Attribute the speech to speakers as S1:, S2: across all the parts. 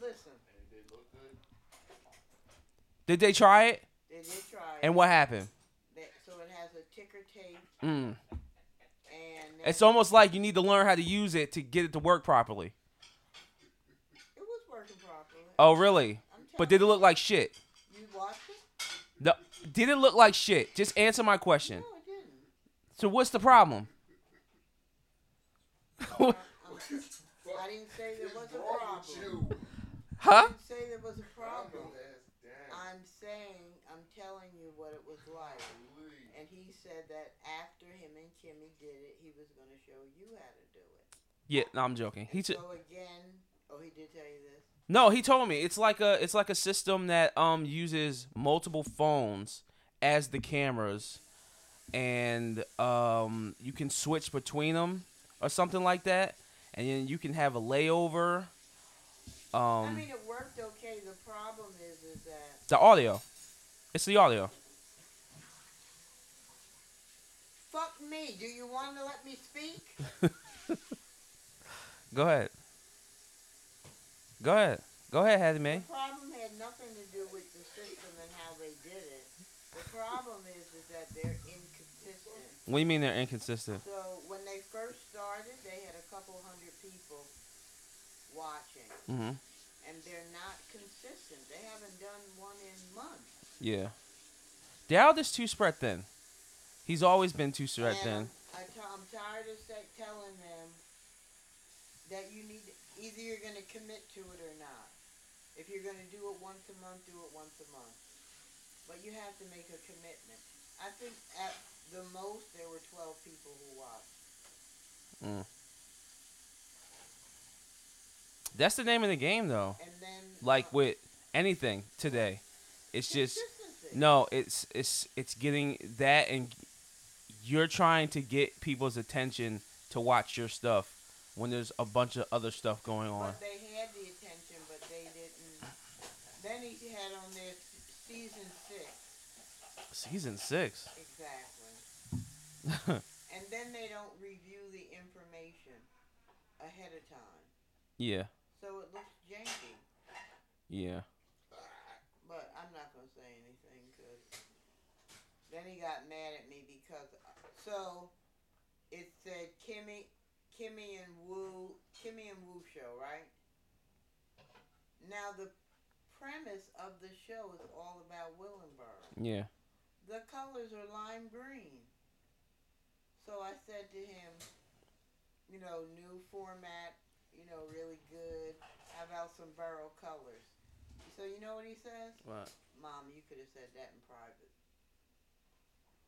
S1: listen,
S2: Did they try it?
S1: they did try it.
S2: And what happened?
S1: That, so it has a ticker tape,
S2: Mm.
S1: and
S2: It's
S1: then-
S2: almost like you need to learn how to use it to get it to work properly.
S1: it was working properly.
S2: Oh, really?
S1: I'm
S2: But
S1: telling
S2: did it look like shit?
S1: you You watched it?
S2: No, did it look like shit? Just answer my question.
S1: No, it didn't.
S2: So what's the problem?
S1: I didn't say there was a problem. I
S2: huh?
S1: didn't say there was a problem. I'm saying, I'm telling you what it was like. And he said that after him and Kimmy did it, he was going to show you how to do it.
S2: Yeah, no, I'm joking. He
S1: And
S2: t-
S1: so again, oh, he did tell you this.
S2: no, he told me it's like a it's like a system that um uses multiple phones as the cameras, and um you can switch between them or something like that, and then you can have a layover.
S1: I
S2: Um,
S1: mean, it worked okay. The problem is, is that
S2: the audio, it's the audio.
S1: fuck me. Do you want to let me speak?
S2: Go ahead. Go ahead. Go ahead, Hattie Mae.
S1: The problem had nothing to do with the system and how they did it. The problem is, is that they're inconsistent.
S2: What do you mean they're inconsistent?
S1: So when they first started, they had a couple hundred people watching,
S2: hmm
S1: and they're not consistent. They haven't done one in months.
S2: Yeah. Dowd is too spread thin. He's always been too spread
S1: And
S2: thin.
S1: I t- I'm tired of say, telling them that you need either you're going to commit to it or not. If you're going to do it once a month, do it once a month. But you have to make a commitment. I think at the most there were 12 people who watched.
S2: That's the name of the game, though.
S1: And then
S2: Like
S1: uh,
S2: with anything today, it's just
S1: consistency.
S2: no. It's it's it's getting that, and you're trying to get people's attention to watch your stuff when there's a bunch of other stuff going on.
S1: But they had the attention, but they didn't. Then he had on there s- season six,
S2: Season six.
S1: exactly. and then they don't review the information ahead of time,
S2: yeah.
S1: so it looks janky.
S2: Yeah.
S1: But I'm not gonna say anything because then he got mad at me because so it said Kimmy, Kimmy and Woo, Kimmy and Woo show, right? Now the premise of the show is all about Willenberg.
S2: Yeah.
S1: The colors are lime green. So I said to him, you know, new format, you know, really good. How about some borough colors? So you know what he says?
S2: What?
S1: Mom, you could have said that in private.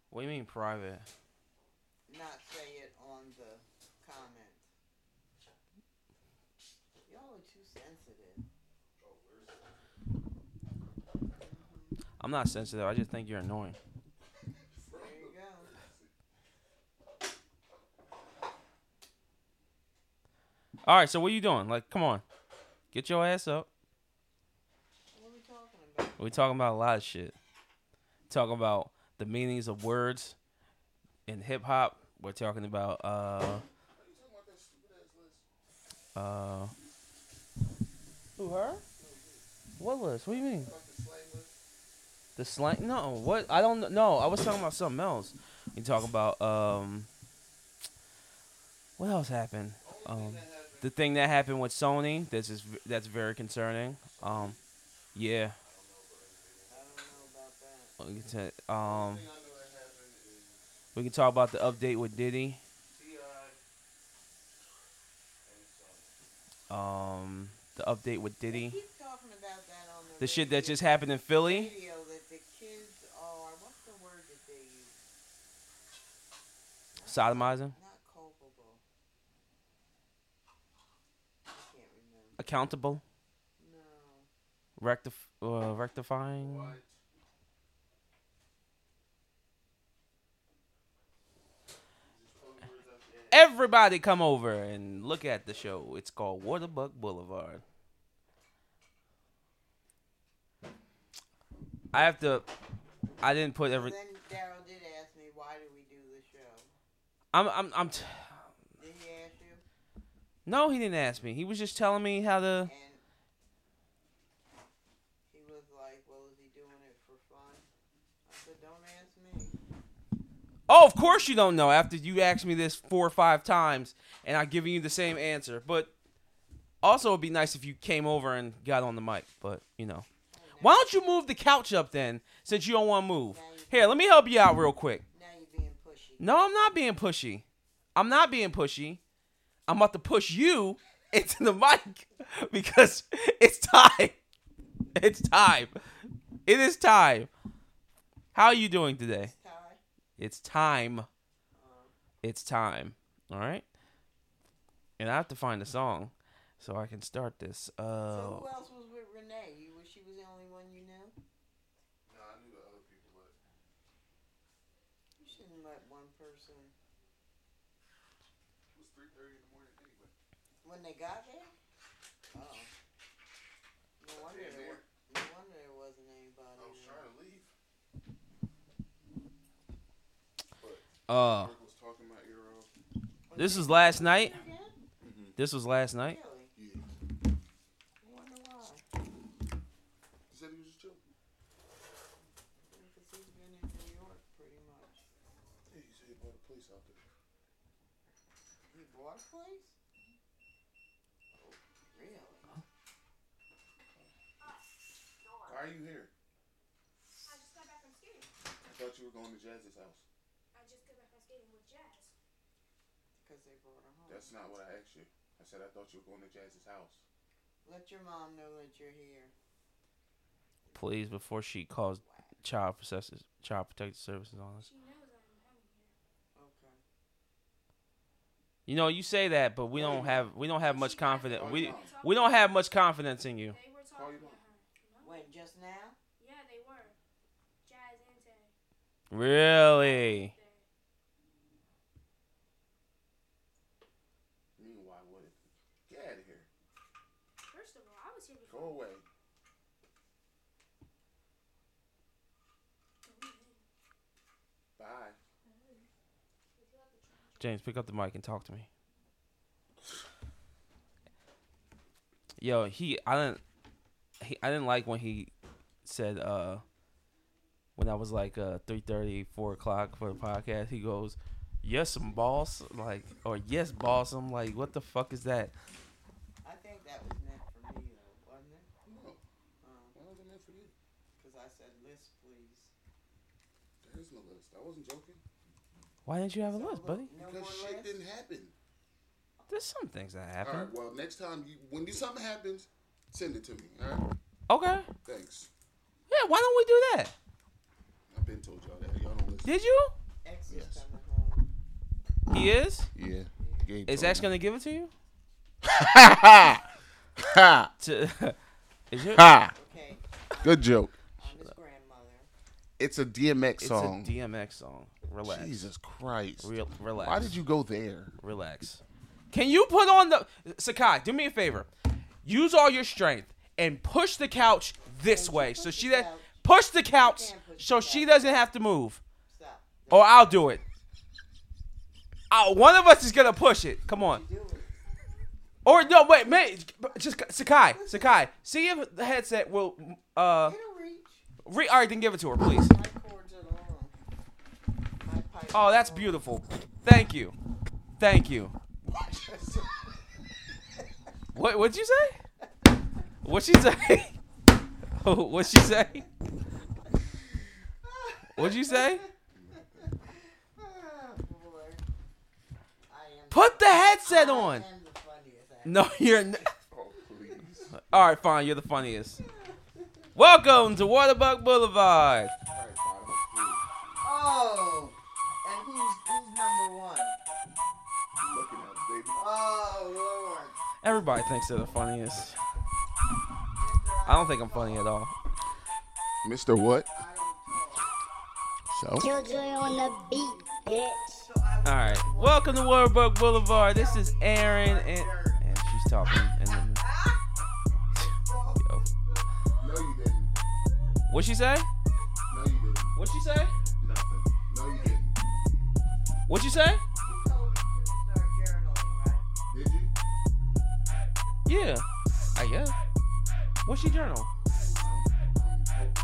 S2: What do you mean private?
S1: Not say it on the comments. Y'all are too sensitive.
S2: I'm not sensitive. I just think you're annoying.
S1: There you go.
S2: All right. So what you doing? Like, come on, get your ass up.
S1: What are we talking about?
S2: We talking about a lot of shit. Talking about the meanings of words in hip hop. We're talking about uh uh Who her? What list? What do you mean? The slang? No, what? I don't kn- no. I was talking about something else. We talk about um what else happened? Um the thing that happened with Sony, this is v- that's very concerning. Um yeah.
S1: I don't know about that.
S2: We can, ta-
S3: uh,
S2: um, we can talk about the update with Diddy. Um, the update with
S1: They
S2: Diddy.
S1: keep talking about that on the
S2: The shit that
S1: radio-
S2: just happened in Philly.
S1: radio that the kids are. What's the word that they use?
S2: Sodomizing.
S1: Not culpable. I can't remember.
S2: Accountable.
S1: No.
S2: Rectif- uh, rectifying. Everybody come over and look at the show. It's called Waterbuck Boulevard. I have to. I didn't put every.
S1: then Daryl did ask me why do we do the show.
S2: I'm. I'm. I'm. T-
S1: Did he ask you?
S2: no, he didn't ask me. He was just telling me how to.
S1: And So don't ask me.
S2: Oh, of course you don't know after you asked me this four or five times and I've given you the same answer. But also, it'd be nice if you came over and got on the mic. But, you know.
S1: Oh,
S2: Why don't you move the couch up then since you don't want to move? Here, let me help you out real quick.
S1: Now you're being pushy.
S2: No, I'm not being pushy. I'm not being pushy. I'm about to push you into the mic because it's time. It's time. It is time. How are you doing today?
S1: Ty,
S2: It's time. It's time. All right. And I have to find a song so I can start this.
S1: so
S2: Uh,
S1: who else was with Renee? You wish she was the only one you knew?
S3: No, I knew the other people, but
S1: You shouldn't let one person.
S3: it was 3.30 in the morning anyway.
S1: When they got there? Oh. No wonder
S3: Damn Oh,
S1: there,
S3: near.
S1: wa- no wonder there wasn't anybody.
S3: I was
S1: there.
S3: trying to leave.
S2: uh,
S3: Kirk was talking my ear off.
S1: Was
S2: this
S1: it
S2: was last night.
S1: you again?
S2: This was last night.
S1: Really?
S3: Yeah. He
S1: I wonder why.
S3: said he was just chilling.
S1: Because he's been in New York pretty much.
S3: Yeah, he said he bought a place out there.
S1: He bought a place? Oh, really?
S3: Why are you here?
S4: I just got back from skating.
S3: I thought you were going to Jazz's house.
S4: I just got back from skating with Jazz.
S1: Because they bought a home.
S3: That's not what I asked you. I said I thought you were going to Jazz's house.
S1: Let your mom know that you're here.
S2: Please, before she calls child processes, child protective services on us.
S4: She knows I'm coming here.
S1: Okay.
S2: You know, you say that, but we don't have we don't have much confidence.
S3: Call
S2: We
S3: your mom.
S2: we don't have much confidence in you.
S4: They were
S3: Call your
S4: talking
S3: mom.
S4: to her. No?
S1: Wait, just now?
S4: Yeah, they were. Jazz and Terry.
S2: Really?
S4: They-
S3: Meanwhile, what? if- Get out of here.
S4: First of all, I was here
S3: Go
S4: before.
S3: away. Bye.
S2: James, pick up the mic and talk to me. Yo, he I didn't he I didn't like when he said uh when I was like uh 3:30, 4 o'clock for the podcast, he goes, "Yes, I'm boss," like or "Yes, boss." I'm like, "What the fuck is that?"
S1: I think that was meant for me, though, wasn't it?
S3: No,
S1: Um,
S3: why wasn't that for you?
S1: 'cause I said, list, please.
S3: There is no list. I wasn't joking.
S2: Why didn't you have a
S1: So,
S2: list,
S1: look,
S2: buddy?
S1: No
S3: Because
S1: more
S3: shit
S1: list?
S3: didn't happen.
S2: There's some things that
S3: All
S2: happen.
S3: right. Well, next time you, when you something happens, send it to me. All right.
S2: Okay.
S3: Thanks.
S2: Yeah, why don't we do that?
S3: I've been told y'all that. Y'all don't listen.
S2: Did you?
S1: X is
S3: Yes.
S1: coming home.
S2: He is?
S3: Yeah. Gabe
S2: Is X gonna give it to you?
S3: Ha ha
S2: To is your
S3: ha!
S1: Okay,
S3: Good joke.
S1: I'm his grandmother.
S3: It's a DMX
S2: it's
S3: song.
S2: a DMX song. Relax.
S3: Jesus Christ!
S2: Real, relax.
S3: Why did you go there?
S2: relax? Can you put on the Sakai? Do me a favor. Use all your strength and push the couch this
S1: Can't you
S2: way,
S1: push
S2: so
S1: the
S2: she does
S1: couch?
S2: push the couch,
S1: can't push
S2: so
S1: the
S2: she
S1: couch.
S2: doesn't have to move,
S1: Stop.
S2: or I'll do it. I, one of us is gonna push it. Come on.
S1: Do it.
S2: Or no, wait, man, just Sakai, Sakai. See if the headset will. Uh,
S1: It'll reach.
S2: re- all right, then give it to her, please.
S1: My cords are long. My pipe
S2: Oh,
S1: is
S2: that's
S1: long.
S2: beautiful. Thank you, thank you. What what'd you say? What'd she say? Oh, what'd she say? What'd you say?
S1: Oh, boy. I am
S2: Put the headset
S1: I
S2: on.
S1: am the funniest act.
S2: No, you're. N-
S3: Oh please!
S2: All right, fine. You're the funniest. Welcome to Waterbuck Boulevard.
S1: Oh, and who's who's number one?
S3: Looking at it, baby.
S1: Oh Lord.
S2: Everybody thinks they're the funniest. I don't think I'm funny at all.
S3: Mr. What?
S1: I don't care.
S3: So?
S5: Killjoy on the beat, bitch.
S2: All right, welcome to Waterbuck Boulevard. This is Aaron, and, and she's talking. And then, yo,
S3: No, you didn't.
S2: what'd she say?
S3: No, you didn't.
S2: What'd she say?
S3: Nothing. No, you didn't.
S2: What'd she say?
S1: You told me to start journaling, right?
S3: Did you?
S2: Yeah, I guess. What's she journal?
S3: I'm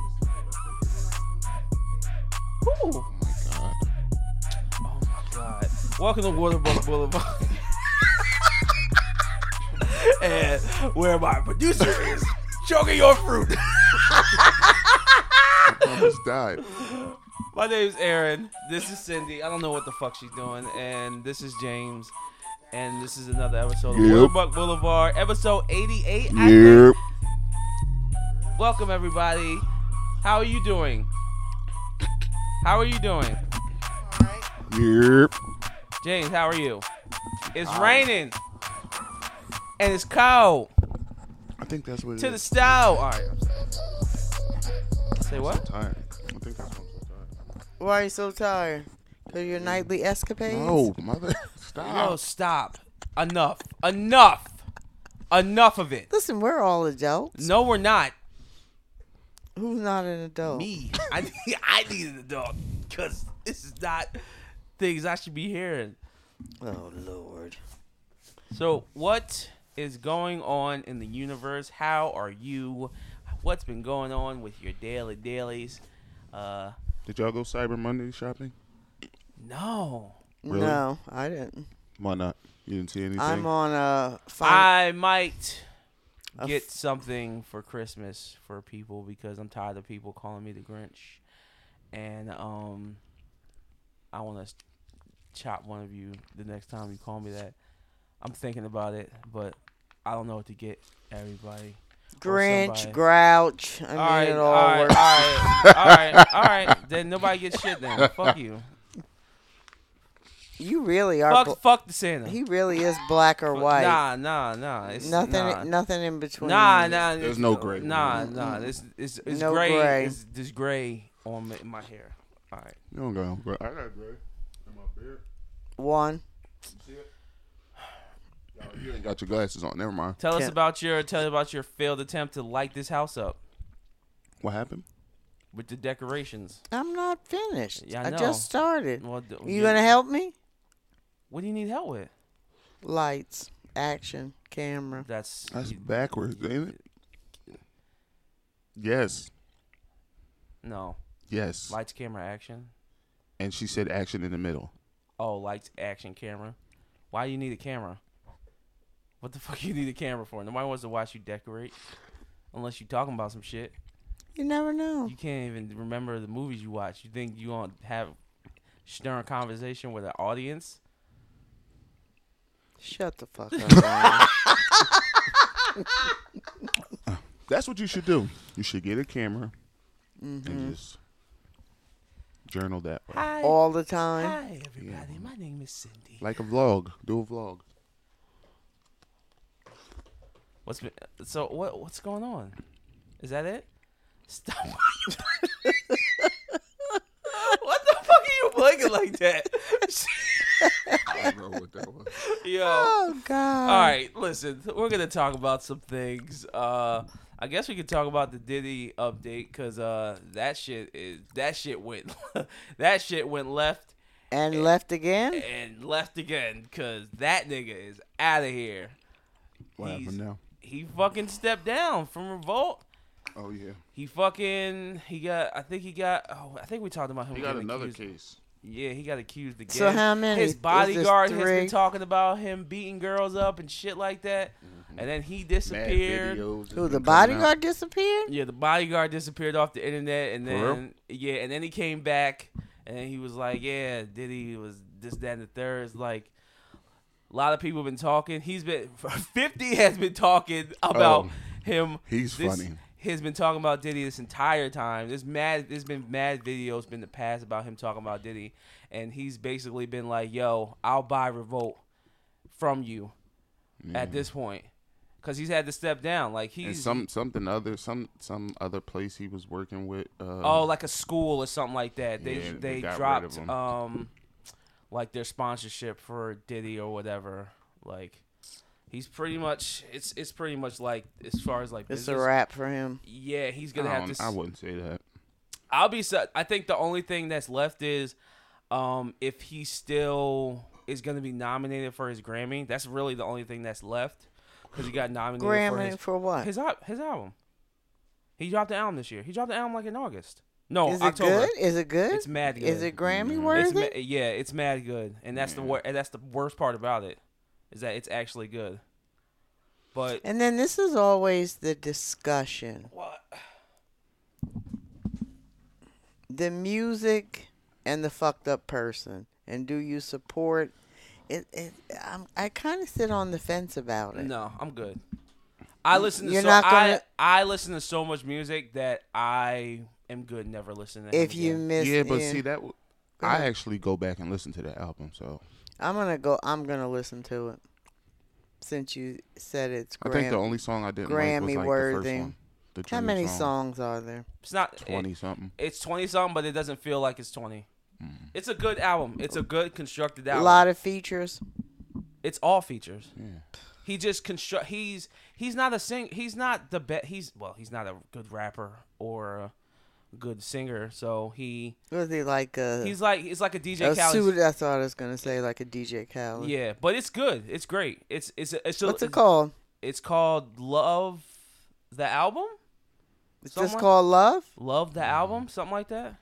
S3: hopeless.
S2: cool.
S3: Oh my god.
S2: Oh my god. Welcome to Waterbrook Boulevard. and where my producer is choking your fruit.
S3: I almost died.
S2: my name's Aaron. This is Cindy. I don't know what the fuck she's doing. And this is James. And this is another episode of
S3: Yep.
S2: Waterbuck Boulevard, episode 88. I think.
S3: Yep.
S2: Welcome everybody. How are you doing? How are you doing?
S3: Yep.
S2: James, how are you? It's raining. And it's cold.
S3: I think that's what it
S2: To the
S3: is.
S2: stove. All right. Say what?
S3: I'm tired. I think that's what I'm so tired.
S6: Why are you so tired? Cause your nightly escapades.
S3: No, mother. Stop.
S2: No, Oh, stop. Enough. Enough. Enough of it.
S6: Listen, we're all adults.
S2: No, we're not.
S6: Who's not an adult?
S2: Me. I need- I needed a dog because this is not things I should be hearing.
S6: Oh Lord.
S2: So, what is going on in the universe? How are you? What's been going on with your daily dailies? Uh,
S3: Did y'all go Cyber Monday shopping?
S2: no.
S3: Really?
S6: No, I didn't.
S3: Why not? You didn't see anything.
S6: I'm on a five.
S2: I might
S6: A f-
S2: get something for Christmas for people because I'm tired of people calling me the Grinch, and um, I want to chop one of you the next time you call me that. I'm thinking about it, but I don't know what to get everybody.
S6: Grinch,
S2: somebody.
S6: grouch. I mean,
S2: all right,
S6: it all
S2: all right, all
S6: works.
S2: right, all right, all right. Then nobody gets shit. Then fuck you.
S6: You really are.
S2: Fuck,
S6: bl-
S2: fuck the Santa.
S6: he really is black or
S2: Fuck-
S6: white.
S2: Nah, nah, nah. It's
S6: nothing,
S2: Nah.
S6: nothing in between.
S2: Nah, nah.
S3: There's
S2: it's-
S3: no gray.
S2: Nah, nah. It's it's it's
S6: No
S2: gray.
S6: gray.
S2: It's this gray on my, my hair. All right.
S3: You don't go. Bro. I got gray in my beard.
S6: One.
S3: You see it? Y'all, you ain't got your glasses on. Never mind.
S2: Tell us
S6: Can't-
S2: about your tell us about your failed attempt to light this house up
S3: What happened?
S2: with the decorations.
S6: I'm not finished.
S2: Yeah, I
S6: I,
S2: know.
S6: just started.
S2: Well, d-
S6: you gonna help me?
S2: What do you need help with?
S6: Lights, action, camera.
S2: That's
S3: That's backwards, ain't it? Yes.
S2: no
S3: Yes.
S2: lights, camera, action.
S3: and she said action in the middle.
S2: Oh, lights, action, camera. Why do you need a camera? What the fuck you need a camera for? Nobody wants to watch you decorate, unless you talking about some shit.
S6: You never know.
S2: You can't even remember the movies you watch. You think you gonna have stern conversation with an audience?
S6: Shut the fuck up. Ryan.
S3: That's what you should do. You should get a camera and just journal that way.
S2: Mm-hmm. Hi,
S6: All the time.
S2: hi everybody. My name is Cindy.
S3: Like a vlog. Do a vlog.
S2: What's been, so what what's going on? Is that it? Stop. what the fuck are you blinking like that?
S3: I don't know what that was.
S2: Yo.
S6: Oh God.
S2: All right, listen. We're gonna talk about some things. Uh, I guess we could talk about the Diddy update because uh, that shit is that shit went that shit went left
S6: And left again.
S2: and left again because that nigga is out of here.
S3: What
S2: He's-
S3: happened now?
S2: He fucking stepped down from Revolt.
S3: Oh yeah.
S2: He fucking he got. I think he got. Oh, I think we talked about him.
S3: He got
S2: getting
S3: another
S2: accused.
S3: case.
S2: Yeah, he got accused again.
S6: So how many? Is
S2: His
S6: this
S2: bodyguard has been
S6: three?
S2: talking about him beating girls up and shit like that,
S3: Mm-hmm.
S2: and then he disappeared.
S6: Who the bodyguard disappeared?
S2: Yeah, the bodyguard disappeared off the internet, and
S3: For real?
S2: then yeah, and then he came back, and then he was like, "Yeah, Diddy was this, that, and the third. It's like a lot of people have been talking. He's been Fifty has been talking about
S3: Oh,
S2: him.
S3: he's
S2: this-
S3: funny.
S2: He's been talking about Diddy this entire time. There's mad. There's been mad videos been the past about him talking about Diddy, and he's basically been like, "Yo, I'll buy Revolt from you." At this point, because he's had to step down. Like he's
S3: And some something other some some other place he was working with. Uh,
S2: Oh, like a school or something like that. They
S3: Yeah,
S2: they,
S3: they got rid of
S2: dropped
S3: 'em.
S2: um like their sponsorship for Diddy or whatever. Like he's pretty much it's it's pretty much like as far as like
S6: It's a
S2: business-
S6: wrap for him.
S2: Yeah, he's
S3: I,
S2: gonna have
S3: don't-
S2: to. s-
S3: I wouldn't say that.
S2: I'll be. su- I think the only thing that's left is um if he still is gonna be nominated for his Grammy. That's really the only thing that's left because he got nominated for
S6: Grammy
S2: his
S6: for what?
S2: his al- his album. He dropped the album this year. He dropped the album like in August.
S6: Oh,
S2: No,
S1: Is it
S2: October.
S1: good? Is it good?
S2: It's mad good. Mm-hmm.
S1: Is it Grammy
S2: It's
S1: worthy?
S2: ma- yeah, it's mad good, and that's the wor- and that's the worst part about it, is that it's actually good. But
S1: and then this is always the discussion.
S2: what?
S1: the music and the fucked up person and do you support it, it I'm, i kind of sit on the fence about it
S2: No, I'm good. I listen to
S1: You're
S2: so
S1: not
S2: I
S1: gonna-
S2: I listen to so much music that I am good never listening. To him
S1: if you
S2: again.
S1: miss
S3: yeah, but
S1: in-
S3: see that. W-
S1: Go
S3: I
S1: ahead.
S3: actually go back and listen to that album, so
S1: i'm gonna go i'm gonna listen to it since you said it's
S3: I think the
S1: Grammy.
S3: only song I didn't
S1: Grammy
S3: like was like the
S1: worthy.
S3: first one. The
S1: how
S3: Jimmy
S1: many
S3: song,
S1: songs are there
S2: it's not
S3: Twenty something.
S2: it's 20 something, but it doesn't feel like it's 20. It's a good album. It's a good constructed
S1: a
S2: album.
S1: lot of features
S2: it's all features.
S3: Yeah.
S2: He just construct. He's he's not a sing. He's not the best. He's well. He's not a good rapper or a good singer. So he
S1: was he like a,
S2: he's like he's like a DJ
S1: a suit
S2: Khaled.
S1: that's what i was gonna say like a dj Khaled.
S2: Yeah, but it's good. It's great. It's it's it's,
S1: what's it
S2: it's-
S1: called
S2: It's called Love the album.
S1: it's just
S2: Someone-
S1: called love
S2: Love the album, something like that.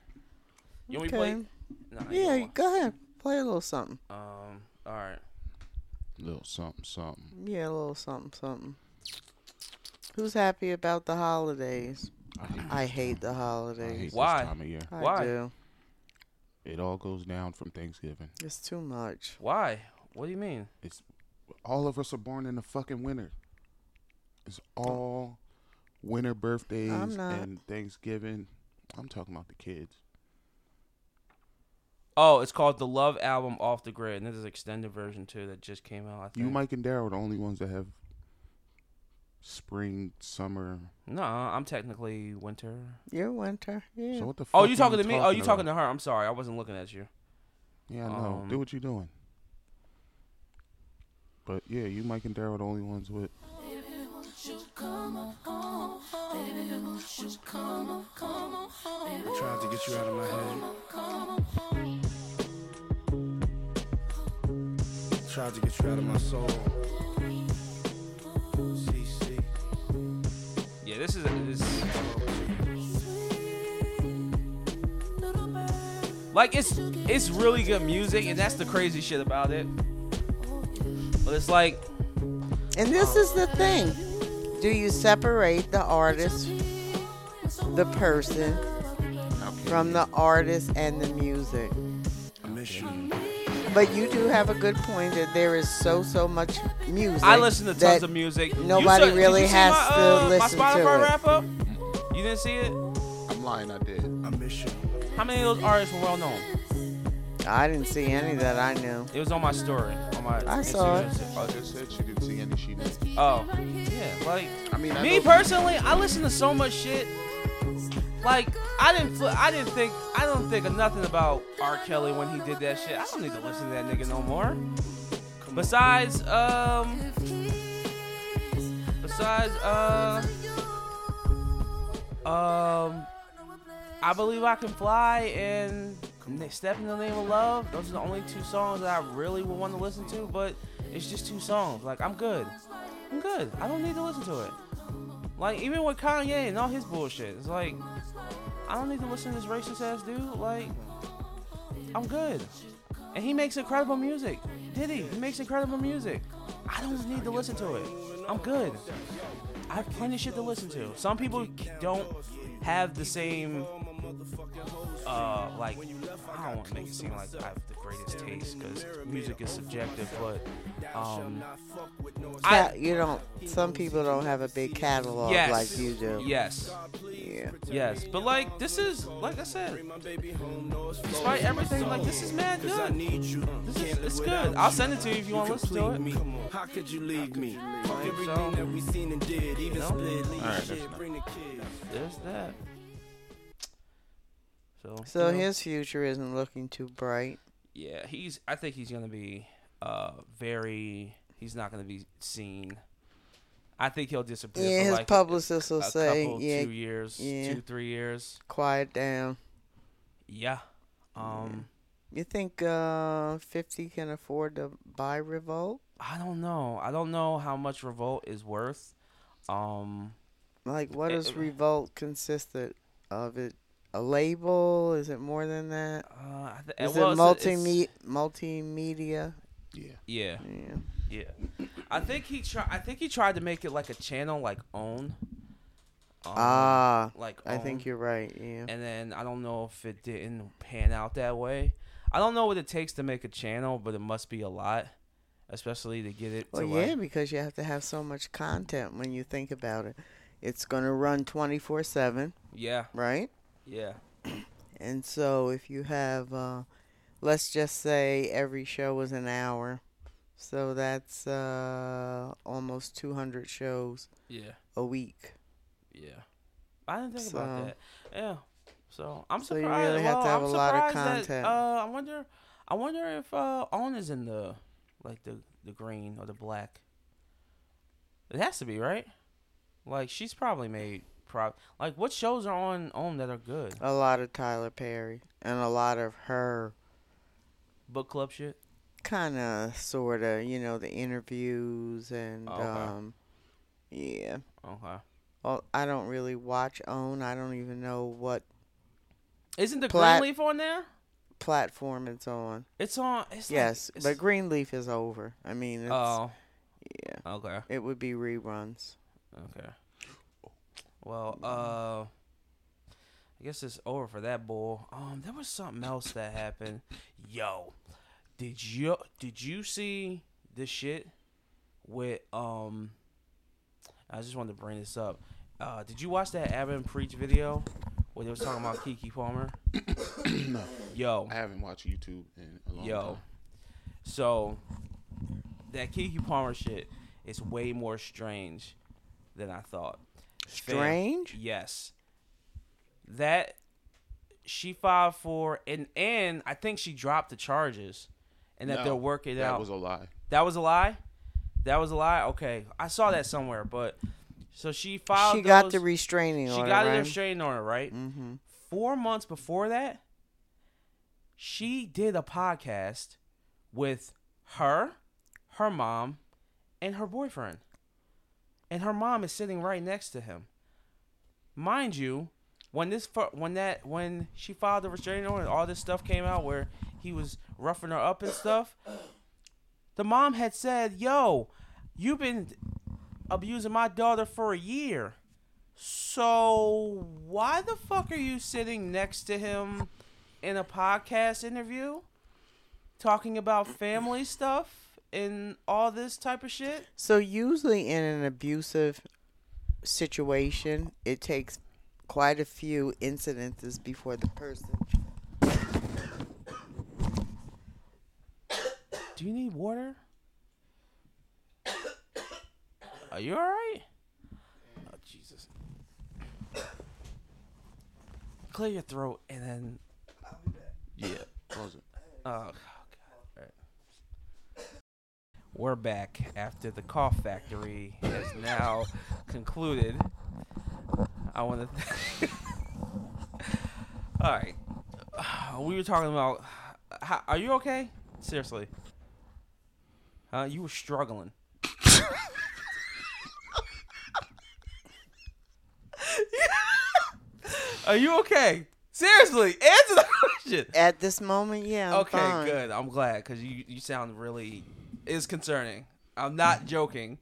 S2: You want me
S1: Mm-hmm. okay
S2: to play? Nah, you don't
S1: yeah
S2: want-
S1: go ahead play a little something
S2: Um. All right.
S3: Little something, something.
S1: Yeah, a little something, something. Who's happy about the holidays?
S3: I hate,
S1: I hate the
S3: I hate
S1: holidays.
S2: Why?
S3: this time of year.
S1: I,
S2: Why?
S1: do.
S3: It all goes down from Thanksgiving.
S1: It's too much.
S2: Why? What do you mean?
S3: It's all of us are born in the fucking winter. It's all winter birthdays
S1: I'm not.
S3: and Thanksgiving. I'm talking about the kids.
S2: Oh, it's called the Love album off the grid, and this is an extended version too that just came out. I think.
S3: You, Mike, and Daryl are the only ones that have spring, summer.
S2: No, I'm technically winter.
S1: Your winter. Yeah.
S3: So what the fuck?
S2: Oh, you talking to me? oh, you
S3: about?
S2: talking to her? I'm sorry, I wasn't looking at you.
S3: Yeah, no.
S2: Um,
S3: Do what you're doing. But yeah, you, Mike, and Daryl are the only ones with.
S7: I tried to get you out of my head. Tried to get you out of my soul. CC.
S2: Yeah, this is this. Like it's it's really good music, and that's the crazy shit about it. But it's like
S1: And this is the thing. Do you separate the artist, the person, from the artist and the music?
S7: I miss you.
S1: But you do have a good point that there is so, so much music.
S2: I listen to tons
S1: that-
S2: of music. You
S1: nobody
S2: saw- did
S1: really
S2: you see
S1: has
S2: my,
S1: to
S2: uh,
S1: listen to
S2: my Spotify
S1: it.
S2: wrap up. You didn't see it?
S8: I'm lying, I did.
S7: I miss you.
S2: How many of those artists were well known?
S1: I didn't see any that I knew.
S2: It was on my story. On my
S1: I saw
S2: Instagram
S1: it.
S2: story.
S8: I just said she didn't see any she did.
S2: Oh, yeah. Like
S8: I mean, I
S2: me
S8: know-
S2: personally, I listen to so much shit. Like I didn't, fl- I didn't think, I don't think of nothing about R. Kelly when he did that shit. I don't need to listen to that nigga no more. Besides, um, besides, uh, um, I believe I can fly and Na- step in the name of love. Those are the only two songs that I really would want to listen to, but it's just two songs. Like I'm good. I'm good. I don't need to listen to it. Like even with Kanye and all his bullshit, it's like I don't need to listen to this racist ass dude. Like I'm good, and he makes incredible music. Did he? He makes incredible music. I don't need to listen to it. I'm good. I have plenty of shit to listen to. Some people c- don't have the same, uh, like I don't want to make it seem like I have the greatest taste because music is subjective, but um, I,
S1: Ca- you don't. Some people don't have a big catalog
S2: yes,
S1: like you do.
S2: Yes,
S1: Yeah.
S2: yes. But like this is, like I said, despite everything, like this is mad good. This is it's good. I'll send it to you if you want to listen to it.
S7: me. How could you leave me? Fuck
S2: so-
S7: everything that we seen and did, even
S2: No.
S7: split leave
S3: right, that's
S7: shit,
S3: enough.
S7: bring the kids.
S2: There's that. So
S1: So
S2: you know.
S1: his future isn't looking too bright.
S2: Yeah, he's. I think he's gonna be uh very. He's not gonna be seen. I think he'll disappear.
S1: Yeah,
S2: for
S1: his
S2: like
S1: publicist
S2: a,
S1: will
S2: a
S1: say,
S2: couple,
S1: "Yeah,
S2: two years,
S1: yeah.
S2: two three years.
S1: quiet down."
S2: Yeah. Um,
S1: You think uh, fifty can afford to buy Revolt?
S2: I don't know. I don't know how much Revolt is worth. Um,
S1: Like, what does
S2: Eh,
S1: Revolt consisted of? It a label? Is it more than that?
S2: Uh, I th-
S1: Is
S2: well,
S1: it
S2: it's a- it's-
S1: multimedia? Multimedia?
S3: Yeah.
S2: Yeah,
S1: Yeah.
S2: yeah. I think he tried. I think he tried to make it like a channel, like own. Um,
S1: Ah,
S2: like
S1: I think
S2: Own.
S1: you're right. Yeah.
S2: and then I don't know if it didn't pan out that way. I don't know what it takes to make a channel, but it must be a lot, especially to get it.
S1: Well,
S2: to
S1: yeah,
S2: like,
S1: because you have to have so much content when you think about it. It's going to run 24 7,
S2: yeah,
S1: right?
S2: yeah,
S1: And so if you have, uh, let's just say every show was an hour. So that's uh, almost 200 shows
S2: yeah,
S1: a week.
S2: yeah. I didn't think about
S1: So-
S2: that. Yeah, so I'm
S1: So you
S2: surprised.
S1: really have to
S2: well,
S1: have
S2: I'm
S1: a lot of
S2: surprised that,
S1: content.
S2: uh, I wonder, I wonder if uh, on is in the like the the green or the black. It has to be right. Like she's probably made prob like what shows are on on that are good
S1: A lot of Tyler Perry and a lot of her
S2: book club shit.
S1: kind of, sort of, you know, the interviews and,
S2: Oh, okay.
S1: um, yeah.
S2: Okay.
S1: Well, I don't really watch OWN. I don't even know what
S2: Isn't the
S1: Plat-
S2: Greenleaf on there?
S1: platform it's on.
S2: It's on. It's like-
S1: yes,
S2: it's-
S1: but Greenleaf is over. I mean, it's,
S2: oh,
S1: yeah,
S2: okay,
S1: it would be reruns.
S2: okay. Well, uh, I guess it's over for that bull. Um, there was something else that happened. Yo, did you did you see this shit with um? I just wanted to bring this up. Uh, did you watch that Avin Preach video where they was talking about Kiki Palmer?
S3: no,
S2: Yo,
S3: I haven't watched YouTube in a long
S2: Yo.
S3: time.
S2: So that Kiki Palmer shit is way more strange than I thought. Fam-
S1: Strange?
S2: yes. That she filed for and and I think she dropped the charges and that
S3: No,
S2: they're working
S3: That
S2: out.
S3: was a lie.
S2: that was a lie? That was a lie? Okay. I saw that somewhere, but so she filed
S1: She got
S2: those-
S1: the restraining
S2: she
S1: order.
S2: got
S1: right?
S2: a restraining order, right?
S1: Mm-hmm.
S2: four months before that, she did a podcast with her, her mom, and her boyfriend. And her mom is sitting right next to him. Mind you, when this fir- when that when she filed the restraining order and all this stuff came out where he was roughing her up and stuff, the mom had said, "Yo, you've been abusing my daughter for a year." So why the fuck are you sitting next to him in a podcast interview talking about family stuff and all this type of shit?
S1: So usually in an abusive situation, it takes quite a few incidences before the person.
S2: Do you need water? Are you all right? Oh Jesus. Clear your throat and then
S3: Yeah. Close it.
S2: Oh, God. All right. We're back after the cough factory has now concluded. I want to. All right. We were talking about. How, are you okay? Seriously. Huh? You were struggling. are you okay? Seriously, answer the question.
S1: At this moment, yeah. I'm
S2: Okay,
S1: fine.
S2: good. I'm glad because you you sound really is concerning. I'm not joking.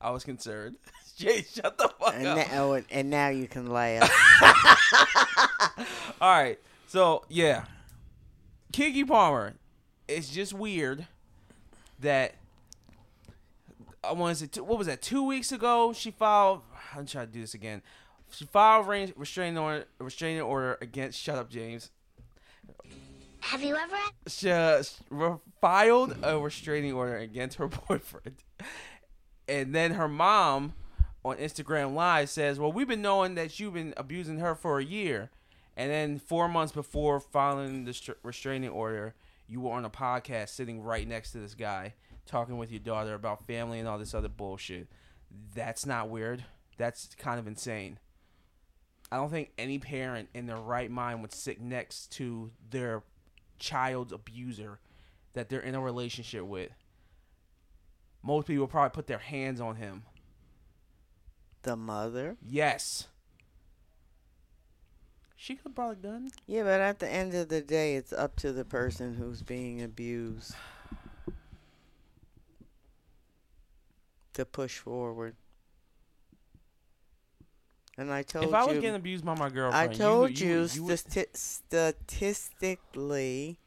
S2: I was concerned. Jay, shut the fuck
S1: And,
S2: up.
S1: now, oh, and- and now you can laugh.
S2: All right. So yeah, Kiki Palmer. It's just weird that I want to say two, what was that? Two weeks ago, she filed. I'm trying to do this again. She filed rein- restraining order, restraining order against. Shut up, James.
S5: Have you ever
S2: she uh, re- filed a restraining order against her boyfriend. And then her mom on Instagram Live says, Well, we've been knowing that you've been abusing her for a year. And then four months before filing the str- restraining order, you were on a podcast sitting right next to this guy talking with your daughter about family and all this other bullshit. That's not weird. That's kind of insane. I don't think any parent in their right mind would sit next to their child's abuser that they're in a relationship with. Most people probably put their hands on him.
S1: the mother.
S2: Yes. She could have brought a gun.
S1: Yeah, but at the end of the day, it's up to the person who's being abused to push forward. And I told
S2: If I was
S1: you,
S2: getting abused by my
S1: I
S2: girlfriend,
S1: told
S2: you,
S1: you,
S2: would- you would-
S1: stati- statistically,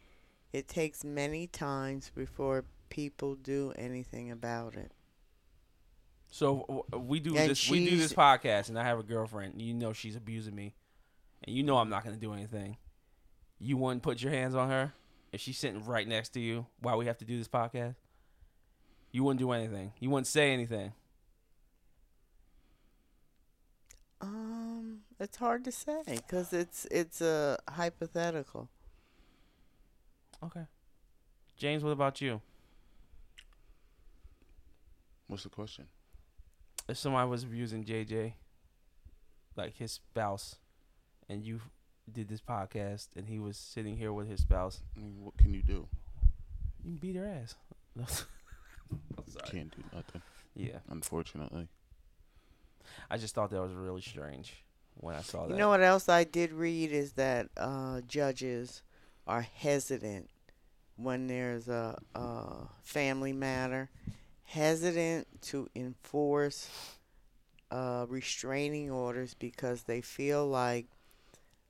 S1: it takes many times before people do anything about it.
S2: So w- w- we do
S1: And
S2: this. We do
S1: she's-
S2: this podcast, and I have a girlfriend. You know she's abusing me, and you know I'm not gonna do anything. You wouldn't put your hands on her if she's sitting right next to you while we have to do this podcast. You wouldn't do anything. You wouldn't say anything.
S1: Um, it's hard to say because it's it's a hypothetical.
S2: Okay. James, what about you?
S3: What's the question?
S2: If somebody was abusing JJ, like his spouse, and you did this podcast, and he was sitting here with his spouse,
S3: I mean, what can you do?
S2: you can beat her ass. I'm sorry.
S3: Can't do nothing,
S2: Yeah,
S3: unfortunately.
S2: I just thought that was really strange when I saw that.
S1: You know what else I did read is that uh, judges are hesitant when there's a, a family matter, hesitant to enforce uh, restraining orders because they feel like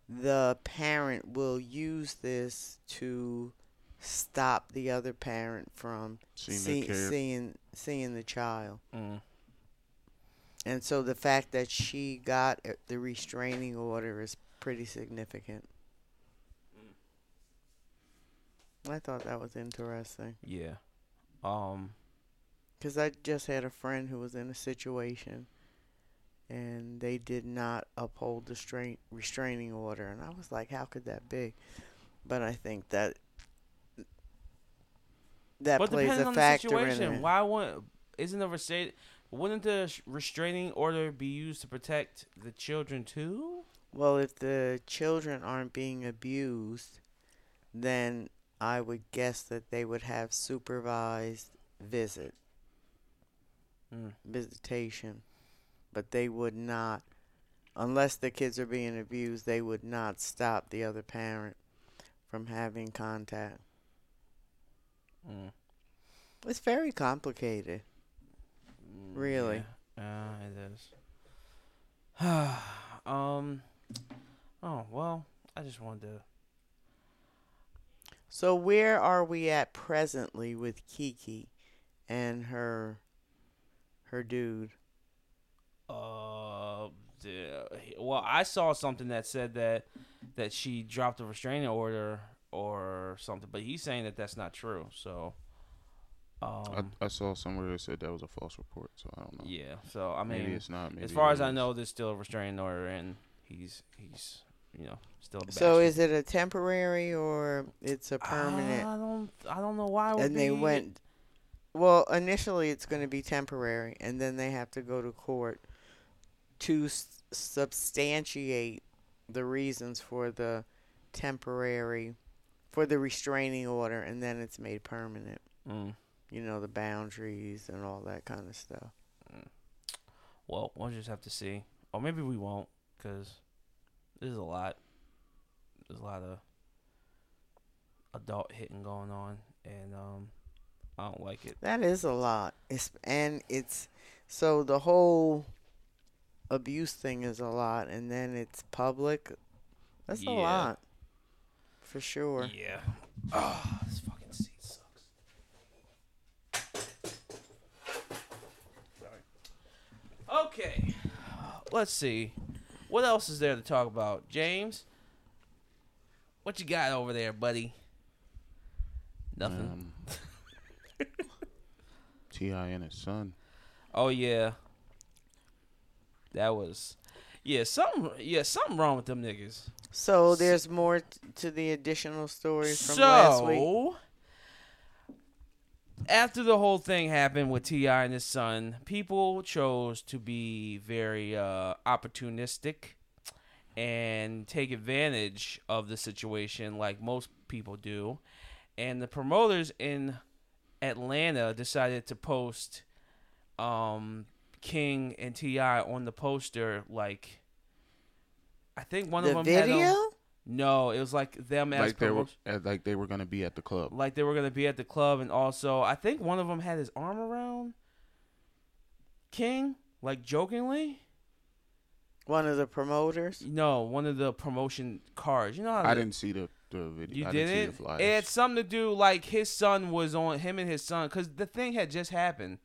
S1: the parent will use this to stop the other parent from
S3: Seeing
S1: see-
S3: their kid.
S1: seeing seeing the child.
S2: Mm.
S1: And so the fact that she got uh, the restraining order is pretty significant. I thought that was interesting
S2: Yeah. Um.
S1: because I just had a friend who was in a situation and they did not uphold the strain, restraining order. And I was like, how could that be? But I think that that
S2: but
S1: plays
S2: depending
S1: a
S2: on the
S1: factor
S2: situation,
S1: in it.
S2: why wouldn't isn't the restate wouldn't the sh- restraining order be used to protect the children too?
S1: Well, if the children aren't being abused, then I would guess that they would have supervised visit
S2: Mm.
S1: visitation, but they would not, unless the kids are being abused, they would not stop the other parent from having contact.
S2: Mm.
S1: It's very complicated. Really?
S2: Yeah, Uh, it is. um. Oh well, I just wanted to.
S1: So where are we at presently with Kiki and her her dude?
S2: Uh, the- well, I saw something that said that that she dropped a restraining order or something, but he's saying that that's not true. So, um,
S3: I, I saw somewhere that said that was a false report, so I don't know.
S2: yeah. So I mean,
S3: maybe it's not. Maybe
S2: as far
S3: it
S2: as I
S3: is.
S2: know, there's still a restraining order, and he's he's you know still. A
S1: So
S2: bachelor.
S1: is it a temporary or it's a permanent?
S2: I don't I don't know why. it Uh, would
S1: and they
S2: be-
S1: went. Well, initially it's going to be temporary, and then they have to go to court to s- substantiate the reasons for the temporary, for the restraining order, and then it's made permanent.
S2: Mm.
S1: You know the boundaries and all that kind of stuff.
S2: Well, we'll just have to see. Or maybe we won't, because there's a lot. There's a lot of adult hitting going on, and um, I don't like it.
S1: That is a lot. It's and it's so the whole abuse thing is a lot, and then it's public. That's
S2: Yeah.
S1: a lot, for sure.
S2: Yeah. Ah, this fucking seat sucks. Sorry. Okay. Let's see. What else is there to talk about, James? What you got over there, buddy? Nothing.
S3: Um, Ti and his son.
S2: Oh yeah. That was Yeah, something yeah, something wrong with them niggas.
S1: So there's more t- to the additional story from
S2: so
S1: last week.
S2: after the whole thing happened with Ti and his son, people chose to be very uh, opportunistic and take advantage of the situation, like most people do. And the promoters in Atlanta decided to post um, King and Ti on the poster, like I think one
S1: the
S2: of them
S1: video?
S2: had on. No, it was like them as
S3: like they were,
S2: promotion-
S3: uh, like they were gonna be at the club.
S2: like they were gonna be at the club, and also I think one of them had his arm around King, like jokingly.
S1: One of the promoters?
S2: No, one of the promotion cards. You know how
S3: I
S2: the-
S3: didn't see the, the video.
S2: You
S3: I
S2: did
S3: didn't
S2: it.
S3: See the flyers.
S2: It had something to do like his son was on him and his son because the thing had just happened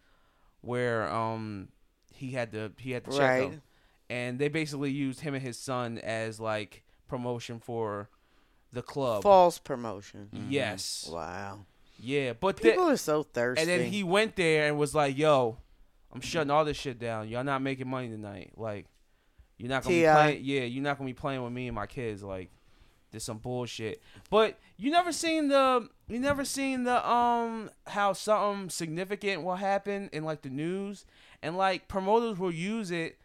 S2: where um he had to he had to check
S1: Right.
S2: him, and they basically used him and his son as like promotion for the club.
S1: False promotion.
S2: Mm-hmm. Yes.
S3: Mm.
S1: Wow.
S2: Yeah, but the,
S1: People are so thirsty.
S2: and then he went there and was like, "Yo, I'm shutting all this shit down. Y'all not making money tonight. Like, you're not gonna be
S1: T.I..
S2: playing. Yeah, you're not gonna be playing with me and my kids. Like, there's some bullshit. But you never seen the you never seen the um how something significant will happen in like the news and like promoters will use it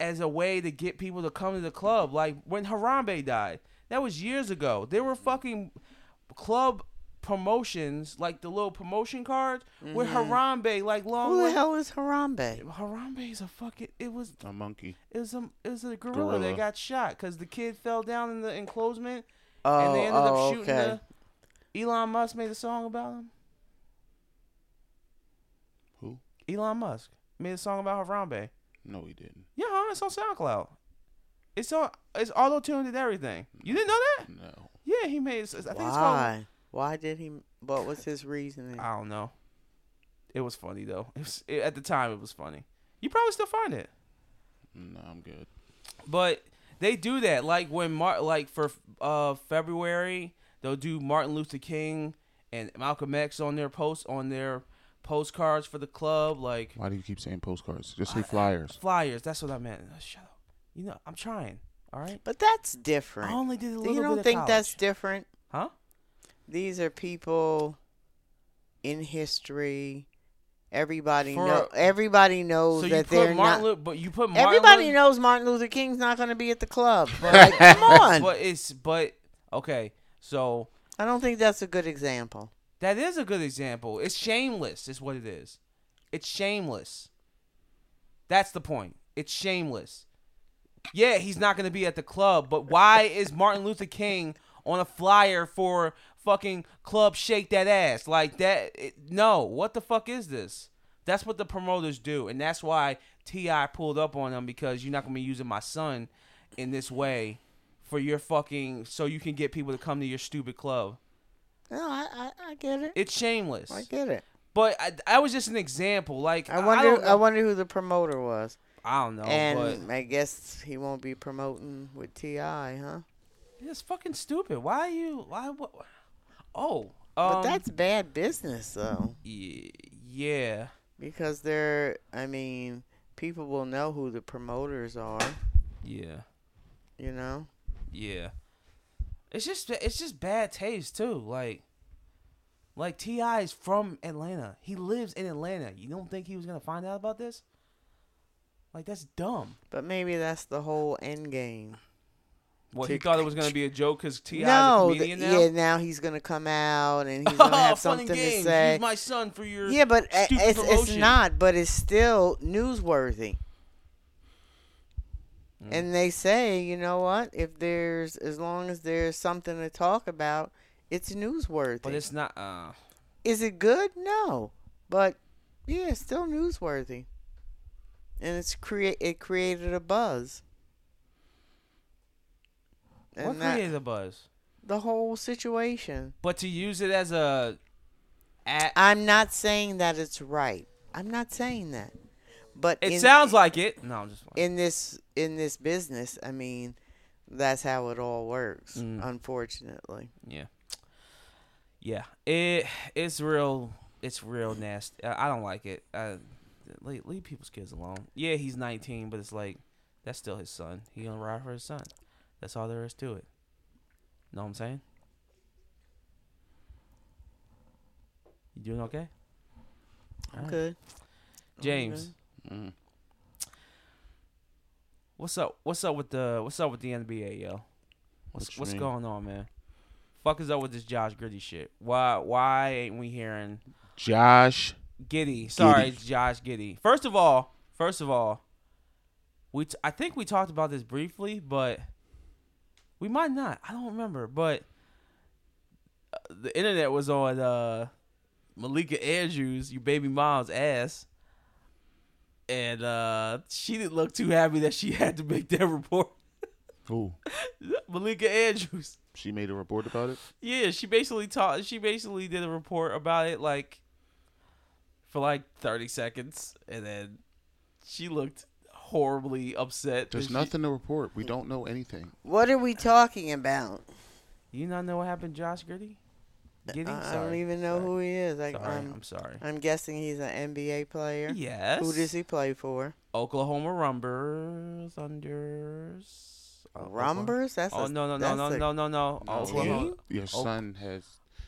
S2: as a way to get people to come to the club. Like when Harambe died, that was years ago. There were fucking club promotions, like the little promotion cards with
S1: Mm-hmm.
S2: Harambe, like long.
S1: Who the hell is Harambe?
S2: Harambe is a fucking. It was
S3: a monkey.
S2: it was a it was a gorilla,
S3: Gorilla.
S2: that got shot because the kid fell down in the enclosement
S1: Oh,
S2: and they ended
S1: oh,
S2: up shooting
S1: okay.
S2: the. Elon Musk made a song about him.
S3: Who?
S2: Elon Musk made a song about Harambe.
S3: No, he didn't.
S2: Yeah, huh? it's on SoundCloud. It's on. It's auto tuned and everything. You didn't know that?
S3: No.
S2: Yeah, he made. I think it's called.
S1: Why? Why did he? What was his reasoning?
S2: I don't know. It was funny though. It was, it, at the time, it was funny. You probably still find it,
S3: No, I'm good.
S2: but they do that. Like when Mar- like for uh February, they'll do Martin Luther King and Malcolm X on their posts on their postcards for the club. Like
S3: Why do you keep saying postcards? Just say flyers.
S2: flyers. That's what I meant. Oh, Shut up. You know, I'm trying. All right.
S1: But that's different.
S2: I only did a little
S1: you
S2: bit
S1: don't
S2: of
S1: think that's
S2: college.
S1: different?
S2: Huh?
S1: These are people in history. Everybody
S2: For-
S1: know. Everybody knows
S2: So you
S1: that
S2: put
S1: they're not.
S2: Martin, Lu- but you put Martin
S1: everybody
S2: Lu-
S1: knows Martin Luther King's not going to be at the club. Like, come on.
S2: But it's but okay. So
S1: I don't think that's a good example.
S2: that is a good example. It's shameless. Is what it is. It's shameless. That's the point. It's shameless. Yeah, he's not going to be at the club, but why is Martin Luther King on a flyer for fucking club shake that ass like that? It, no, what the fuck is this? That's what the promoters do, and that's why Ti pulled up on him because you're not going to be using my son in this way for your fucking so you can get people to come to your stupid club.
S1: No, I, I, I get it.
S2: It's shameless.
S1: I get it.
S2: But I, I was just an example. Like
S1: I
S2: I don't,
S1: wonder. I,
S2: know- Oh,
S1: wonder who the promoter was.
S2: I don't know.
S1: and I guess he won't be promoting with Ti, huh?
S2: but it's fucking stupid. Why are you? Why? What? Oh, um,
S1: But that's bad business, though,
S2: y- yeah.
S1: because they're. I mean, people will know who the promoters are.
S2: Yeah.
S1: You know.
S2: Yeah. It's just it's just bad taste too. Like like T.I. is from Atlanta. He lives in Atlanta. You don't think he was gonna find out about this? Like that's dumb.
S1: But maybe that's the whole end game.
S2: Well, he
S1: Tick-
S2: thought it was gonna be a joke because T.I.
S1: no,
S2: is a
S1: th-
S2: comedian now.
S1: yeah. Now he's gonna come out and he's gonna have
S2: fun
S1: something
S2: and
S1: to
S2: games.
S1: say.
S2: Use my son for your
S1: Yeah, but a-
S2: stupid
S1: it's, it's
S2: promotion.
S1: not. But it's still newsworthy.
S2: Hmm.
S1: And they say, you know what? If there's, as long as there's something to talk about, it's newsworthy.
S2: But it's not. Uh,
S1: Is it good? No, but yeah, it's still newsworthy, and it's create it created a buzz. And
S2: what
S1: that-
S2: created the buzz?
S1: the whole situation.
S2: But to use it as a at,
S1: I'm not saying that it's right. I'm not saying that, but
S2: it
S1: in,
S2: sounds like it. No, I'm just like,
S1: in this in this business, I mean, that's how it all works.
S2: Mm.
S1: Unfortunately,
S2: yeah, yeah. It it's real. It's real nasty. I I don't like it. I, leave, leave people's kids alone. Yeah, he's 19, but it's like that's still his son. He gonna ride for his son. That's all there is to it. Know what I'm saying? You doing okay,
S1: I'm
S2: Alright.
S1: good.
S2: James?
S3: Mm.
S2: What's up? What's up with the What's up with the NBA, yo? What's
S3: What you
S2: What's
S3: mean?
S2: going on, man? Fuck is up with this Josh Giddy shit? Why Why ain't we hearing
S3: Josh.
S2: Giddy? Sorry,
S3: Giddey.
S2: it's Josh Giddy. First of all, first of all, we t- I think we talked about this briefly, but We might not. I don't remember, but uh, the internet was on uh, Malika Andrews, your baby mom's ass, and uh, she didn't look too happy that she had to make that report.
S3: Who?
S2: Malika Andrews.
S3: She made a report about it.
S2: Yeah, she basically taught. She basically did a report about it, like for like thirty seconds, and then she looked horribly upset.
S3: There's
S2: that she-
S3: nothing to report. We don't know anything.
S1: What are we talking about?
S2: you not know what happened, Josh Giddy? Giddy,
S1: I, I don't
S2: Sorry.
S1: even know
S2: Sorry.
S1: who he is. Um, I,
S2: Sorry, I'm,
S1: I'm,
S2: sorry.
S1: I'm guessing he's an NBA player.
S2: Yes.
S1: Who does he play for?
S2: Oklahoma Rumbers unders. uh, Oklahoma-
S1: Rumbers? That's
S2: Oh
S1: a,
S2: no no
S1: that's
S2: no no
S1: a-
S2: no no no!
S3: No,
S2: Oklahoma,
S3: your, your
S2: oh.
S3: son has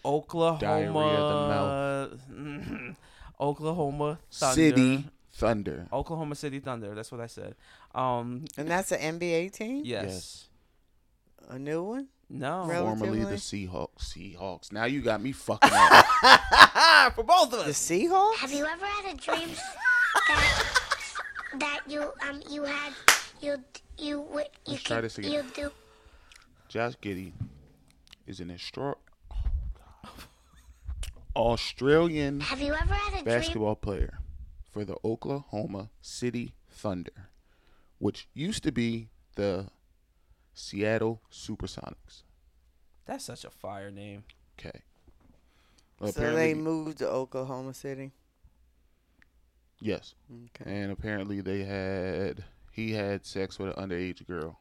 S2: Oklahoma,
S3: Diarrhea of
S2: Oklahoma Thunder. Oh,
S3: City Thunder.
S2: Oklahoma City Thunder. That's what I said. Um,
S1: And that's an NBA team?
S2: yes.
S3: Yes.
S1: A new one?
S2: No.
S1: Really?
S3: Formerly the
S1: Relatively.
S3: Seahawks. Seahawks. Now you got me fucking up.
S2: For both of
S1: The
S2: us.
S1: Seahawks?
S5: Have you ever had a dream that that you um you had you you would you
S3: Let's try
S5: could-
S3: this again.
S5: you do
S3: Josh Giddy is an extra- Oh, Australian
S5: have you ever had a dream
S3: basketball player for the Oklahoma City Thunder, which used to be the Seattle Supersonics.
S2: That's such a fire name.
S3: Okay. Well,
S1: So they
S3: apparently-
S1: moved to Oklahoma City.
S3: Yes.
S1: Okay.
S3: And apparently they had he had sex with an underage girl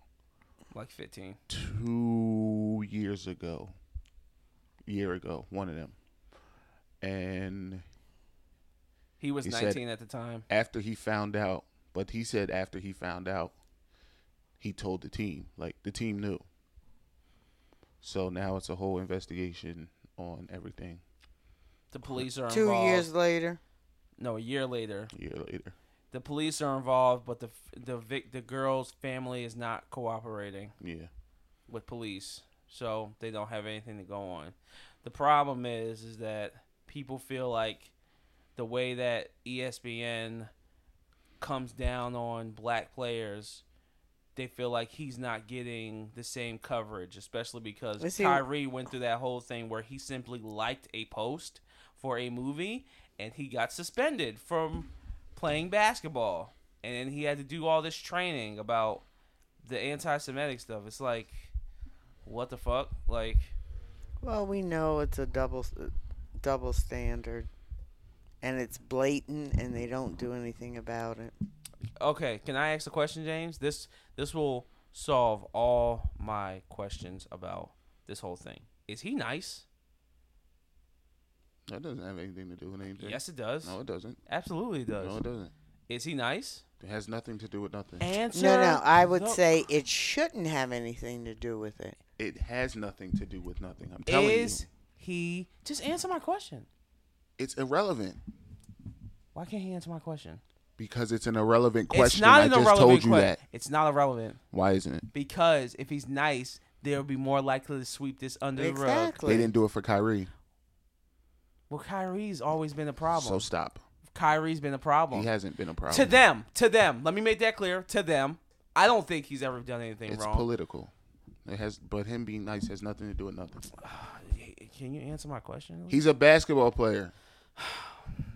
S2: Like 15.
S3: two years ago. Year ago, one of them. And
S2: He was
S3: He said-
S2: 19 at the time.
S3: after he found out, but he said after he found out, he told the team. Like the team knew. So now it's a whole investigation on everything
S2: The police are
S1: Two
S2: involved.
S1: years later.
S2: No, a year later.
S3: a year later.
S2: The police are involved, but the f- the vic- the girl's family is not cooperating
S3: Yeah.
S2: with police, so they don't have anything to go on. The problem is is that people feel like the way that E ESPN comes down on black players, they feel like he's not getting the same coverage, especially because
S1: Let's see-
S2: Kyrie went through that whole thing where he simply liked a post for a movie and he got suspended from playing basketball. And then he had to do all this training about the anti Semitic stuff. It's like, what the fuck? Like,
S1: Well, we know it's a double s- double standard. And it's blatant and they don't do anything about it.
S2: Okay, can I ask a question, James? This this will solve all my questions about this whole thing. Is he nice?
S3: That doesn't have anything to do with anything.
S2: Yes, it does.
S3: No, it doesn't.
S2: Absolutely, it does.
S3: No, it doesn't.
S2: Is he nice?
S3: It has nothing to do with nothing.
S2: Answer.
S1: No, no, I would
S2: the-
S1: say it shouldn't have anything to do with it.
S3: It has nothing to do with nothing. I'm telling
S2: is
S3: you.
S2: he just answer my question?
S3: It's irrelevant
S2: Why can't he answer my question?
S3: because it's an irrelevant question.
S2: it's not
S3: I
S2: an
S3: just
S2: irrelevant
S3: told you
S2: question.
S3: that.
S2: It's not irrelevant
S3: Why isn't it?
S2: because if he's nice, they'll be more likely to sweep this under the rug.
S1: Exactly.
S3: They didn't do it for Kyrie.
S2: Well, Kyrie's always been a problem.
S3: So stop.
S2: Kyrie's been a problem.
S3: He hasn't been a problem.
S2: To them, to them. Let me make that clear. To them, I don't think he's ever done anything
S3: it's
S2: wrong.
S3: political. It has, but him being nice has nothing to do with nothing.
S2: Hey, Can you answer my question?
S3: He's a basketball player.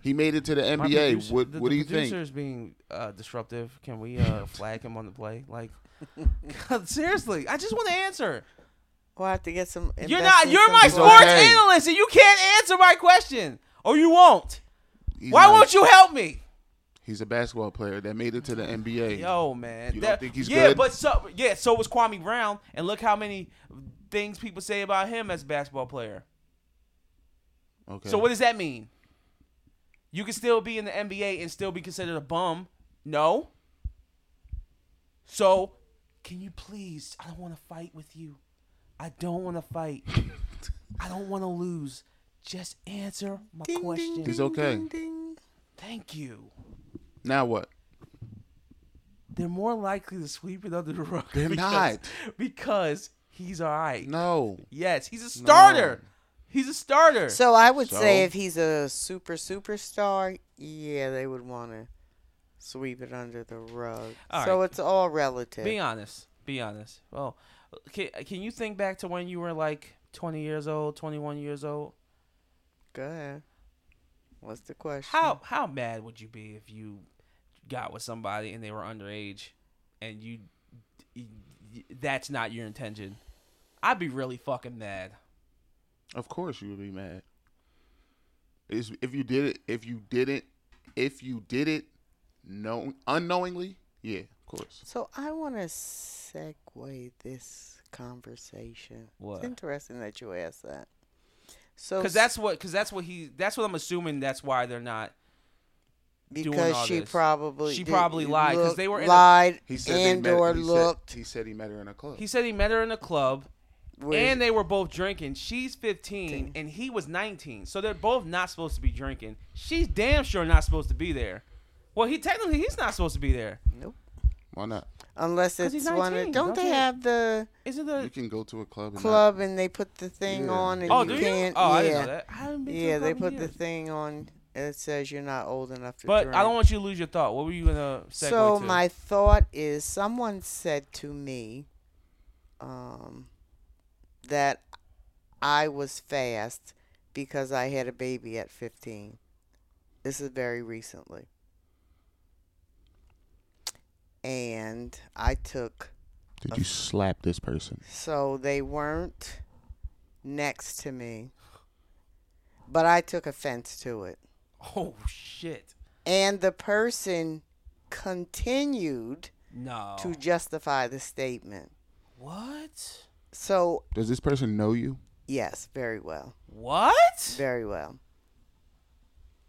S3: He made it to the
S2: My
S3: NBA.
S2: producer-
S3: what
S2: the,
S3: What
S2: the
S3: do you
S2: producer
S3: think?
S2: is being uh, disruptive. Can we uh, flag him on the play? Like, God, seriously, I just want to answer.
S1: We'll have to get some.
S2: You're not. You're my
S3: He's
S2: sports
S3: okay.
S2: analyst, and you can't answer my question, or you won't.
S3: He's
S2: Why
S3: nice.
S2: won't you help me?
S3: He's a basketball player that made it to the NBA.
S2: Yo, man.
S3: You don't think he's
S2: yeah,
S3: good?
S2: but so yeah, so was Kwame Brown, and look how many things people say about him as a basketball player.
S3: Okay.
S2: So what does that mean? You can still be in the NBA and still be considered a bum. No. So, can you please? I don't want to fight with you. I don't want to fight. I don't want to lose. Just answer my question.
S3: He's okay.
S2: Thank you.
S3: Now what?
S2: They're more likely to sweep it under the rug.
S3: They're
S2: because, because he's all right.
S3: No.
S2: Yes, he's a starter. He's a starter.
S1: So I would say
S3: So?
S1: if he's a super superstar, yeah, they would want to sweep it under the rug.
S2: All
S1: so
S2: right.
S1: it's all relative.
S2: Be honest. Be honest. Well, can, can you think back to when you were like 20 years old, 21 years old?
S1: Go ahead. What's the question?
S2: How how mad would you be if you got with somebody and they were underage and you, you that's not your intention? I'd be really fucking mad.
S3: Of course you would be mad. Is if you did it if you didn't if you did it know unknowingly, yeah, of course.
S1: So I want to segue this conversation.
S2: What?
S1: It's interesting that you asked that. So
S2: Cuz that's what cuz that's what he that's what I'm assuming that's why they're not doing
S1: because
S2: all
S1: she
S2: this.
S1: probably
S2: She
S1: did-
S2: probably lied, 'cause
S1: looked-
S2: they were in a-
S1: lied
S3: He said
S1: and
S3: they met,
S1: or
S3: he said-
S1: looked
S3: he said he met her in a club.
S2: He said he met her in a club
S1: with-
S2: and they were both drinking. She's 15
S1: Fifteen.
S2: and he was 19. So they're both not supposed to be drinking. She's damn sure not supposed to be there. Well, he technically he's not supposed to be there.
S3: Why not?
S1: unless
S2: 'Cause
S1: it's
S2: he's
S1: one. Of,
S2: 19,
S1: don't
S2: don't
S1: they
S2: you-
S1: have the
S2: Isn't
S3: You
S2: the
S3: can go to a club and
S1: club and they put the thing
S3: Yeah.
S1: on and
S2: Oh,
S1: you
S2: do you?
S1: can't?
S2: Oh,
S1: yeah,
S2: I didn't know that. I haven't been to a
S1: yeah, they
S2: club in
S1: put the
S2: years.
S1: thing on. and It says you're not old enough to
S2: But
S1: drink.
S2: I don't want you to lose your thought. What were you gonna segue
S1: So
S2: to?
S1: my thought is, someone said to me, um, that I was fast because I had a baby at 15. This is very recently, and I took.
S3: Did you slap this person?
S1: So they weren't next to me, but I took offense to it.
S2: oh shit!
S1: And the person continued
S2: No.
S1: to justify the statement.
S2: what?
S1: So,
S3: Does this person know you?
S1: yes, very well.
S2: What?
S1: Very well.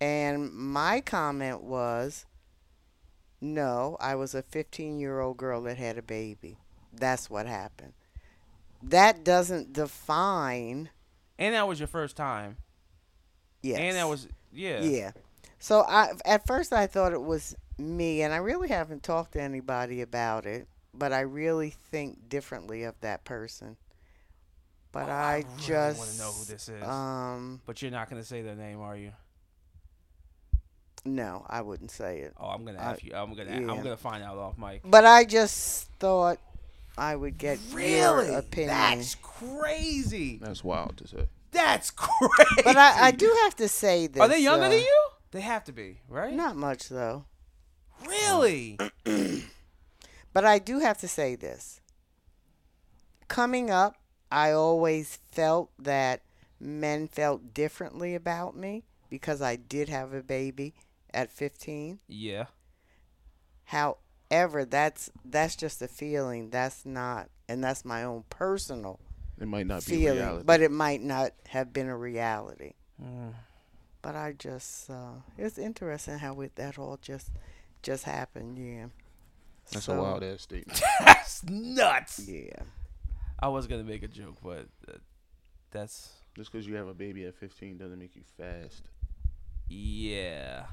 S1: And my comment was no, I was a 15 year old girl that had a baby. That's what happened. That doesn't define.
S2: And that was your first time.
S1: Yes.
S2: And that was yeah.
S1: Yeah. So I at first I thought it was me, and I really haven't talked to anybody about it, but I really think differently of that person. But
S2: Oh,
S1: I,
S2: I really wanna
S1: just
S2: know who this is.
S1: Um,
S2: But you're not gonna say their name, are you?
S1: no, I wouldn't say it.
S2: Oh, I'm gonna
S1: I-
S2: ask you. I'm gonna.
S1: yeah.
S2: I'm gonna find out off mic.
S1: But I just thought I would get your opinion.
S2: That's crazy.
S3: That's wild to say.
S2: That's crazy.
S1: but I, I do have to say this.
S2: Are they younger
S1: uh,
S2: than you? They have to be, right?
S1: Not much though.
S2: Really?
S1: But I do have to say this. Coming up, I always felt that men felt differently about me because I did have a baby at 15.
S2: yeah.
S1: However, that's that's just a feeling. That's not and that's my own personal
S3: It might not be
S1: feeling,
S3: reality. Mm.
S1: but it might not have been a reality. But I just uh, it's interesting how it, that all just just happened, yeah.
S3: That's a
S1: So,
S3: wild ass statement.
S2: That's nuts.
S1: Yeah.
S2: I was gonna make a joke, but uh, that's
S3: Just because you have a baby at 15 doesn't make you fast.
S2: yeah.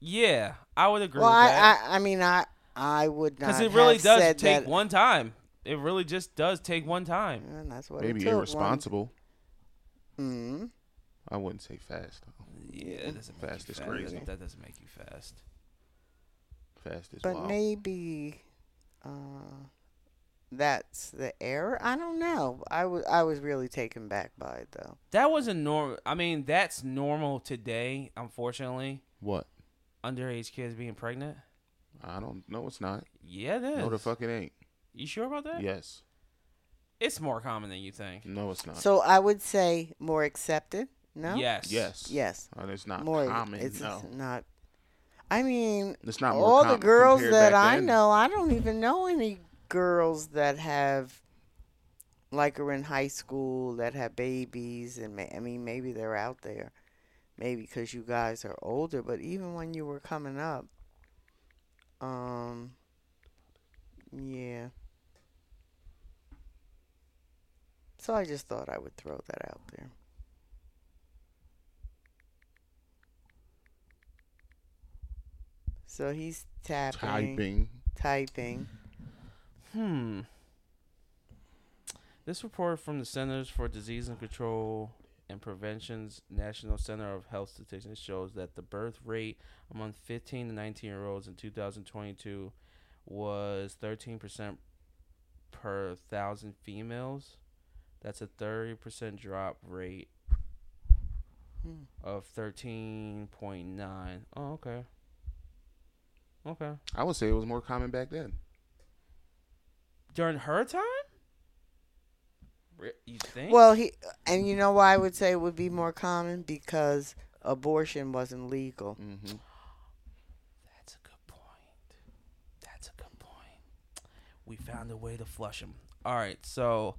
S2: Yeah, I would agree
S1: Well,
S2: with
S1: I,
S2: that.
S1: I, I mean, I, I would not.
S2: Because it really
S1: have
S2: does
S1: said
S2: take
S1: that,
S2: one time. It really just does take one time.
S1: And that's what
S3: Maybe
S1: it took,
S3: irresponsible.
S1: One, mm,
S3: I wouldn't say fast. though.
S2: Yeah, it doesn't make
S3: Fast
S2: you
S3: is
S2: fast.
S3: crazy.
S2: That doesn't make you fast.
S3: Fast is
S1: but
S3: wild.
S1: maybe uh, that's the error. I don't know. I wa- I was really taken back by it though.
S2: That was a norm. I mean, that's normal today, unfortunately.
S3: what?
S2: Underage kids being pregnant.
S3: I don't know. It's not.
S2: Yeah, it is.
S3: No, the fuck it ain't.
S2: You sure about that?
S3: Yes.
S2: It's more common than you think.
S3: No, it's not.
S1: So I would say more accepted. No.
S2: Yes.
S3: yes.
S1: Yes.
S3: And it's not
S1: more.
S3: common.
S1: It's
S3: no.
S1: not. I mean,
S3: It's not more
S1: all the
S3: common
S1: girls
S3: compared
S1: that
S3: back
S1: I
S3: then.
S1: know, I don't even know any girls that have like are in high school that have babies, and ma- I mean maybe they're out there, maybe because you guys are older. But even when you were coming up, um, yeah. So I just thought I would throw that out there. So he's tapping,
S3: Typing.
S1: typing.
S2: Hmm. This report from the Centers for Disease and Control and Prevention's National Center of Health Statistics shows that the birth rate among 15 to 19 year olds in 2022 was 13% per thousand females. That's a 30% drop rate
S1: Hmm.
S2: of 13.9. Oh, okay. Okay.
S3: I would say it was more common back then.
S2: During her time? Re- You think?
S1: Well, he and you know why I would say it would be more common because abortion wasn't legal.
S3: Mm-hmm.
S2: That's a good point. That's a good point. We found a way to flush him. All right, so,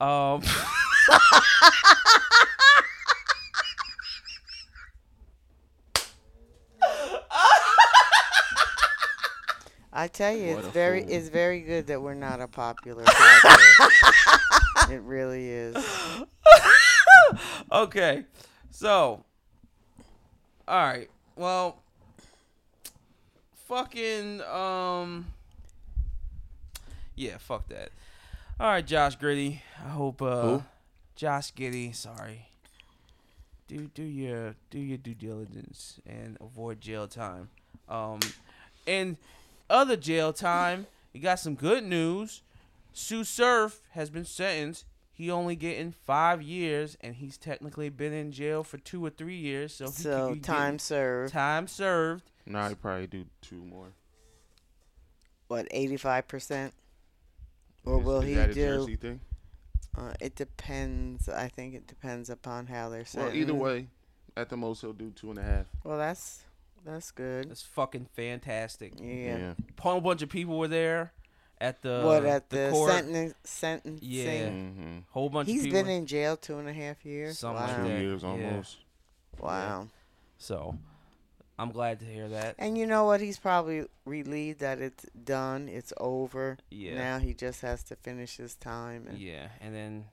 S2: um,
S1: I tell you,
S3: What
S1: it's
S3: a
S1: very
S3: fool.
S1: it's very good that we're not a popular podcast. it really is.
S2: okay, so, all right, well, fucking, um, yeah, fuck that. All right, Josh Gritty. I hope uh,
S3: Who?
S2: Josh Gritty. Sorry. Do do your do your due diligence and avoid jail time. Um, and other jail time. You got some good news. Sue Surf has been sentenced. He only getting five years, and he's technically been in jail for two or three years. So, he could
S1: So
S2: be
S1: time
S2: getting
S1: served,
S2: time served.
S3: Nah, I probably do two more.
S1: what eighty five percent, or
S3: Is-
S1: will
S3: is
S1: he
S3: that a
S1: do?
S3: Jersey thing?
S1: Uh, it depends. I think it depends upon how they're
S3: Well,
S1: sentenced.
S3: either way, at the most he'll do two and a half.
S1: Well, that's that's good.
S2: That's fucking fantastic.
S1: Yeah.
S2: A whole bunch of people were there at Uh, the
S1: what at the,
S2: court.
S1: sentence sentencing?
S2: Yeah.
S3: Mm-hmm.
S2: Whole bunch.
S1: He's
S2: of people.
S1: been in jail two and a half years.
S2: Something like
S3: Two
S1: wow.
S2: that.
S3: years
S2: yeah.
S3: almost.
S1: wow.
S2: So, I'm glad to hear that.
S1: And you know what? He's probably relieved that it's done. It's over.
S2: Yeah.
S1: Now he just has to finish his time. And
S2: Yeah, and then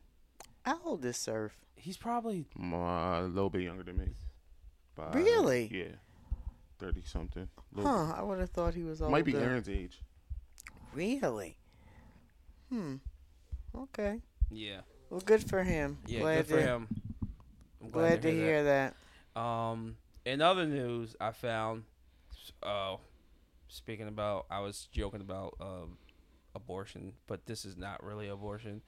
S1: How old is Surf?
S2: he's probably
S3: My- a little bit younger than me. By-
S1: Really?
S3: Uh, Yeah. 30 something. Little-
S1: Huh? I would have thought he was older.
S3: Might be Aaron's age.
S1: Really? Hmm. Okay.
S2: yeah
S1: Well, good for him.
S2: yeah
S1: glad
S2: good for
S1: to,
S2: him. I'm
S1: Glad, to hear that.
S2: that. Um, in other news, I found. Uh, speaking about, I was joking about um, abortion, but this is not really abortion.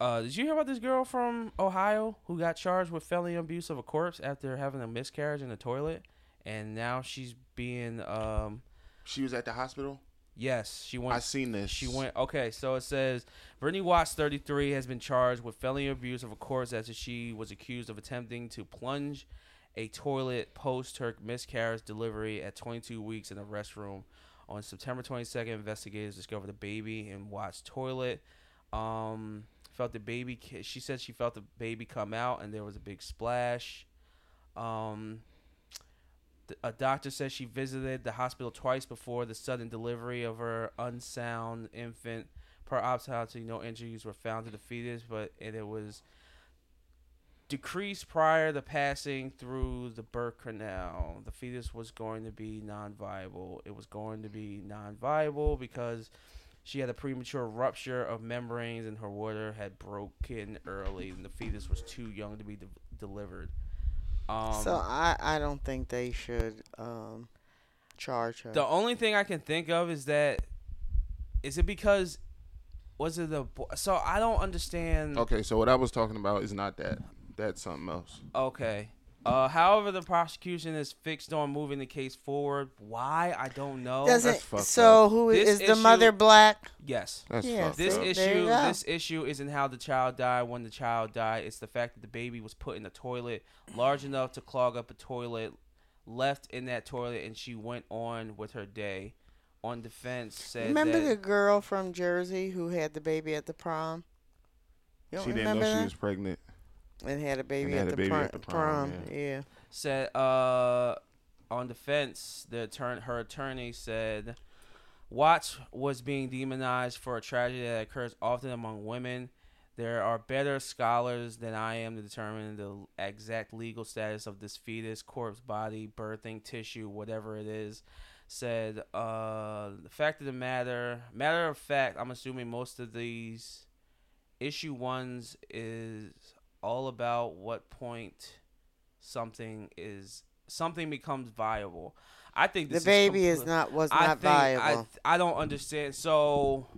S2: Uh, did you hear about this girl from Ohio who got charged with felony abuse of a corpse after having a miscarriage in the toilet, and now she's being um.
S3: She was at the hospital.
S2: Yes, she went.
S3: I seen this.
S2: She went. Okay, so it says Brittany Watts, 33, has been charged with felony abuse of a corpse after she was accused of attempting to plunge a toilet post her miscarriage delivery at 22 weeks in a restroom. On September 22nd, investigators discovered the baby in Watts' toilet. Um, felt the baby. ki- She said she felt the baby come out, and there was a big splash. Um, th- a doctor says she visited the hospital twice before the sudden delivery of her unsound infant. Per autopsy, no injuries were found to the fetus, but and it was decreased prior to passing through the birth canal. The fetus was going to be non-viable. It was going to be non-viable because she had a premature rupture of membranes and her water had broken early, and the fetus was too young to be de- delivered. Um,
S1: so I, I don't think they should um charge her.
S2: The only thing I can think of is that is it because was it the bo- so I don't understand. Okay.
S3: Okay, so what I was talking about is not that. That's something else.
S2: Uh, however, the prosecution is fixed on moving the case forward. Why I don't know.
S1: Does
S3: that's
S1: it?
S3: fucked
S1: So who is
S2: This
S1: the mother
S2: issue-
S1: black?
S2: yes.
S3: That's
S1: Yeah,
S3: fucked
S2: This
S1: So,
S3: up.
S1: is- there you
S2: issue,
S1: go.
S2: this issue isn't how the child died when the child died. It's the fact that the baby was put in a toilet large enough to clog up a toilet, left in that toilet, and she went on with her day. On defense, said
S1: Remember
S2: that,
S1: the girl from Jersey who had the baby at the prom? You don't
S3: she didn't
S1: remember
S3: know she
S1: that?
S3: was pregnant.
S1: and had a baby,
S3: And had
S1: at,
S3: a
S1: the
S3: baby
S1: prom,
S3: at the prom,
S1: prom,
S3: yeah.
S1: Yeah.
S2: said uh on defense the attorney her attorney said watts was being demonized for a tragedy that occurs often among women there are better scholars than i am to determine the exact legal status of this fetus corpse body birthing tissue whatever it is said uh the fact of the matter matter of fact i'm assuming most of these issue ones is all about what point something is something becomes viable. I think
S1: The
S2: this
S1: baby
S2: is,
S1: is
S2: compl-
S1: not was
S2: I
S1: not
S2: think I
S1: viable.
S2: th- I don't understand. So,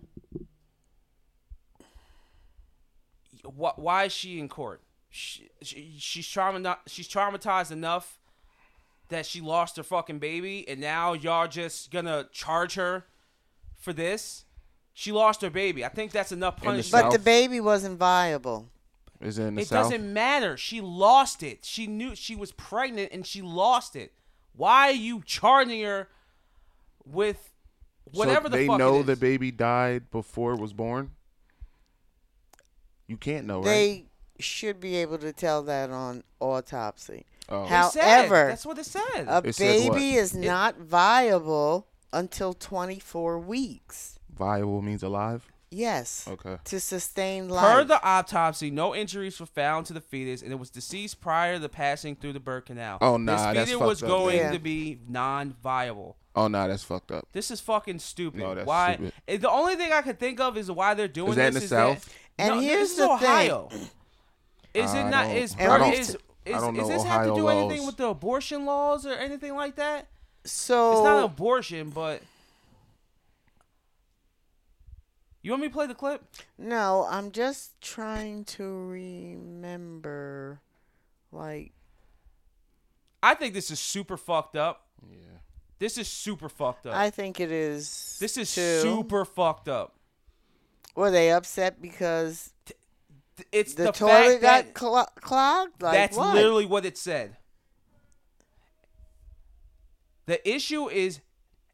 S2: wh- why is she in court? She, she she's trauma she's traumatized enough that she lost her fucking baby, and now y'all just gonna charge her for this. She lost her baby. I think that's enough
S3: the
S2: punishment.
S1: but the
S3: South.
S1: baby wasn't viable.
S3: Is it in the
S2: It
S3: south?
S2: doesn't matter. She lost it. She knew she was pregnant and she lost it. Why are you charging her with whatever
S3: so
S2: the
S3: they
S2: fuck
S3: know
S2: it is?
S3: the baby died before it was born. You can't know, Oh, right?
S1: They should be able to tell that on autopsy.
S3: Oh.
S1: How-
S2: It said.
S1: However,
S2: that's what it said.
S1: A
S3: It said what?
S1: baby is not viable until 24 weeks.
S3: Viable means alive.
S1: Yes.
S3: Okay.
S1: To sustain life.
S2: Per the autopsy, no injuries were found to the fetus, and it was deceased prior to the passing through the birth canal.
S3: Oh, nah,
S2: this
S3: that's
S2: fetus was
S3: fucked up.
S2: going
S1: Yeah.
S2: to be non-viable.
S3: Oh no, that's fucked up.
S2: This is fucking stupid.
S3: No, that's
S2: why?
S3: stupid.
S2: eh, The only thing I could think of is why they're doing
S3: Is that in
S2: this.
S3: the South?
S2: That,
S1: And
S2: no,
S1: here's
S2: this is
S1: the thing.
S2: Ohio. Is it
S3: I
S2: not?
S3: don't-
S2: Is
S3: I
S2: birth-
S1: don't-
S2: is is,
S3: I don't
S2: is
S3: know
S2: this have to
S3: Ohio
S2: do anything
S3: laws.
S2: with the abortion laws or anything like that?
S1: so
S2: It's not an abortion, but you want me to play the clip?
S1: No, I'm just trying to remember. Like,
S2: I think this is super fucked up.
S3: Yeah.
S2: This is super fucked up.
S1: I think it is.
S2: Uh, this is
S1: too.
S2: super fucked up.
S1: Were they upset because
S2: Th- It's
S1: the,
S2: the,
S1: toilet
S2: fact that
S1: got clo- clogged? Like,
S2: that's
S1: what?
S2: literally what it said. The issue is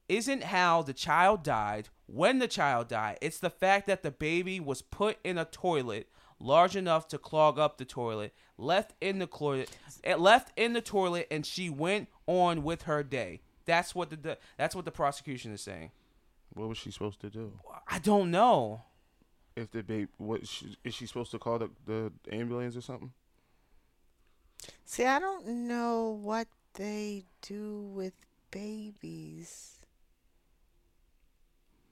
S2: isn't how the child died, when the child died. It's the fact that the baby was put in a toilet large enough to clog up the toilet, left in the toilet, it left in the toilet and she went on with her day. That's what the- the that's what the prosecution is saying.
S3: What was she supposed to do?
S2: I don't know.
S3: If the baby, what she, is she supposed to call the, the ambulance or something?
S1: See, I don't know what they do with babies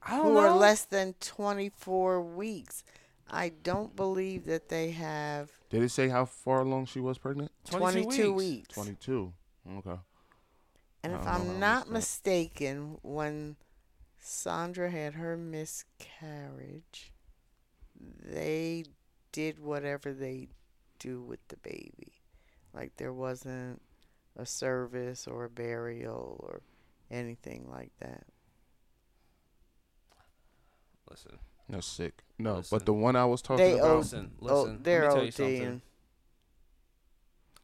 S2: I don't
S3: Oh,
S1: who
S2: know.
S1: are less than 24 weeks. I don't believe that they have
S3: Did it say how far along she was pregnant?
S1: 22,
S2: 22
S1: weeks.
S3: Twenty-two. Okay.
S1: And if
S3: I don't know
S1: I'm
S3: how I
S1: not
S3: missed that.
S1: mistaken, when Sandra had her miscarriage, they did whatever they do with the baby. Like there wasn't a service or a burial or anything like that.
S2: Listen.
S3: That's sick. No,
S2: Listen.
S3: but the one I was talking
S1: They
S3: about.
S1: owed-
S2: Listen,
S1: Oh,
S2: listen.
S1: they're
S2: let me tell you
S1: ODing.
S2: something.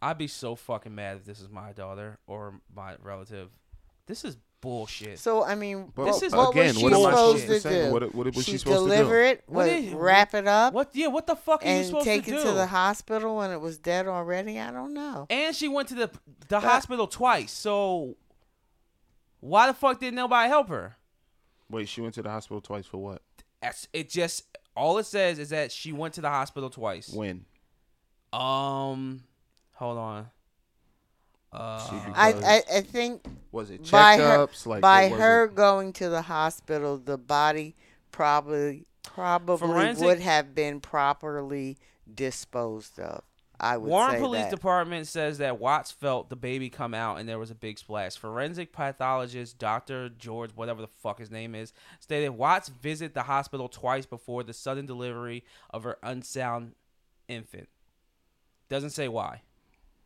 S2: I'd be so fucking mad if this is my daughter or my relative. This is bullshit.
S1: So I mean,
S3: But
S2: This
S1: what,
S2: is-
S1: what
S3: again,
S1: was she
S3: what am I
S1: supposed
S2: supposed
S1: to
S3: to say?
S1: do?
S3: What- what was she supposed to
S1: deliver
S3: do?
S1: it,
S2: What
S1: what-
S2: is-
S1: wrap it up,
S2: what? Yeah. What the fuck are you
S1: and
S2: supposed
S1: take
S2: to do?
S1: it to the hospital when it was dead already. I don't know.
S2: and she went to the the hospital twice. So why the fuck didn't nobody help her?
S3: Wait, she went to the hospital twice for what?
S2: That's it. Just all it says is that she went to the hospital twice.
S3: When?
S2: Um, hold on.
S3: She
S2: Uh,
S1: I,
S3: because-
S1: I I think
S3: was it
S1: by her
S3: checkups? like
S1: by
S3: or was
S1: her
S3: it-
S1: going to the hospital, the body probably probably
S2: Forensic-
S1: would have been properly disposed of. I would
S2: Warren
S1: say
S2: Police
S1: that.
S2: Department says that Watts felt the baby come out and there was a big splash. Forensic pathologist Dr. George, whatever the fuck his name is, stated Watts visited the hospital twice before the sudden delivery of her unsound infant. Doesn't say why.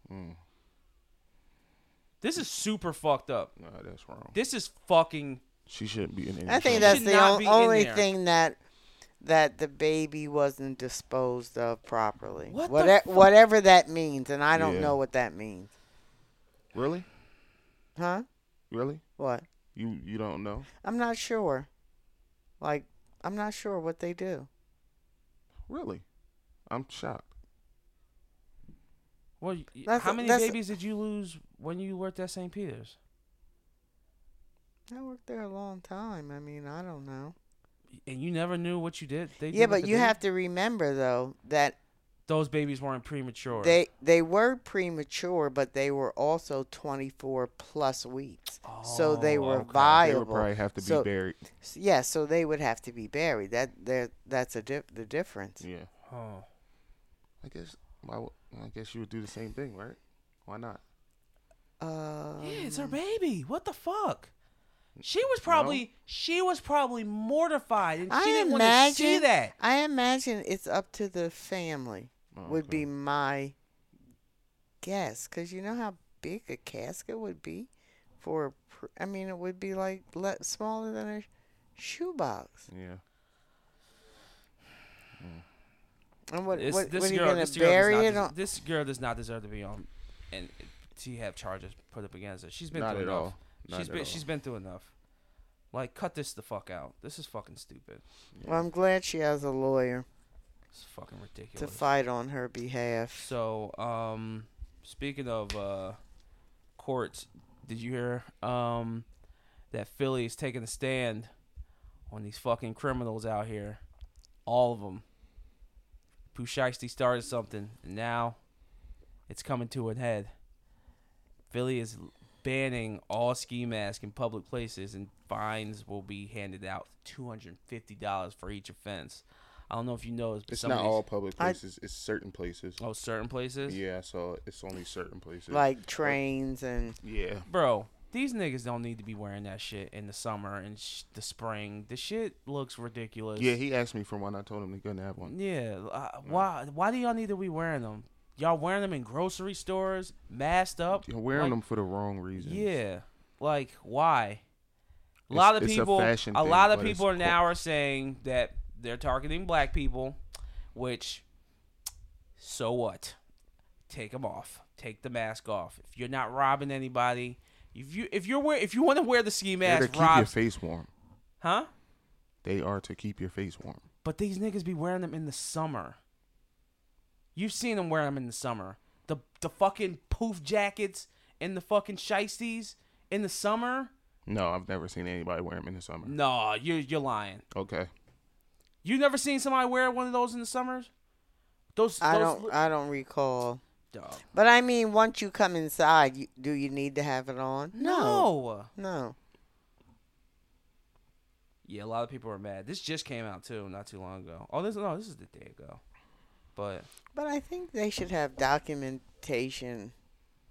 S1: Hmm.
S2: This is super fucked up.
S3: Nah, that's wrong.
S2: This is fucking.
S3: She shouldn't be in any.
S1: I think
S3: trouble.
S1: that's
S2: should
S1: the
S2: not
S1: on-
S2: be in
S1: only
S2: there.
S1: thing that that the baby wasn't disposed of properly.
S2: What the
S1: Whate-
S2: fu-
S1: whatever that means, and I don't
S3: Yeah.
S1: know what that means.
S3: really,
S1: Huh?
S3: really.
S1: What?
S3: You you don't know.
S1: I'm not sure. Like I'm not sure what they do.
S3: Really? I'm shocked.
S2: Well, y-
S1: That's-
S2: how many
S1: that's-
S2: babies did you lose when you worked at St. Peter's?
S1: I worked there a long time. I mean, I don't know.
S2: And you never knew what you did. They
S1: Yeah,
S2: did with
S1: but
S2: the
S1: you
S2: baby?
S1: have to remember though that
S2: Those babies weren't premature.
S1: they they were premature, but they were also 24 plus weeks, so they
S2: Oh,
S1: were
S2: okay. They would
S3: They
S1: viable.
S3: would probably have to be
S1: so,
S3: buried.
S1: s- Yeah, so they would have to be buried. That there that's a di- the difference.
S3: Yeah.
S2: Oh.
S3: I guess. Why? would- I guess you would do the same thing, right? Why not?
S1: Uh,
S2: Yeah, it's her baby. What the fuck? She was probably she was probably mortified, and she
S1: I
S2: didn't want to
S1: imagine.
S2: see that.
S1: I imagine it's up to the family. Would be my guess, because you know how big a casket would be for. A pr- I mean, it would be like le- smaller than a shoebox.
S3: Yeah.
S1: And what?
S2: This,
S1: what,
S2: this
S1: what are you
S2: girl,
S1: gonna
S2: this girl,
S1: bury
S2: does
S1: it
S2: not,
S1: on?
S2: des- this girl does not deserve to be on, and to have charges put up against her. She's been
S3: Not
S2: through
S3: at
S2: enough.
S3: all. Not
S2: she's
S3: at
S2: been
S3: all.
S2: she's been through enough. Like, cut this the fuck out. This is fucking stupid.
S1: Well, I'm glad she has a lawyer
S2: It's fucking
S1: to
S2: ridiculous.
S1: fight on her behalf.
S2: So, um, speaking of uh, courts, did you hear um, that Philly is taking a stand on these fucking criminals out here? All of them. Pooh Shiesty started something, and now it's coming to an head. Philly is banning all ski masks in public places, and fines will be handed out $250 for each offense. I don't know if you noticed, but
S3: It's
S2: some of
S3: not
S2: these-
S3: all public
S1: I-
S3: places. it's certain places.
S2: Oh, certain places?
S3: Yeah, so it's only certain places.
S1: Like trains and
S3: yeah,
S2: bro these niggas don't need to be wearing that shit in the summer and sh- the spring the shit looks ridiculous
S3: yeah. He Mm. asked me for one. I told him he couldn't have one.
S2: yeah uh, why why do y'all need to be wearing them y'all wearing them in grocery stores masked up
S3: You're wearing
S2: Like,
S3: them for the wrong reasons.
S2: yeah like why a
S3: It's-
S2: lot of
S3: it's a
S2: people a,
S3: fashion thing,
S2: lot of
S3: but it's
S2: people
S3: cor-
S2: now are saying that they're targeting black people which so what take them off take the mask off if you're not robbing anybody if you if you're wear, if you want to wear the ski
S3: They're to
S2: mask
S3: keep
S2: rob
S3: your face warm.
S2: Huh?
S3: They are to keep your face warm.
S2: But these niggas be wearing them in the summer. You've seen them wear them in the summer. The the fucking poof jackets and the fucking shiesties in the summer.
S3: No, I've never seen anybody wear them in the summer.
S2: Nah, you're you're lying.
S3: Okay,
S2: You never seen somebody wear one of those in the summers? Those,
S1: I
S2: those
S1: don't. I don't recall.
S2: Dog.
S1: But I mean, once you come inside, you, do you need to have it on?
S2: No.
S1: No.
S2: Yeah, a lot of people are mad. This just came out too, not too long ago. Oh, this no, this is the day ago. But
S1: But I think they should have documentation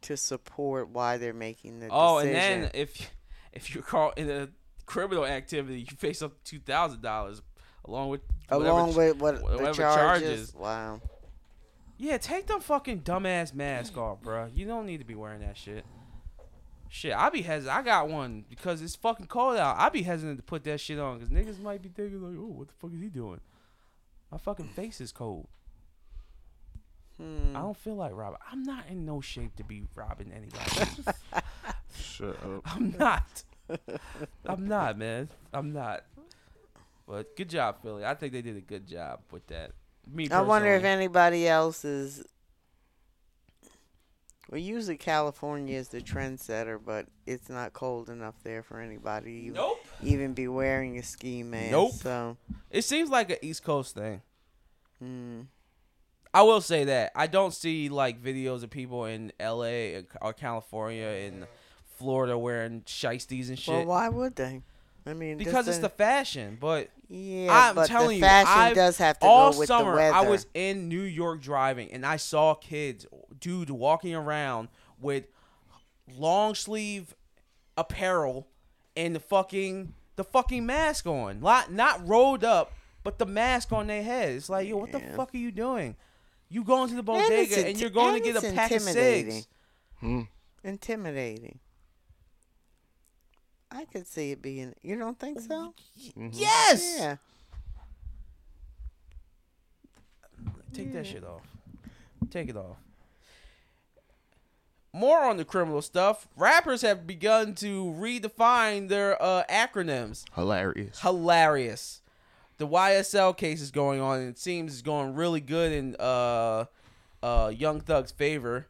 S1: to support why they're making the
S2: Oh,
S1: decision.
S2: and then if if you're caught in a criminal activity, you face up to two thousand dollars along with whatever
S1: along
S2: ch-
S1: with what
S2: whatever
S1: the charges. Wow.
S2: Yeah, take the fucking dumbass mask off, bruh. You don't need to be wearing that shit. Shit, I be hesitant. I got one because it's fucking cold out. I be hesitant to put that shit on because niggas might be thinking like, "Oh, what the fuck is he doing?" My fucking face is cold.
S1: Hmm.
S2: I don't feel like robbing. I'm not in no shape to be robbing anybody.
S3: shut up.
S2: I'm not. I'm not, man. I'm not. But good job, Philly. I think they did a good job with that. Me,
S1: I wonder if
S2: personally.
S1: anybody else is. Well, usually California is the trendsetter, but it's not cold enough there for anybody to even,
S2: Nope.
S1: even be wearing a ski mask.
S2: Nope.
S1: So,
S2: It seems like an East Coast thing.
S1: mm,
S2: I will say that I don't see like videos of people in L.A. or- or California and Florida wearing shiesties and shit
S1: well, why would they? I mean, just
S2: because it's
S1: the-
S2: the fashion. But
S1: Yeah,
S2: I'm
S1: but
S2: telling
S1: the
S2: you,
S1: fashion
S2: I've-
S1: does have to
S2: all
S1: go with
S2: summer
S1: the weather.
S2: I was in New York driving and I saw kids, dude, walking around with long sleeve apparel and the fucking the fucking mask on, not not rolled up, but the mask on their head. It's like, yo, what the
S1: Yeah.
S2: fuck are you doing? You going to the
S1: it's
S2: bodega and
S1: inti-
S2: you're going
S1: and
S2: to get a
S1: it's
S2: pack of
S1: intimidating.
S2: cigs. Hmm.
S1: intimidating. I could see it being. You don't think so?
S2: Yes,
S1: Mm-hmm. Yeah.
S2: take that shit off. Take it off. More on the criminal stuff. Rappers have begun to redefine their uh, acronyms.
S3: Hilarious.
S2: hilarious. The YSL case is going on, and it seems it's going really good in uh, uh, Young Thug's favor.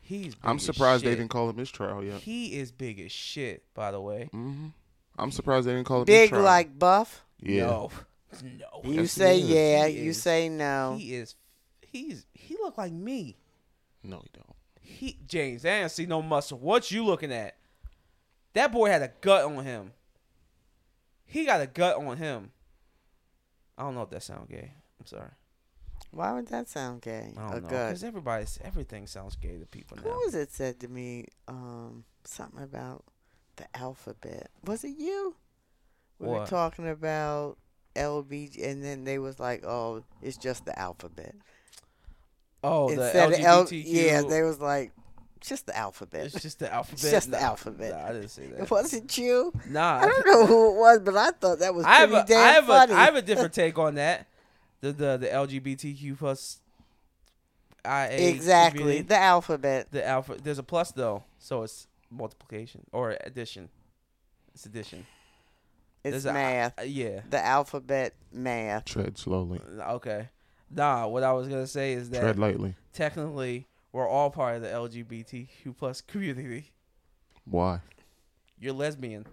S2: He's. Big
S3: I'm
S2: as
S3: surprised they
S2: shit.
S3: didn't call a mistrial yet. Mm-hmm.
S2: He is big as shit, by the way.
S3: I'm surprised they didn't call a
S1: Big
S3: mistrial.
S1: like Buff.
S3: yeah.
S2: No, no.
S1: You
S3: Yes, he
S1: say
S3: is.
S1: yeah.
S2: He
S1: You
S2: is.
S1: say no.
S2: He is. He's. He look like me.
S3: No, you don't.
S2: He James. I ain't see no muscle. What you looking at? That boy had a gut on him. He got a gut on him. I don't know if that sound gay. I'm sorry.
S1: Why would that sound gay?
S2: I
S1: a
S2: don't know.
S1: gut.
S2: Because everybody's everything sounds gay to people
S1: Who
S2: now.
S1: was it said to me? Um, something about the alphabet. Was it you? We were
S2: What?
S1: talking about LBG, and then they was like, "Oh, it's just the alphabet."
S2: Oh, the
S1: Instead of L-
S2: LGBTQ.
S1: yeah, they was like, "Just the alphabet."
S2: it's just the alphabet.
S1: just the
S2: Nah,
S1: alphabet.
S2: Nah, I didn't say that.
S1: it wasn't you.
S2: Nah,
S1: I don't know who it was, but I thought that was pretty
S2: I have a,
S1: damn
S2: I have
S1: funny.
S2: a, I have a different take on that. The the the LGBTQ plus. I
S1: exactly the alphabet.
S2: the alpha. There's a plus though, so it's multiplication or addition. It's addition.
S1: It's
S2: There's a-
S1: math.
S2: uh, yeah.
S1: the alphabet math.
S3: Tread slowly.
S2: Okay. Nah. What I was gonna say is that
S3: Tread lightly.
S2: technically we're all part of the LGBTQ plus community.
S3: Why?
S2: You're lesbian.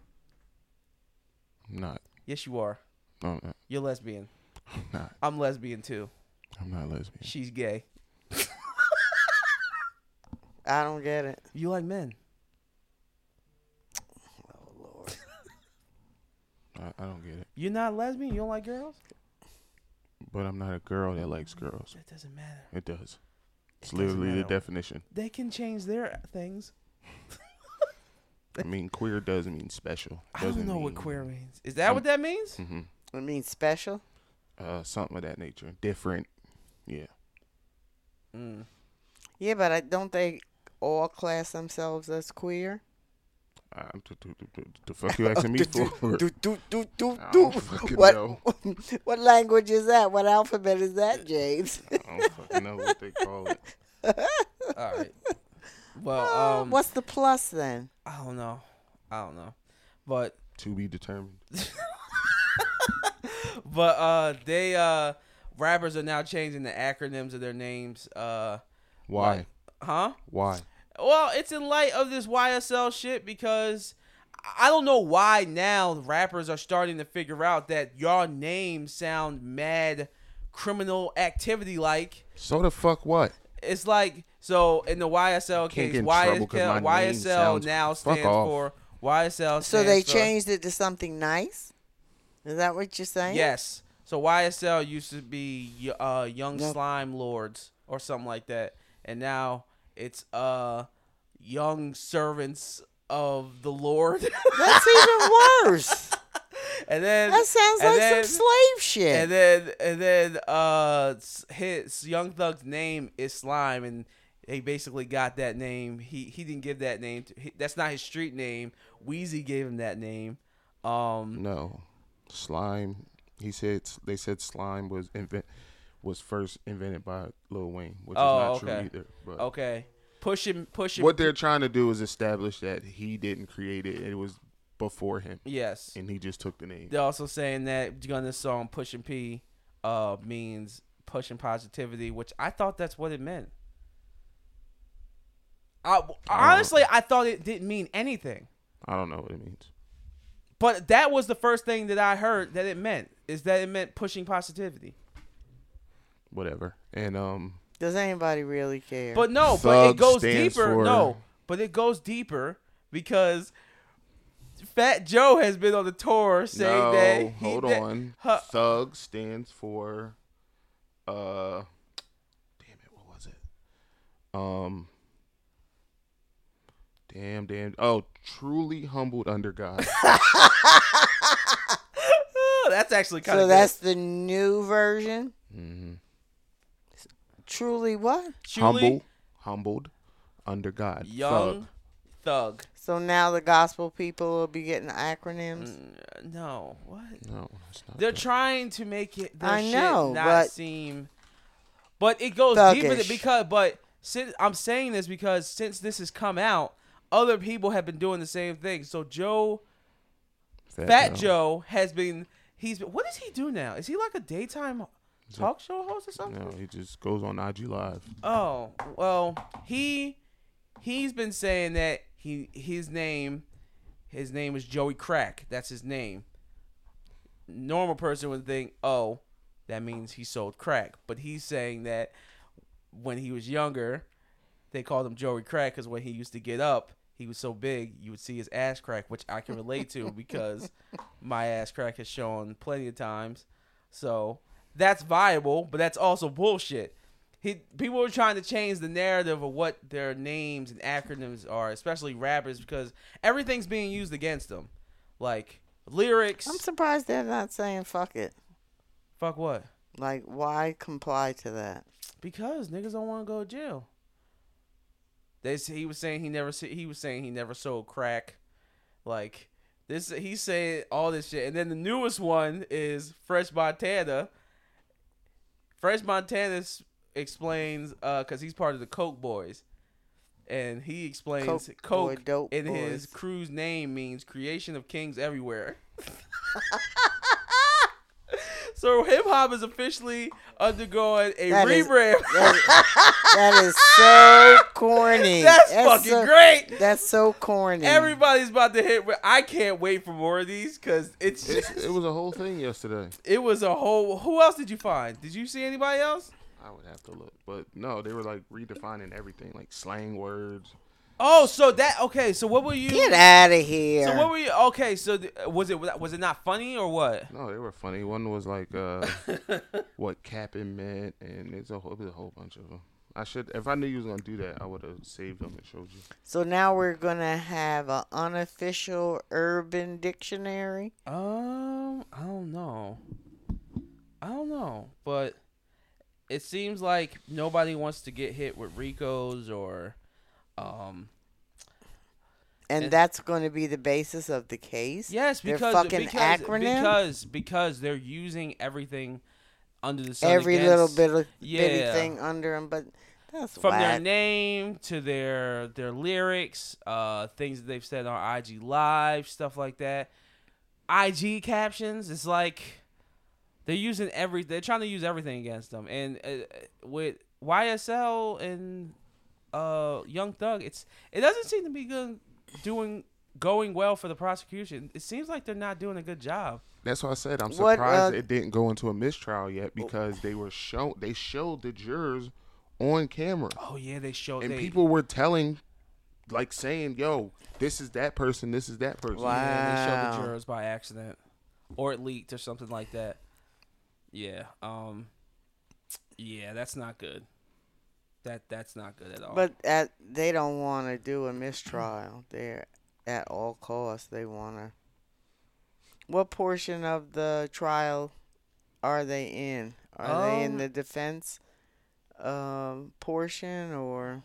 S3: Not.
S2: Yes, you are.
S3: I'm not.
S2: You're lesbian.
S3: I'm not.
S2: I'm lesbian too.
S3: I'm not lesbian.
S2: She's gay.
S1: I don't get it.
S2: You like men.
S1: Oh Lord.
S3: I, I don't get it.
S2: You're not lesbian. You don't like girls.
S3: But I'm not a girl that likes girls.
S2: That doesn't matter.
S3: It does. It's
S2: It doesn't
S3: literally the
S2: matter.
S3: definition.
S2: They can change their things.
S3: I mean, queer does mean special.
S2: I don't
S3: Doesn't
S2: know
S3: mean-
S2: what queer means. Is that what that means?
S3: Mhm.
S1: It means special.
S3: Uh, something of that nature. Different. Yeah. Hmm.
S2: Mm.
S1: Yeah, but I don't they all class themselves as queer.
S3: I'm t- t- t- t- the fuck you asking me
S1: Do-
S3: for?
S1: do- do- do- do-
S3: I
S1: do.
S3: don't fucking
S1: What
S3: know.
S1: what language is that? What alphabet is that, James?
S3: I don't fucking know what they call it.
S2: All right. Well, um,
S1: Ah, What's the plus then?
S2: I don't know. I don't know. But
S3: To be determined.
S2: but uh, they uh, rappers are now changing the acronyms of their names. Uh,
S3: Why?
S2: like- huh?
S3: Why?
S2: Well, it's in light of this YSL shit because I don't know why now rappers are starting to figure out that your names sound mad criminal activity like.
S3: So the fuck what?
S2: It's like so in the YSL
S3: Can't
S2: case,
S3: get in trouble
S2: YSL,
S3: 'cause my name
S2: YSL
S3: sounds-
S2: now
S3: fuck
S2: stands
S3: off.
S2: for YSL.
S1: So they
S2: stands for-
S1: changed it to something nice. Is that what you're saying?
S2: Yes. So YSL used to be y- uh, Young
S1: No.
S2: Slime Lords or something like that, and now it's uh Young Servants of the Lord.
S1: That's even worse.
S2: and then
S1: That sounds
S2: and
S1: like
S2: then-
S1: some slave shit.
S2: And then and then uh s- his Young Thug's name is Slime and he basically got that name. He he didn't give that name. To, he, that's not his street name. Wheezy gave him that name. Um
S3: No. Slime. He said they said slime was invent was first invented by Lil Wayne, which
S2: Oh,
S3: is not
S2: okay.
S3: true either. But
S2: okay. Pushing pushing
S3: Mm. what they're trying to do is establish that he didn't create it. It was before him.
S2: Yes.
S3: And he just took the name.
S2: They're also saying that Gunna's song "Pushing P" uh, means pushing positivity, which I thought that's what it meant. I, honestly, I thought it didn't mean anything,
S3: I don't know what it means.
S2: but that was the first thing that I heard that it meant is that it meant pushing positivity.
S3: Whatever. And um
S1: Does anybody really care?
S2: But no, but it
S3: Thug
S2: goes
S3: stands
S2: deeper.
S3: for-
S2: No, but it goes deeper because Fat Joe has been on the tour saying
S3: no,
S2: that. he-
S3: hold
S2: that-
S3: on.
S2: Huh.
S3: Thug stands for uh damn it, what was it? Um Damn, damn. Oh, truly humbled under God.
S2: that's actually kind
S1: so
S2: of
S1: that's the new version. Truly, what?
S3: Humble, humbled under God.
S2: Young
S3: Thug.
S2: Thug.
S1: So now the gospel people will be getting acronyms.
S2: Uh, No, what?
S3: No, that's not.
S2: They're trying to make it. Their
S1: I
S2: shit
S1: know,
S2: not
S1: but-
S2: seem. But it goes deeper than
S1: Thuggish.
S2: because. But since I'm saying this because since this has come out, other people have been doing the same thing. So Joe
S3: Fat,
S2: Fat Joe has been. He's been. What does he do now? Is he like a daytime talk show host or something?
S3: No, he just goes on IG Live.
S2: Oh well, he he's been saying that he his name his name is Joey Crack. That's his name. Normal person would think, oh, that means he sold crack. But he's saying that when he was younger, they called him Joey Crack because when he used to get up, he was so big you would see his ass crack, which I can relate to because my ass crack has shown plenty of times. So that's viable, but that's also bullshit. He, people are trying to change the narrative of what their names and acronyms are, especially rappers, because everything's being used against them. Like lyrics.
S1: I'm surprised they're not saying fuck it.
S2: fuck what?
S1: Like, why comply to that?
S2: Because niggas don't want to go to jail. They s- he was saying he never s- he was saying he never sold crack, like this he said all this shit. And then the newest one is Fresh Montana. Fresh Montana s- explains because he's part of the Coke Boys, and he explains
S1: Coke
S2: Coke,
S1: Boy, dope
S2: in his
S1: boys.
S2: crew's name means creation of kings everywhere. So hip hop is officially undergoing a
S1: That is-
S2: rebrand.
S1: That is so corny.
S2: That's, fucking
S1: so,
S2: great.
S1: That's so corny.
S2: Everybody's about to hit. I can't wait for more of these because it's
S3: It's,
S2: just,
S3: it was a whole thing yesterday.
S2: it was a whole. Who else did you find? Did you see anybody else?
S3: I would have to look, but no, they were like redefining everything, like slang words.
S2: Oh, so that okay. So what were you?
S1: Get out of here.
S2: So what were you? Okay, so th- was it was it not funny or what?
S3: No, they were funny. One was like uh, what capping meant, and it's a whole, it was a whole bunch of them. I should, if I knew you was gonna do that, I would have saved them and showed you.
S1: so now we're gonna have an unofficial urban dictionary.
S2: Um, I don't know. I don't know, but it seems like nobody wants to get hit with Ricos or, um,
S1: And
S2: And-
S1: that's going to be the basis of the case.
S2: Yes,
S1: Their
S2: because
S1: fucking
S2: because,
S1: acronym?
S2: because because they're using everything under the sun.
S1: Every
S2: against-
S1: little bit of bitty
S2: Yeah.
S1: thing under them, but that's
S2: from their
S1: whack.
S2: name to their their lyrics, uh, things that they've said on IG Live, stuff like that. IG captions. It's like they're using every. They're trying to use everything against them, and uh, with YSL and uh, Young Thug, it's it doesn't seem to be good doing going well for the prosecution. It seems like they're not doing a good job.
S3: That's why I said I'm
S1: What,
S3: surprised
S1: uh, Oh.
S3: it didn't go into a mistrial yet because they were shown they showed the jurors on camera
S2: Oh yeah, they show
S3: and
S2: they,
S3: people were telling like saying yo this is that person this is that person
S2: Yeah, they showed
S1: Wow.
S2: the jurors by accident, or it leaked or something like that. Yeah. Um. Yeah, that's not good. That that's not good at all.
S1: But at, they don't want to do a mistrial. They're at all costs. They want to. What portion of the trial are they in? Are they in
S2: Um,
S1: the defense um, portion or?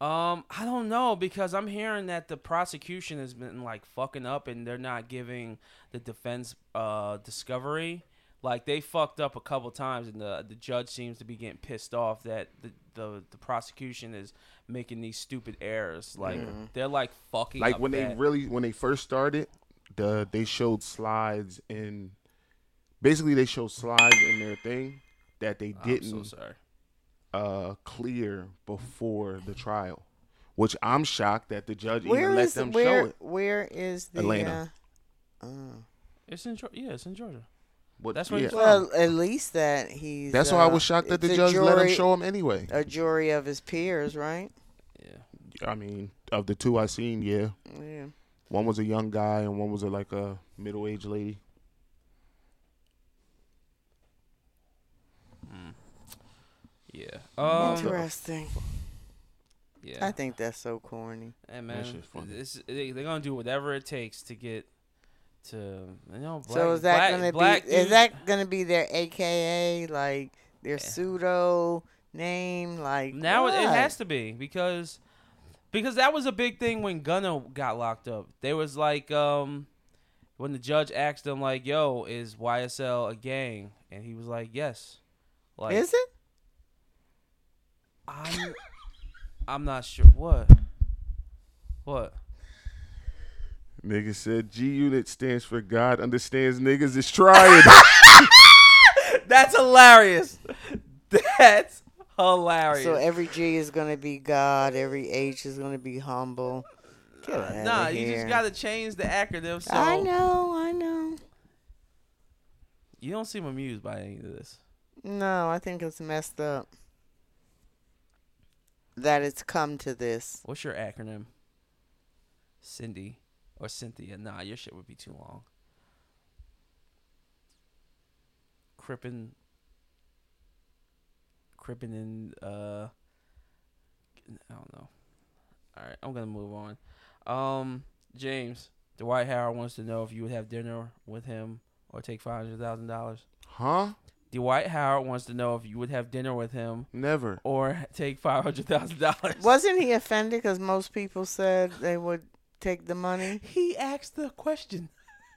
S2: um, I don't know because I'm hearing that the prosecution has been like fucking up and they're not giving the defense uh discovery. Like they fucked up a couple times and the the judge seems to be getting pissed off that the the, the prosecution is making these stupid errors. Like they're like fucking
S3: Mm-hmm. like
S2: up
S3: when they
S2: that.
S3: really when they first started the they showed slides and basically they showed slides in their thing that they
S2: I'm
S3: didn't
S2: so sorry.
S3: uh clear before the trial which I'm shocked that the judge
S1: Where
S3: even let
S1: is
S3: them show
S1: where
S3: it
S1: where is the
S3: Atlanta.
S1: Uh, oh.
S2: It's in Geor- yeah, it's in Georgia.
S3: What-
S2: that's where you saw
S1: Well, at least that he's.
S3: That's why I
S1: uh,
S3: was shocked that the
S1: it's a
S3: judge let him
S1: jury-
S3: show him anyway.
S1: A jury of his peers, right?
S2: Yeah.
S3: I mean, of the two I seen, yeah,
S1: Yeah.
S3: one was a young guy and one was a, like a middle aged lady.
S2: Yeah. Um.
S1: Interesting. I
S2: Yeah.
S1: think that's so corny.
S2: Hey, man,
S3: shit's funny.
S2: this, they, they're gonna do whatever it takes to get to you know. Black,
S1: so is that
S2: black-
S1: gonna
S2: black
S1: be is
S2: dudes-
S1: that gonna be their AKA like their pseudo name like
S2: now? It, it
S1: what?
S2: has to be because because that was a big thing when Gunna got locked up. They was like um when the judge asked him like, "Yo, is YSL a gang?" and he was like, "Yes." Like
S1: is it?
S2: I'm I'm not sure what what.
S3: Nigga said G Unit stands for God understands niggas is trying.
S2: That's hilarious. That's hilarious.
S1: So every G is gonna be God, every H is gonna be humble. Get outta
S2: Uh, nah, you
S1: here.
S2: just gotta change the acronym. So
S1: I know, I know.
S2: you don't seem amused by any of this.
S1: No, I think it's messed up that it's come to this.
S2: What's your acronym? Cindy or Cynthia? Nah, your shit would be too long. Crippen, Crippen and uh, I don't know. All right, I'm gonna move on. Um, James Dwight Howard wants to know if you would have dinner with him or take five hundred thousand dollars.
S3: Huh?
S2: Dwight Howard wants to know if you would have dinner with him
S3: Never.
S2: or take five hundred thousand dollars.
S1: Wasn't he offended because most people said they would take the money?
S2: He asked the question.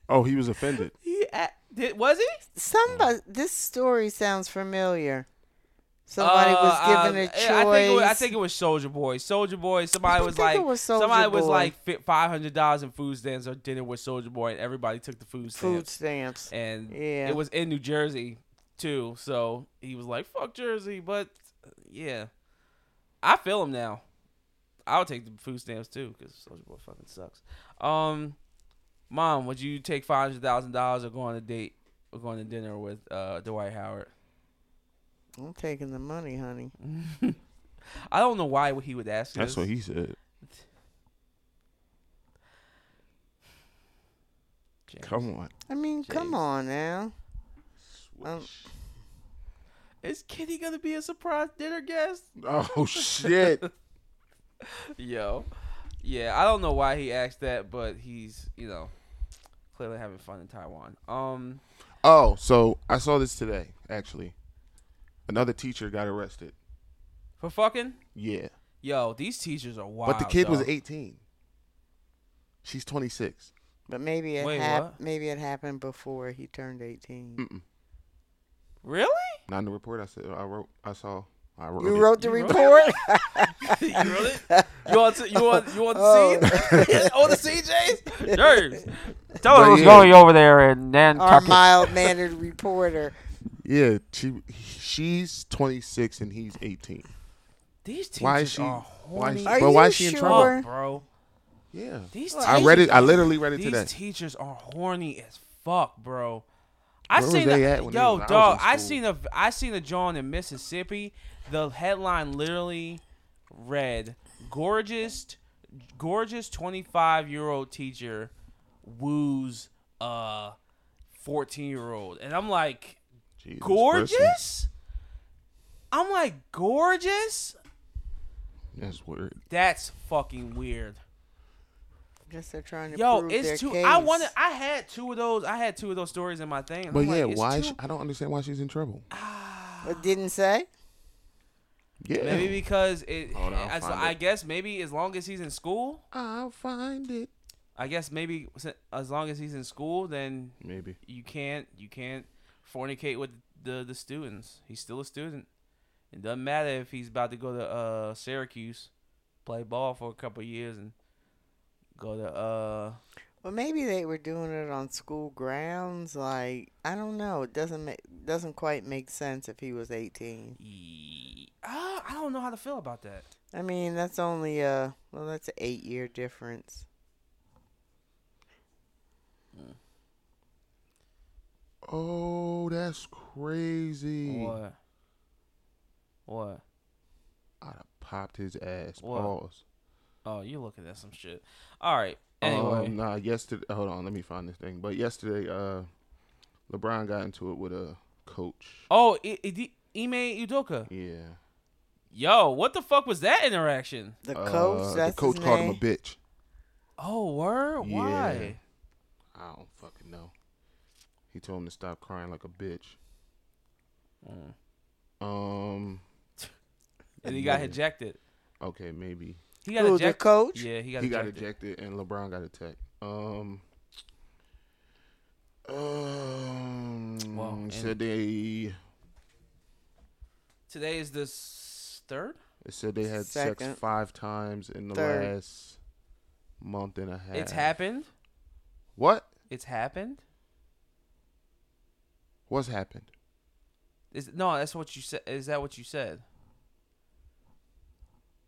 S3: Oh, he was offended.
S2: He a- did was he? Mm.
S1: Somebody, this story sounds familiar. Somebody was
S2: Uh,
S1: given a
S2: uh,
S1: choice.
S2: I think it was, I think it was Soldier Boy. Soldier Boy. Somebody was
S1: think
S2: like
S1: it was Soulja
S2: somebody was
S1: Boy.
S2: like five hundred dollars in food stamps or dinner with Soldier Boy, and everybody took the food
S1: food
S2: stamps.
S1: stamps.
S2: And
S1: Yeah.
S2: it was in New Jersey too, so he was like, "Fuck Jersey," but uh, yeah, I feel him now. I would take the food stamps too because Soldier Boy fucking sucks. Um, mom, would you take five hundred thousand dollars or go on a date or go on a dinner with uh Dwight Howard?
S1: I'm taking the money, honey.
S2: I don't know why he would ask.
S3: That's
S2: this.
S3: what he said.
S2: James.
S3: Come on.
S1: I mean, come
S2: Jeez.
S1: on now. Um,
S2: Is Kitty gonna be a surprise dinner guest?
S3: Oh shit.
S2: Yo, yeah, I don't know why he asked that, but he's you know clearly having fun in Taiwan. Um,
S3: Oh, so I saw this today, actually. Another teacher got arrested.
S2: for fucking
S3: Yeah.
S2: yo, these teachers are wild.
S3: But the kid was
S2: dog.
S3: 18. She's 26.
S1: but maybe it
S2: Wait,
S1: hap-
S2: what?
S1: maybe it happened before he turned 18.
S3: Mm-mm.
S2: Really?
S3: Not in the report. I said I wrote. I saw. I wrote.
S1: You
S3: it.
S1: wrote the
S2: You wrote
S1: report.
S2: you really? You want to? You want? You want to see? oh, the CJs? James, tell
S3: But
S2: her what's
S3: yeah.
S2: going over there in
S1: Our
S2: Nantucket.
S1: mild mannered reporter.
S3: Yeah. She. She's 26 and he's 18.
S2: These teachers
S3: Why is she?
S2: are
S3: Why?
S2: horny.
S3: Is she,
S1: Are
S3: but why
S1: you
S3: is she in
S1: sure?
S3: trouble?
S2: Oh, bro.
S3: Yeah.
S2: These
S3: I read it. I literally read it
S2: These
S3: today.
S2: teachers are horny as fuck, bro. I
S3: Where was
S2: seen
S3: they
S2: a,
S3: at when they
S2: yo
S3: was- I was
S2: dog.
S3: in
S2: I
S3: school?
S2: seen a I seen a John in Mississippi. The headline literally read: "Gorgeous, gorgeous twenty five year old teacher woos a fourteen year old," and I'm like,
S3: Jesus Christ.
S2: "Gorgeous." I'm like, "Gorgeous."
S3: That's weird.
S2: That's fucking weird.
S1: Guess they're trying to
S2: Yo,
S1: prove their
S2: it's too.
S1: case.
S2: I wanted. I had two of those. I had two of those stories in my thing. and
S3: But
S2: I'm like,
S3: yeah,
S2: it's
S3: why?
S2: too-
S3: She, I don't understand why she's in trouble.
S1: It didn't say.
S3: Yeah.
S2: Maybe because it.
S3: Hold on, I'll
S2: as-
S3: find
S2: I
S3: it.
S2: guess maybe as long as he's in school,
S3: I'll find it.
S2: I guess maybe s- as long as he's in school, then
S3: Maybe.
S2: you can't you can't fornicate with the the students. He's still a student. It doesn't matter if he's about to go to uh Syracuse, play ball for a couple of years, and go to uh.
S1: Well, maybe they were doing it on school grounds. Like I don't know. It doesn't make doesn't quite make sense if he was eighteen.
S2: ye- Ah, I don't know how to feel about that.
S1: I mean, that's only uh well, that's an eight year difference.
S3: Oh, that's crazy.
S2: What? What?
S3: I'd have popped his ass.
S2: What?
S3: Pause.
S2: Oh, you looking at some shit. All right. Anyway,
S3: Um, nah, yesterday. Hold on, let me find this thing. But yesterday, uh, LeBron got into it with a coach.
S2: Oh, I- I- Ime Udoka.
S3: Yeah.
S2: Yo, what the fuck was that interaction?
S1: The
S3: Uh,
S1: coach. That's
S3: the coach
S1: his
S3: called
S1: name.
S3: him a bitch.
S2: Oh, word?
S3: Yeah.
S2: Why?
S3: I don't fucking know. He told him to stop crying like a bitch.
S2: Mm.
S3: Um.
S2: And he got
S3: Yeah.
S2: ejected.
S3: Okay, maybe
S2: He got
S1: Who, the
S2: ejected.
S1: coach?
S2: Yeah, he got
S3: he got
S2: ejected.
S3: ejected and LeBron got attacked. Um. Um.
S2: Well, and-
S3: today,
S2: Today is the s- third.
S3: It said they had
S1: Second.
S3: sex five times in the
S1: Third.
S3: last month and a half.
S2: It's happened.
S3: What?
S2: It's happened.
S3: What's happened?
S2: Is no, that's what you said. Is that what you said?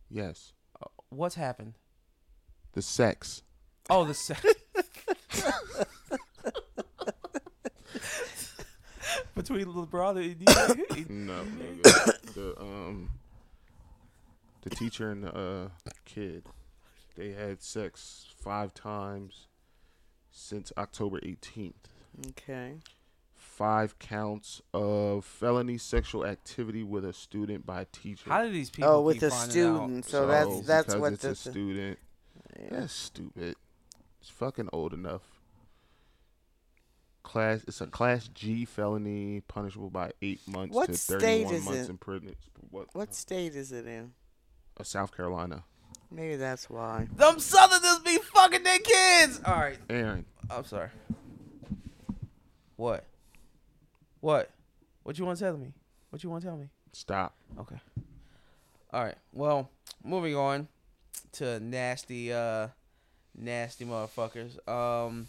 S3: Yes.
S2: Uh, What's happened?
S3: The sex.
S2: Oh, the sex. Between LeBron and Ime.
S3: No. nigga. the um the teacher and the uh, kid. They had sex five times since October eighteenth.
S1: Okay.
S3: five counts of felony sexual activity with a student by a teacher.
S2: How do these people?
S1: Oh, with
S2: keep
S1: a
S2: finding out?
S1: student. So, that's that's
S3: because
S1: what
S3: it's a
S1: this. is.
S3: student. That's stupid. It's fucking old enough. Class, it's a class G felony, punishable by eight months
S1: What
S3: to
S1: state
S3: thirty-one
S1: is
S3: months
S1: it?
S3: in prison. It's- What?
S1: What state is it in?
S3: Uh, South Carolina.
S1: Maybe that's why.
S2: Them Southerners be fucking their kids. All right,
S3: Aaron,
S2: I'm sorry. What? What? What you want to tell me? What you want to tell me?
S3: stop.
S2: Okay. All right. Well, moving on to nasty, uh, nasty motherfuckers. Um,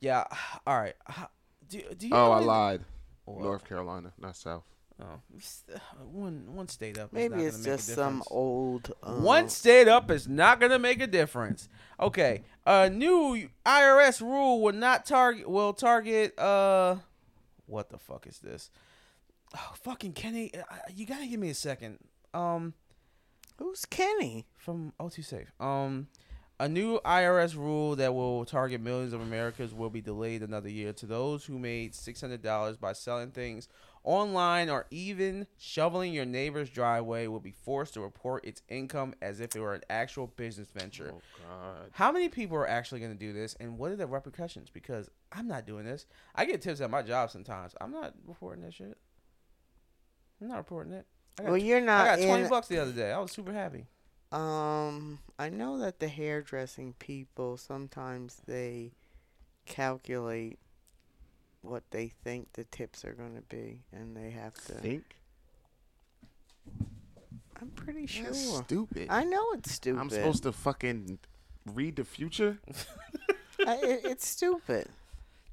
S2: yeah. All right. H- Do, do you
S3: Oh,
S2: know
S3: I
S2: any-
S3: lied.
S2: What?
S3: North Carolina, not South.
S2: Oh, it's, uh, one one state up. is
S1: Maybe
S2: not
S1: it's
S2: gonna make a
S1: just some
S2: difference.
S1: old. Uh,
S2: One state up is not gonna make a difference. Okay, a new IRS rule will not target will target uh, what the fuck is this? Oh, fucking Kenny, uh, you gotta give me a second. Um,
S1: Who's Kenny?
S2: from O2 Safe. Um, a new IRS rule that will target millions of Americans will be delayed another year to those who made six hundred dollars by selling things online or even shoveling your neighbor's driveway will be forced to report its income as if it were an actual business venture.
S3: God.
S2: How many people are actually going to do this, and what are the repercussions? Because I'm not doing this. I get tips at my job sometimes. I'm not reporting that shit. I'm not reporting it. I got,
S1: Well, you're
S2: I
S1: not
S2: got twenty
S1: in.
S2: bucks the other day. I was super happy.
S1: Um, I know that the hairdressing people sometimes they calculate what they think the tips are going to be, and they have to.
S3: Think?
S1: I'm pretty sure.
S3: That's stupid.
S1: I know it's stupid.
S3: I'm supposed to fucking read the future?
S1: I, it, it's stupid.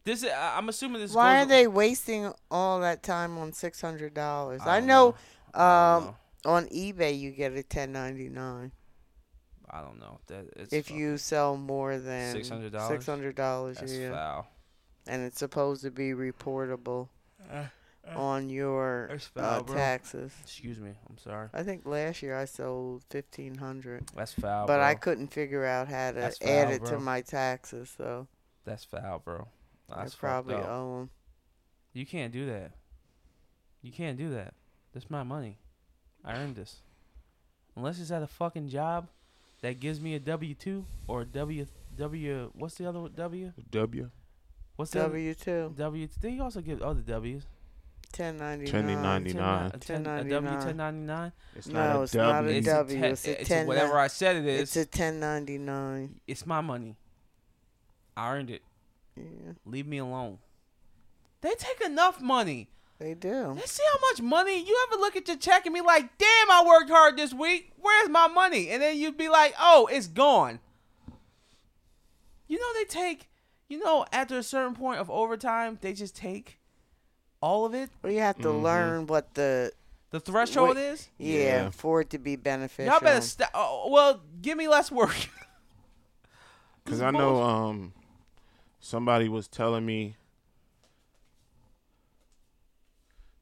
S2: This is, I- I'm assuming this.
S1: Why
S2: goes-
S1: are they wasting all that time on six hundred dollars?
S2: I
S1: I,
S2: don't
S1: know,
S2: I don't
S1: um,
S2: know.
S1: on eBay you get a ten ninety nine
S2: I don't know. That it's
S1: if
S2: fuck-
S1: you sell more than
S2: $600?
S1: Six hundred dollars,
S2: that's
S1: yeah,
S2: foul.
S1: and it's supposed to be reportable
S2: Uh, uh,
S1: on your
S2: that's
S1: uh,
S2: foul, bro.
S1: taxes.
S2: Excuse me. I'm sorry.
S1: I think last year I sold fifteen hundred,
S2: That's foul.
S1: but I
S2: bro.
S1: couldn't figure out how to
S2: That's
S1: add
S2: foul,
S1: it to
S2: bro.
S1: my taxes, so
S2: That's foul, bro. That's
S1: I
S2: probably.
S1: probably owe them.
S2: You can't do that. You can't do that. That's my money. I earned this. Unless it's at a fucking job that gives me a W two or a W W. What's the other one? W?
S3: W.
S2: What's the other-
S1: W two
S2: W? They also give other W's.
S1: ten ninety nine.
S3: 1099.
S2: Ten ni-
S3: 99.
S2: a ten- a W
S1: 1099.
S2: ten ninety nine.
S3: It's
S1: No, it's not a
S2: It's
S1: W.
S2: a ten-
S1: it's a
S2: it's
S1: ten
S2: whatever
S1: ni-
S2: I said it is.
S1: It's a ten ninety nine.
S2: It's my money. I earned it.
S1: Yeah,
S2: Leave me alone. They take enough money.
S1: they do.
S2: Let's see how much money you ever look at your check and be like, damn, I worked hard this week. Where's my money? And then you'd be like, oh, it's gone. You know, they take, you know, after a certain point of overtime, they just take all of it.
S1: Well, you have to
S2: Mm-hmm.
S1: learn what the
S2: The threshold
S1: Wait.
S2: is.
S1: yeah,
S3: Yeah.
S1: for it to be beneficial.
S2: Y'all better stop. Oh, well, give me less work.
S3: Because I know um, somebody was telling me.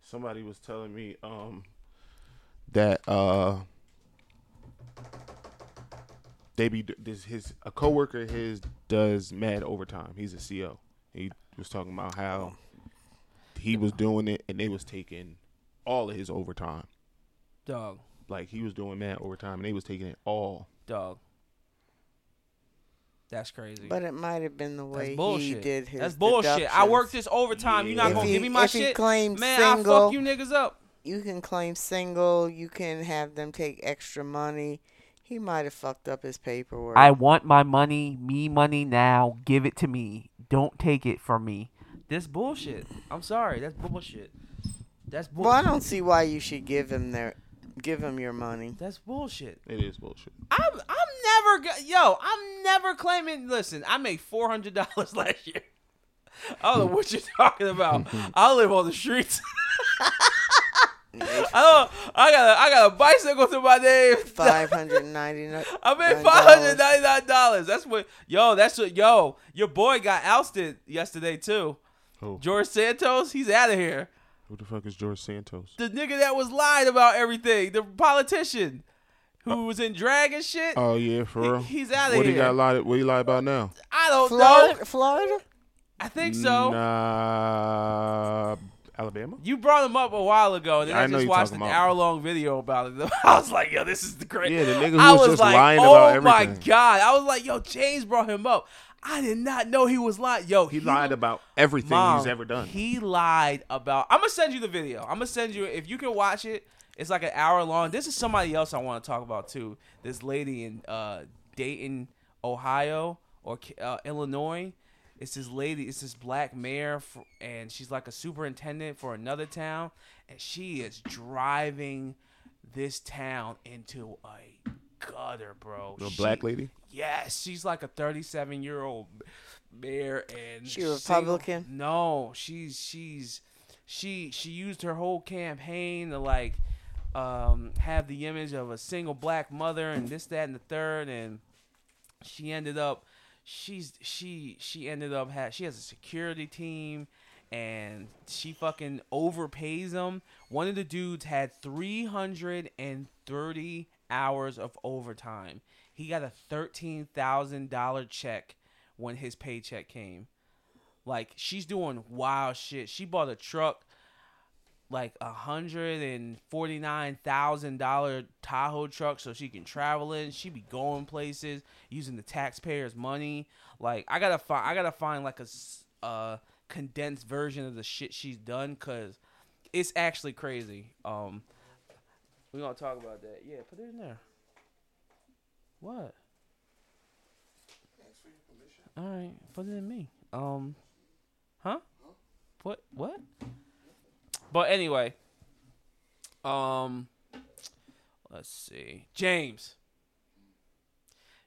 S3: Somebody was telling me um, that uh, they be this his a coworker of his does mad overtime. He's a CO. He was talking about how he was doing it and they was taking all of his overtime.
S2: dog,
S3: Like he was doing mad overtime and they was taking it all.
S2: dog. That's crazy.
S1: But it might have been the way
S2: That's bullshit.
S1: he did his.
S2: That's bullshit. I
S1: deductions.
S2: worked this overtime. You're not
S3: If
S2: gonna
S3: he-
S2: give me my
S1: if he
S2: shit,
S1: claimed
S2: man. I'll
S1: single-
S2: fuck you niggas up.
S1: You can claim single. You can have them take extra money. He might have fucked up his paperwork.
S2: want my money, me money now. Give it to me. Don't take it from me. This bullshit. I'm sorry. That's bullshit. That's bull.
S1: well, I don't see why you should give him their, give him your money.
S2: That's bullshit.
S3: It is bullshit.
S2: I'm I'm never go- yo. I'm never claiming. Listen, I made four hundred dollars last year. I don't know what you're talking about. I live on the streets. I don't. I got. A, I got a bicycle to my name.
S1: Five hundred ninety nine.
S2: I made
S1: $9.
S2: five hundred ninety nine dollars. That's what yo, that's what yo, your boy got ousted yesterday too.
S3: Who?
S2: George Santos, he's out of here.
S3: Who the fuck is George Santos?
S2: The nigga that was lying about everything, the politician
S3: Uh,
S2: who was in drag and shit.
S3: Oh yeah, for real.
S2: he's outta
S3: What he
S2: here.
S3: got lied? What he lie about now?
S2: I don't know.
S1: Florida, Florida.
S2: I think so.
S3: Nah, Alabama.
S2: You brought him up a while ago, and then
S3: Yeah,
S2: I,
S3: I know
S2: just
S3: you
S2: watched an
S3: talking about.
S2: hour long video about it. I was like, yo, this is the great.
S3: Yeah, the nigga who
S2: I
S3: was
S2: was,
S3: just
S2: like,
S3: lying
S2: oh
S3: about
S2: my
S3: everything.
S2: god! I was like, yo, James brought him up. I did not know he was lying. Yo,
S3: He lied about everything he's ever done.
S2: He lied about. I'm gonna send you the video. I'm gonna send you if you can watch it. It's like an hour long. This is somebody else I want to talk about too. This lady in uh, Dayton, Ohio or uh, Illinois. It's this lady. It's this black mayor, fr and she's like a superintendent for another town, and she is driving this town into a gutter, bro.
S3: a
S2: She-
S3: black lady.
S2: Yes, she's like a 37 year old mayor, and
S1: She
S2: single-
S1: Republican?
S2: No, she's she's she she used her whole campaign to like um, have the image of a single black mother and this that and the third, and she ended up she's she she ended up ha she has a security team and she fucking overpays them one of the dudes had 330 hours of overtime he got a $13000 check when his paycheck came like she's doing wild shit she bought a truck like a hundred and forty nine thousand dollar Tahoe truck so she can travel in. She be going places using the taxpayers' money. Like I gotta find, I gotta find like a s- uh, condensed version of the shit she's done because it's actually crazy. Um, we gonna talk about that. Yeah, put it in there. What? All right, put it in me. Um, huh? What? What? But anyway, um, let's see, James.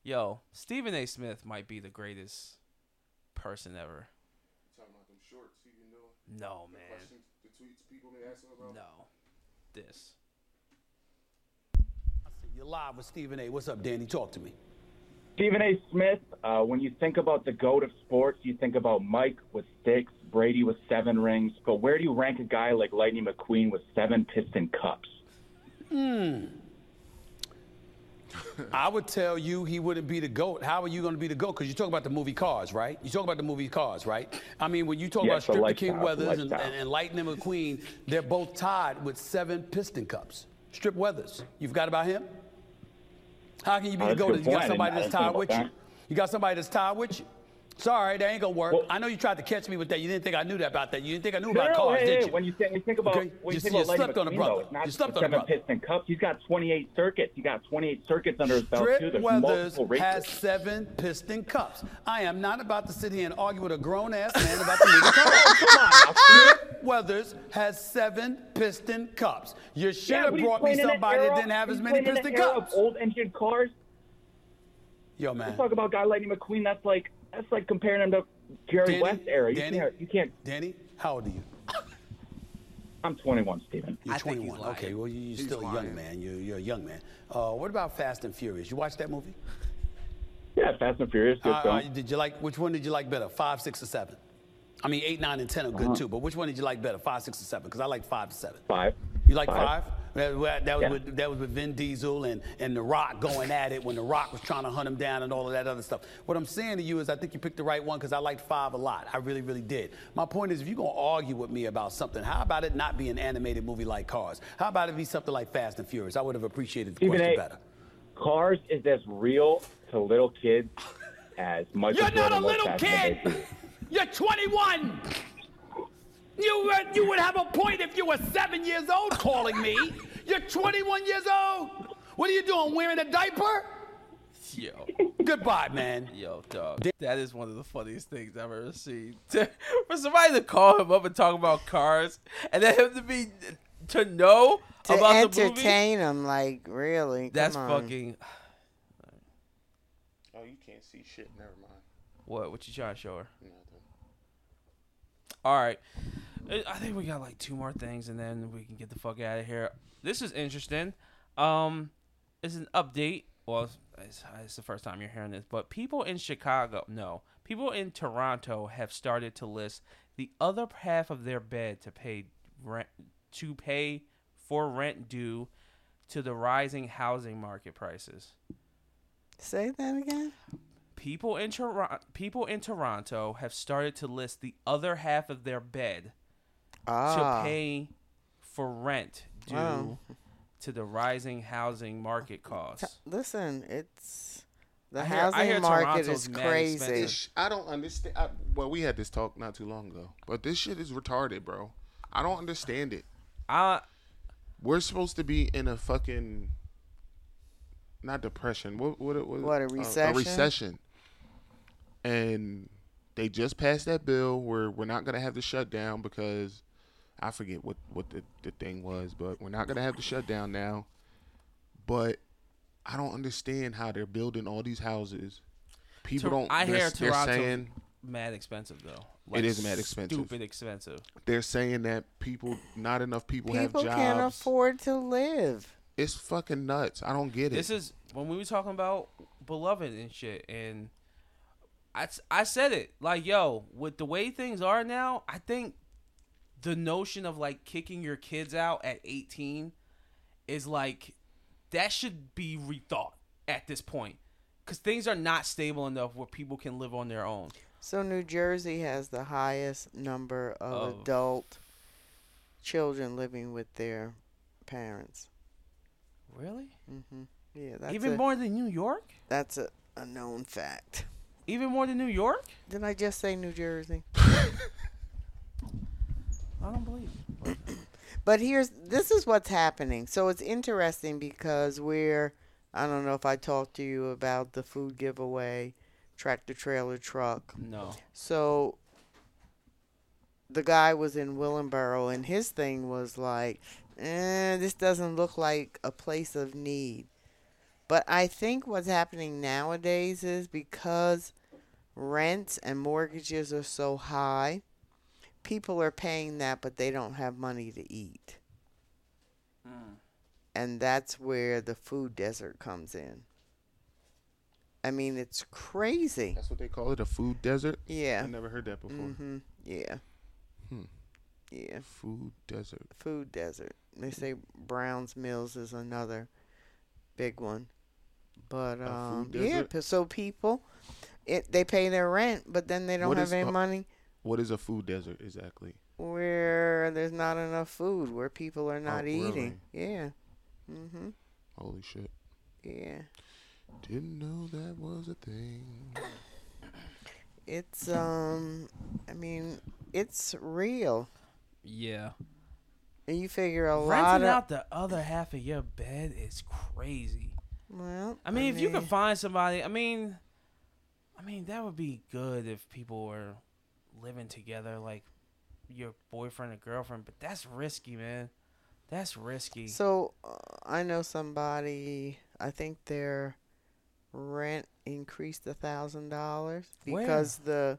S2: Yo, Stephen A. Smith might be the greatest person ever. No man, no, this.
S9: You're live with Stephen A. What's up, Danny? Talk to me.
S10: Stephen A. Smith, uh, when you think about the GOAT of sports, you think about Mike with six, Brady with seven rings, but where do you rank a guy like Lightning McQueen with seven Piston Cups?
S9: I would tell you he wouldn't be the GOAT. How are you going to be the GOAT? Because you talk about the movie Cars, right? You talk about the movie Cars, right? I mean, when you talk
S10: Yeah,
S9: about
S10: it's a
S9: Stripper
S10: lifestyle,
S9: King
S10: it's a
S9: Weathers and,
S10: lifestyle.
S9: and, and Lightning McQueen, they're both tied with seven piston cups. Strip Weathers, you forgot about him? How can you be the
S10: Oh, that's a
S9: GOAT
S10: good
S9: if you
S10: point.
S9: got
S10: I didn't-
S9: somebody
S10: I
S9: that's
S10: didn't think
S9: tied
S10: about
S9: with you?
S10: that.
S9: You got somebody that's tied with you? Sorry, that ain't going to work.
S10: Well-
S9: I know you tried to catch me with that. You didn't think I knew that about that. You didn't think I knew
S10: No,
S9: about
S10: no,
S9: Cars,
S10: hey,
S9: did
S10: hey,
S9: you?
S10: When you think, you think about
S9: Okay,
S10: when
S9: you
S10: you
S9: see,
S10: think
S9: you
S10: about Lightning
S9: slept on a
S10: McQueen,
S9: brother.
S10: though, it's not
S9: You
S10: just
S9: slept
S10: the
S9: on a
S10: seven
S9: brother.
S10: Piston Cups. He's got 28 circuits. He got 28 circuits under his belt too.
S9: Strip
S10: There's
S9: Weathers
S10: multiple races.
S9: has seven piston cups. I am not about to sit here and argue with a grown ass man about the movie. Come on, come on. Strip Weathers has seven piston cups. You should
S10: Yeah, but
S9: have
S10: he's
S9: brought me
S10: playing in an
S9: somebody
S10: era-
S9: that didn't have
S10: he's
S9: as many
S10: playing in an
S9: piston
S10: era of
S9: cups.
S10: Old engine cars.
S9: Yo, man.
S10: Talk about a guy Lightning McQueen. That's like that's like comparing him to Jerry
S9: Danny,
S10: West era. You
S9: Danny,
S10: can't. You can't.
S9: Danny, how old are you?
S10: I'm 21, Steven.
S9: You're
S2: I think he's
S9: 21.
S2: lying.
S9: Okay, well, you- you're still a young
S3: lying.
S9: man. You're, you're a young man. Uh, what about Fast and Furious? You watch that movie?
S10: Yeah, Fast and Furious. Good
S9: Uh,
S10: film.
S9: uh, did you like which one did you like better? Five, six, or seven? I mean, eight, nine, and ten are good
S2: Uh-huh.
S9: too. But which one did you like better? Five, six, or seven? Because I like five to seven.
S10: Five.
S9: You like five?
S10: Five.
S9: That, that- that was
S10: Yeah.
S9: with, that was with Vin Diesel and, and The Rock going at it when The Rock was trying to hunt him down and all of that other stuff. What I'm saying to you is I think you picked the right one because I liked five a lot. I really, really did. My point is if you're going to argue with me about something, how about it not be an animated movie like Cars? How about it be something like Fast and Furious? I would have appreciated the
S10: Stephen
S9: question
S10: A.
S9: better.
S10: Cars is as real to little kids as Michael
S9: You're not
S10: Jordan
S9: a
S10: was
S9: little
S10: back in
S9: kid.
S10: the day.
S9: You're 21. You would, you would have a point if you were seven years old calling me. You're 21 years old. What are you doing? Wearing a diaper?
S2: Yo,
S9: Goodbye, man.
S2: yo, dog. That is one of the funniest things I've ever seen. For somebody to call him up and talk about cars, and then him to be to know
S1: To
S2: about the movie.
S1: entertain them, like really.
S2: That's
S1: come on.
S2: fucking.
S3: Oh, you can't see shit. Never mind.
S2: What? What you trying to show her? All right. Uh, I think we got like two more things, and then we can get the fuck out of here. This is interesting. Um, it's an update. Well, it's, it's, it's the first time you're hearing this, but people in Chicago, no, people in Toronto have started to list the other half of their bed to pay rent to pay for rent due to the rising housing market prices.
S1: Say that again.
S2: people in Toronto, people in Toronto have started to list the other half of their bed
S1: Ah.
S2: to pay for rent due
S1: Wow.
S2: to the rising housing market costs.
S1: Listen, it's the
S2: I hear- I
S1: housing
S2: hear
S1: market
S2: Toronto's
S1: is
S2: mad
S1: crazy.
S2: expensive.
S3: This sh- I don't understand. I, well, we had this talk not too long ago, but this shit is retarded, bro. I don't understand it.
S2: I
S3: We're supposed to be in a fucking not depression. What what it was?
S1: What, a recession?
S3: a recession. And they just passed that bill where we're not gonna have the shutdown because I forget what what the, the thing was, but we're not gonna have the shutdown now. But I don't understand how they're building all these houses. People
S2: Tor-
S3: don't.
S2: I
S3: they're-
S2: hear
S3: they're
S2: Toronto's
S3: saying
S2: mad expensive though.
S3: is mad expensive.
S2: Stupid expensive.
S3: they're saying that people not enough people,
S1: People
S3: have jobs.
S1: can't afford to live.
S3: it's fucking nuts. I don't get it.
S2: This is when we were talking about beloved and shit, and I, s- I said it like, yo, with the way things are now, I think the notion of like kicking your kids out at 18 is like that should be rethought at this point because things are not stable enough where people can live on their own.
S1: So New Jersey has the highest number of
S2: Of-
S1: adult children living with their parents.
S2: Really?
S1: Yeah, that's
S2: Even
S1: a,
S2: more than New York?
S1: That's a, a known fact.
S2: Even more than New York?
S1: Did I just say New Jersey?
S2: I don't believe. it.
S1: But here's this is what's happening. So it's interesting because we're I don't know if I talked to you about the food giveaway, tractor trailer truck.
S2: No.
S1: So the guy was in Willenboro and his thing was like, eh, this doesn't look like a place of need. But I think what's happening nowadays is because rents and mortgages are so high, people are paying that, but they don't have money to eat. And that's where the food desert comes in. I mean, it's crazy.
S3: That's what they call it, a food desert.
S1: Yeah.
S3: I never heard that before.
S1: Mm-hmm. Yeah.
S3: Hmm.
S1: Yeah.
S3: Food desert.
S1: Food desert. They say Brown's Mills is another big one. But um,
S3: food
S1: yeah,
S3: desert?
S1: p- so people, it they pay their rent, but then they don't
S3: What
S1: have
S3: is uh,
S1: any
S3: the-
S1: money.
S3: What is a food desert exactly?
S1: Where there's not enough food, where people are
S3: Oh,
S1: not eating. Yeah,
S3: Holy shit!
S1: yeah.
S3: Didn't know that was a thing.
S1: It's um, I mean, it's real,
S2: Yeah.
S1: and you figure a lot
S2: Renting
S1: of
S2: out the other half of your bed is crazy.
S1: well.
S2: I mean, if you could find somebody, I mean, I mean that would be good if people were living together, like your boyfriend and girlfriend. But that's risky, man. That's risky.
S1: So uh, I know somebody. I think their rent increased a thousand dollars
S2: Where?
S1: because the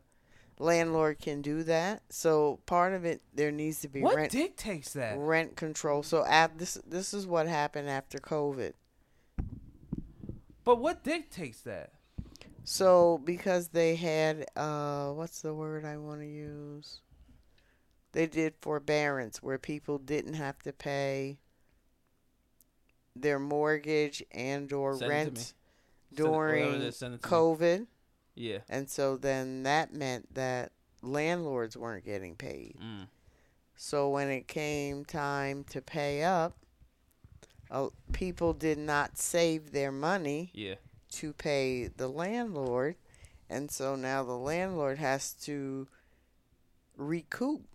S1: landlord can do that. So part of it, there needs to be
S2: what
S1: rent
S2: dictates that?
S1: rent control. So at this this is what happened after COVID.
S2: But what dictates that?
S1: So because they had uh, what's the word I want to use? They did forbearance where people didn't have to pay their mortgage and or
S2: Send it to me.
S1: rent
S2: it- whatever it
S1: during
S2: is, send it to me.
S1: COVID,
S2: Yeah.
S1: and so then that meant that landlords weren't getting paid.
S2: Mm.
S1: So when it came time to pay up, uh, people did not save their money
S2: Yeah.
S1: to pay the landlord, and so now the landlord has to recoup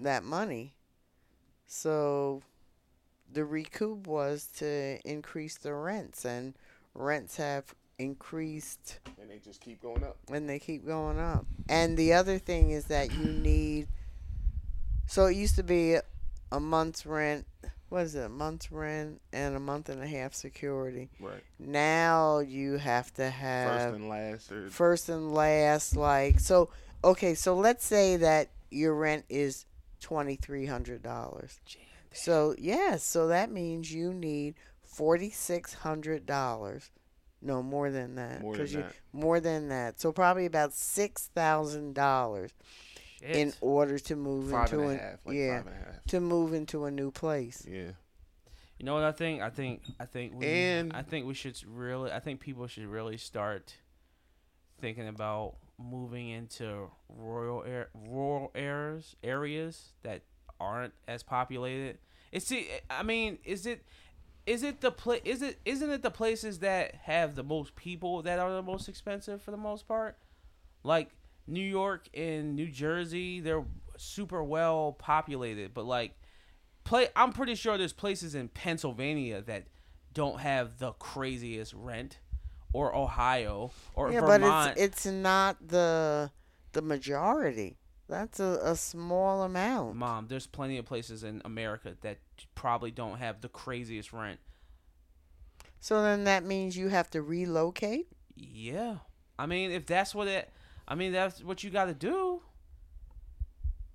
S1: that money. So the recoup was to increase the rents, and rents have increased
S3: And they just keep going up.
S1: and they keep going up. And the other thing is that you need. So it used to be a month's rent. What is it? A month's rent and a month and a half security.
S3: Right.
S1: Now you have to
S3: First
S1: have
S3: and last, or
S1: first and last like so okay so let's say that your rent is $2300 so yeah so that means you need $4600 no more than that
S3: More
S1: 'cause
S3: than
S1: you-
S3: that.
S1: more than that so probably about $6000
S2: Shit.
S1: in order to move
S3: five
S1: into
S3: and a
S1: an-
S3: half, like
S1: yeah
S3: five and a half.
S1: to move into a new place
S3: Yeah.
S2: you know what I think? I think I think we
S3: And-
S2: I think we should really I think people should really start thinking about moving into rural air, rural areas areas that aren't as populated. It's see, I mean, is it is it the pla- is it isn't it the places that have the most people that are the most expensive for the most part? Like New York and New Jersey, they're super well populated, but like play I'm pretty sure there's places in Pennsylvania that don't have the craziest rent or Ohio or
S1: yeah,
S2: Vermont.
S1: but it's it's not the the majority. That's a, a small amount.
S2: Mom, there's plenty of places in America that probably don't have the craziest rent.
S1: So then that means you have to relocate.
S2: Yeah. I mean, if that's what it I mean, that's what you got to do.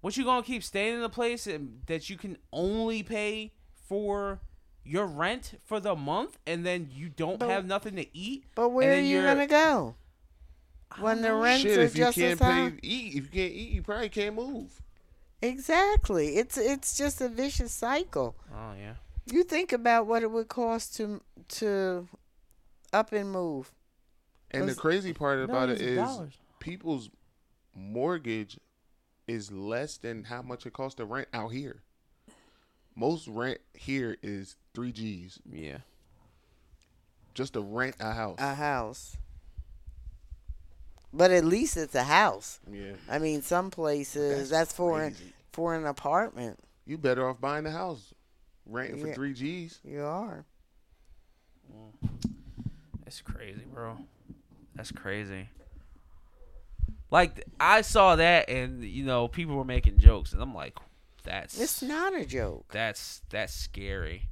S2: What you going to keep staying in a place and, that you can only pay for your rent for the month and then you don't
S1: But-
S2: have nothing to eat?
S1: But
S2: and
S1: where are
S2: then
S1: you
S2: you're-
S1: gonna go when the rents
S11: Shit,
S1: are
S11: if you
S1: just as
S11: can't
S1: high?
S11: pay, eat. If you can't eat, you probably can't move.
S1: Exactly. It's it's just a vicious cycle.
S2: Oh yeah.
S1: You think about what it would cost to to up and move.
S11: And the
S1: Those
S11: crazy part about it is
S2: millions of dollars.
S11: people's mortgage is less than how much it costs to rent out here. Most rent here is three G's
S2: Yeah.
S11: just to rent a house.
S1: a house. But at least it's a house.
S11: yeah,
S1: I mean, some places that's, for an
S11: crazy.
S1: for an apartment.
S11: you better off buying a house, renting for
S1: Yeah.
S11: three G's.
S1: You are.
S2: That's crazy, bro. That's crazy. Like I saw that, and you know, people were making jokes, and I'm like, that's
S1: It's not a joke.
S2: that's that's scary.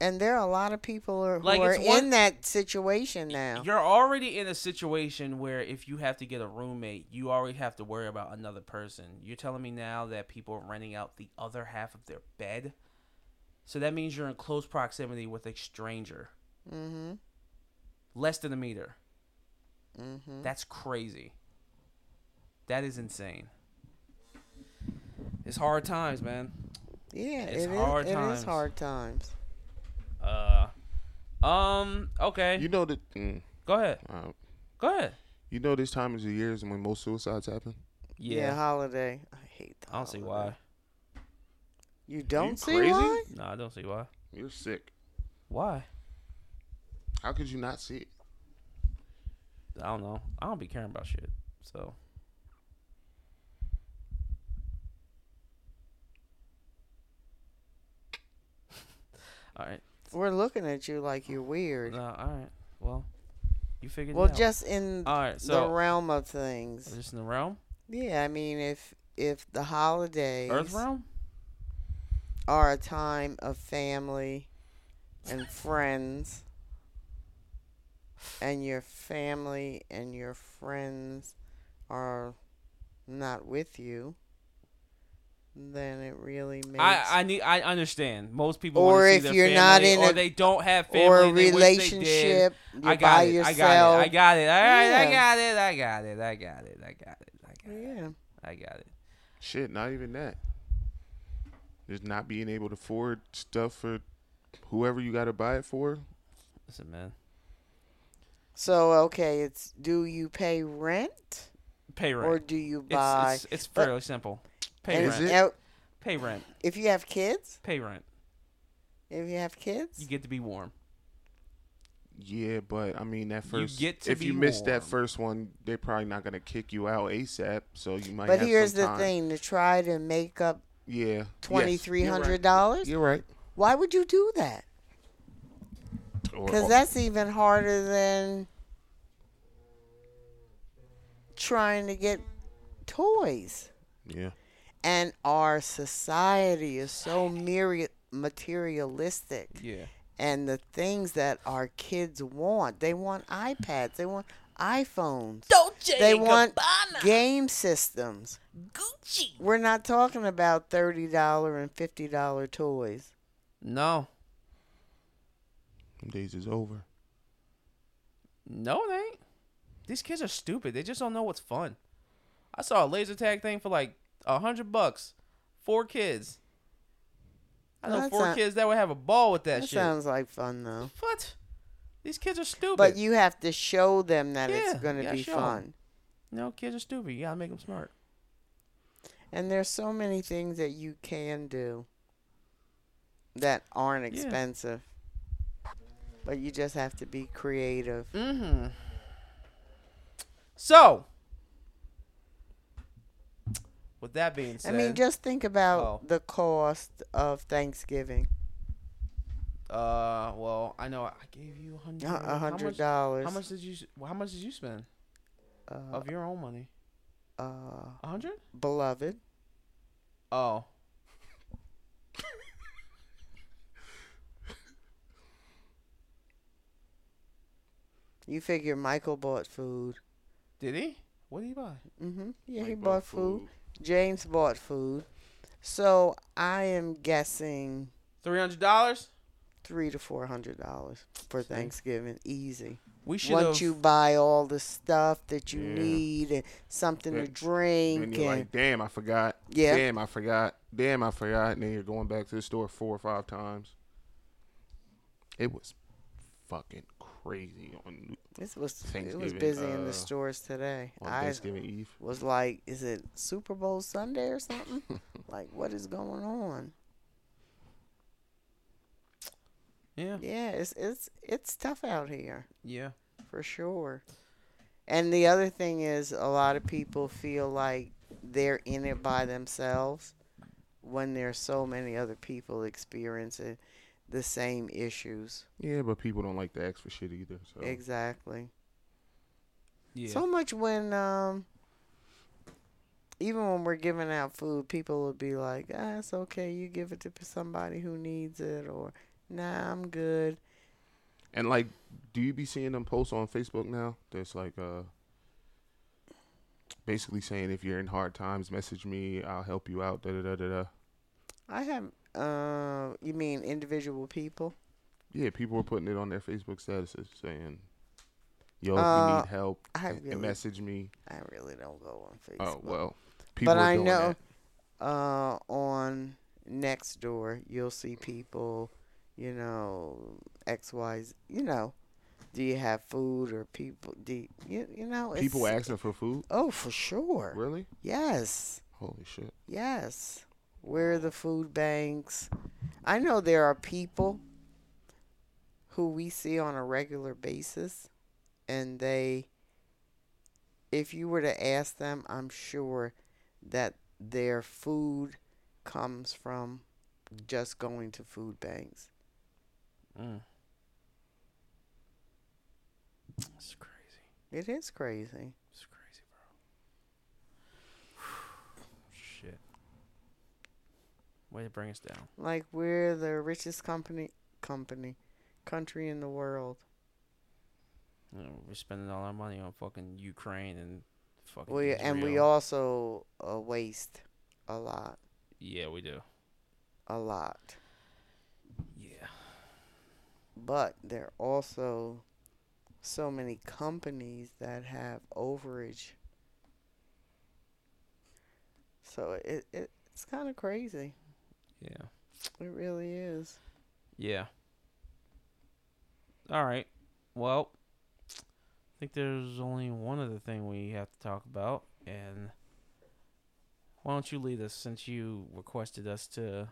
S1: And there are a lot of people are, who
S2: Like,
S1: are
S2: it's one-
S1: in that situation now.
S2: You're already in a situation where if you have to get a roommate, you already have to worry about another person. You're telling me now that people are renting out the other half of their bed, so that means you're in close proximity with a stranger,
S1: Mm-hmm.
S2: less than a meter.
S1: Mm-hmm.
S2: That's crazy. That is insane. It's hard times, man.
S1: Yeah,
S2: It's
S1: it is-
S2: hard
S1: It
S2: times.
S1: is hard times.
S2: Uh, um. Okay.
S11: You know that. Mm,
S2: Go ahead.
S11: uh,
S2: Go ahead.
S11: you know this time of the year is when most suicides happen.
S1: Yeah. holiday. I hate the
S2: I don't see
S1: holiday.
S2: why.
S1: You don't
S11: you
S1: see
S11: crazy?
S1: why?
S2: No, I don't see why.
S11: You're sick.
S2: Why?
S11: How could you not see it?
S2: I don't know. I don't be caring about shit. So. all right.
S1: We're looking at you like you're weird.
S2: No. All right. Well, you figured
S1: well,
S2: it out.
S1: just in
S2: all right.
S1: the
S2: So
S1: realm of things.
S2: just in the realm,
S1: Yeah, I mean, if if the holidays
S2: Earth realm.
S1: are a time of family and friends, and your family and your friends are not with you, then it really makes
S2: I, I need I understand most people
S1: Or
S2: wanna see
S1: if
S2: their
S1: you're not
S2: family,
S1: in
S2: or
S1: a-
S2: they don't have family
S1: or a
S2: they wish they did.
S1: relationship. You're
S2: I
S1: by
S2: got it. I
S1: yourself.
S2: got it. I got it. All right, I
S1: Yeah.
S2: got it. I got it. I got it. I got it. I got it.
S1: yeah.
S2: I got it.
S11: Shit, not even that. Just not being able to afford stuff for whoever you got to buy it for.
S2: Listen, man.
S1: So okay, it's do you pay rent
S2: Pay rent.
S1: or do you
S2: it's,
S1: buy?
S2: it's, it's fairly simple. Pay
S1: and-
S2: rent.
S11: it?
S1: and
S2: Pay rent.
S1: If you have kids,
S2: Pay rent.
S1: if you have kids,
S2: You get to be warm.
S11: Yeah, but I mean that
S2: You
S11: first.
S2: get to
S11: if you
S2: be
S11: miss
S2: warm.
S11: that first one, they're probably not gonna kick you out ASAP. So you might.
S1: But
S11: have
S1: here's
S11: some
S1: the
S11: time.
S1: thing: to try to make up
S11: Yeah.
S1: twenty three hundred dollars,
S11: You're right.
S1: why would you do that?
S11: Or-
S1: Because
S11: or-
S1: that's even harder than trying to get toys.
S11: yeah.
S1: And our society is so myriad materialistic,
S2: Yeah.
S1: and the things that our kids want, they want iPads, they want iPhones,
S12: Dolce
S1: they
S12: and
S1: want
S12: Gabbana.
S1: game systems.
S12: Gucci.
S1: We're not talking about thirty dollar and fifty dollar toys.
S2: No.
S11: Them days is over.
S2: No, it ain't. These kids are stupid. They just don't know what's fun. I saw a laser tag thing for like a hundred bucks. Four kids. I know
S1: That
S2: four
S1: sound-
S2: kids that would have a ball with that,
S1: That
S2: shit.
S1: sounds like fun though.
S2: What? These kids are stupid.
S1: But you have to show them that it's
S2: Yeah,
S1: going to
S2: yeah,
S1: be
S2: show 'em.
S1: fun.
S2: no, kids are stupid. You gotta make them smart.
S1: And there's so many things that you can do that aren't expensive. But you just have to be creative.
S2: Mm-hmm. So, with that being
S1: I
S2: said,
S1: mean, just think about
S2: Oh.
S1: the cost of Thanksgiving.
S2: uh, well, I know I gave you a hundred.
S1: Uh, A
S2: how
S1: hundred
S2: much-
S1: dollars.
S2: How much did you? s- well, How much did you spend
S1: Uh,
S2: of your own money?
S1: uh,
S2: A hundred?
S1: beloved.
S2: Oh,
S1: You figure Michael bought food.
S2: did he? What did he buy?
S1: Mm-hmm. Yeah, he bought, food. James bought food. So I am guessing
S2: Three hundred dollars.
S1: three to four hundred dollars for Thanksgiving. Easy.
S2: We should
S1: Once
S2: have.
S1: you buy all the stuff that you
S11: Yeah.
S1: need and something to
S11: Then-
S1: drink
S11: And
S1: and
S11: you're like, damn, I forgot.
S1: Yeah.
S11: Damn, I forgot. Damn, I forgot. And then you're going back to the store four or five times. It was fucking crazy on,
S1: this was it was
S11: Thanksgiving,
S1: busy in
S11: uh,
S1: the stores today.
S11: on
S1: I
S11: Thanksgiving Eve.
S1: was like, is it Super Bowl Sunday or something? like what is going on?
S2: yeah,
S1: Yeah, it's it's it's tough out here.
S2: yeah.
S1: for sure. And the other thing is, a lot of people feel like they're in it by themselves when there's so many other people experiencing the same issues.
S11: Yeah, but people don't like to ask for shit either. So
S1: Exactly.
S2: Yeah.
S1: So much when, um, even when we're giving out food, people will be like, ah, it's okay, you give it to p- somebody who needs it, or nah, I'm good.
S11: And like, do you be seeing them posts on Facebook now? That's like, uh, basically saying if you're in hard times, message me. I'll help you out. Da da da da da.
S1: I have, uh, you mean individual people?
S11: Yeah, people were putting it on their Facebook statuses saying, "Yo, if you
S1: Uh,
S11: need help,
S1: I
S11: and- and
S1: really-
S11: message me."
S1: I really don't go on Facebook.
S11: Oh well, people
S1: but
S11: are
S1: I
S11: doing
S1: know
S11: that.
S1: uh, on Nextdoor, you'll see people, you know, X, Y, Z, you know, do you have food or people, do you, you, you know, it's,
S11: people asking for food.
S1: Oh, for sure.
S11: Really?
S1: Yes,
S11: Holy shit!
S1: yes. Where are the food banks? I know there are people who we see on a regular basis, and they, if you were to ask them, I'm sure that their food comes from just going to food banks.
S2: Mm. It's crazy.
S1: It is crazy.
S2: It's crazy, bro. Shit. Way to bring us down.
S1: Like we're the richest company, company, country in the world.
S2: You know, we're spending all our money on fucking Ukraine and fucking.
S1: We and we
S2: Israel.
S1: also uh, waste a lot,
S2: Yeah, we do.
S1: a lot.
S2: Yeah.
S1: But there are also so many companies that have overage. So it, it it's kind of crazy.
S2: Yeah.
S1: It really is.
S2: Yeah. All right. Well, I think there's only one other thing we have to talk about, and why don't you lead us since you requested us to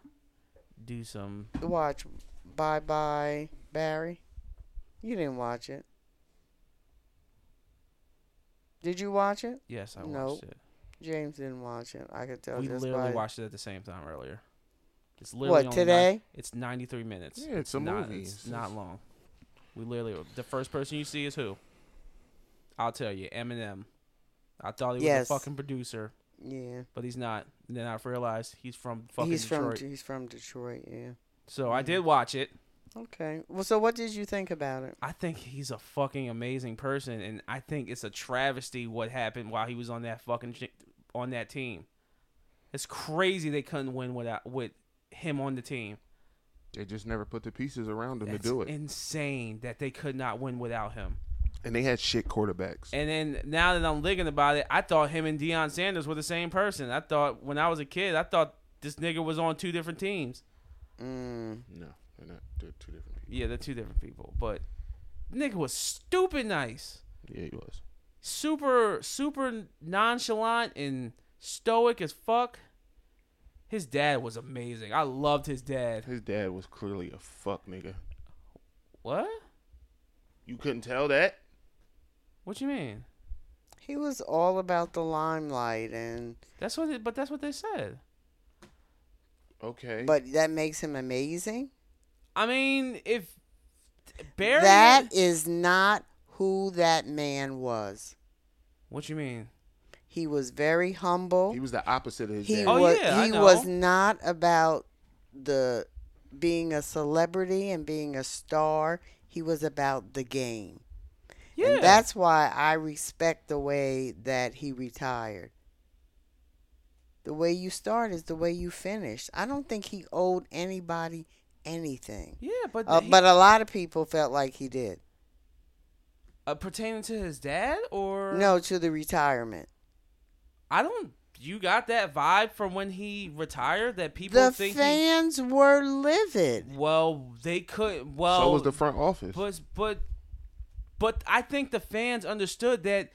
S2: do some
S1: Watch Bye Bye Barry. You didn't watch it. Did you watch it?
S2: Yes, I
S1: No.
S2: watched it.
S1: James didn't watch it. I could tell
S2: we
S1: just
S2: literally
S1: by
S2: watched it at the same time earlier. It's
S1: what
S2: literally on
S1: today.
S2: Nine, it's 93 minutes.
S11: Yeah, it's a
S2: not,
S11: movie.
S2: It's
S11: It's
S2: not
S11: just-
S2: long. We literally the first person you see is who? I'll tell you, Eminem. I thought he
S1: Yes.
S2: was a fucking producer,
S1: Yeah.
S2: but he's not. And then I realized he's from fucking
S1: he's
S2: Detroit.
S1: from Mm-hmm. he's from Detroit, yeah.
S2: so I did watch it.
S1: Okay. Well, so what did you think about it?
S2: I think he's a fucking amazing person, and I think it's a travesty what happened while he was on that fucking sh- on that team. It's crazy they couldn't win without with him on the team.
S11: They just never put the pieces around them
S2: That's
S11: to do it,
S2: insane that they could not win without him.
S11: and they had shit quarterbacks.
S2: And then now that I'm thinking about it, I thought him and Deion Sanders were the same person. I thought when I was a kid, I thought this nigga was on two different teams.
S1: Mm.
S11: no, they're not. They're two different people.
S2: Yeah, they're two different people. But nigga was stupid nice,
S3: Yeah, he was.
S2: super super nonchalant and stoic as fuck. His dad was amazing. I loved his dad.
S3: His dad was clearly a fuck nigga.
S2: What?
S3: You couldn't tell that.
S2: What you mean?
S1: He was all about the limelight, and
S2: That's what. It, but that's what they said.
S3: Okay.
S1: but that makes him amazing.
S2: I mean, if Barry.
S1: That is not who that man was.
S2: What you mean?
S1: He was very humble.
S3: he was the opposite of his
S1: He
S3: dad.
S2: Oh,
S1: was
S2: yeah, I
S1: he
S2: know.
S1: was not about the being a celebrity and being a star. He was about the game.
S2: Yeah.
S1: And that's why I respect the way that he retired. The way you start is the way you finish. I don't think he owed anybody anything.
S2: yeah, but
S1: Uh,
S2: he-
S1: but a lot of people felt like he did.
S2: uh, pertaining to his dad or
S1: No, to the retirement.
S2: I don't. You got that vibe from when he retired that people
S1: The
S2: think.
S1: fans were
S2: he,
S1: livid.
S2: well, they could. Well,
S3: so was the front office.
S2: But but but I think the fans understood that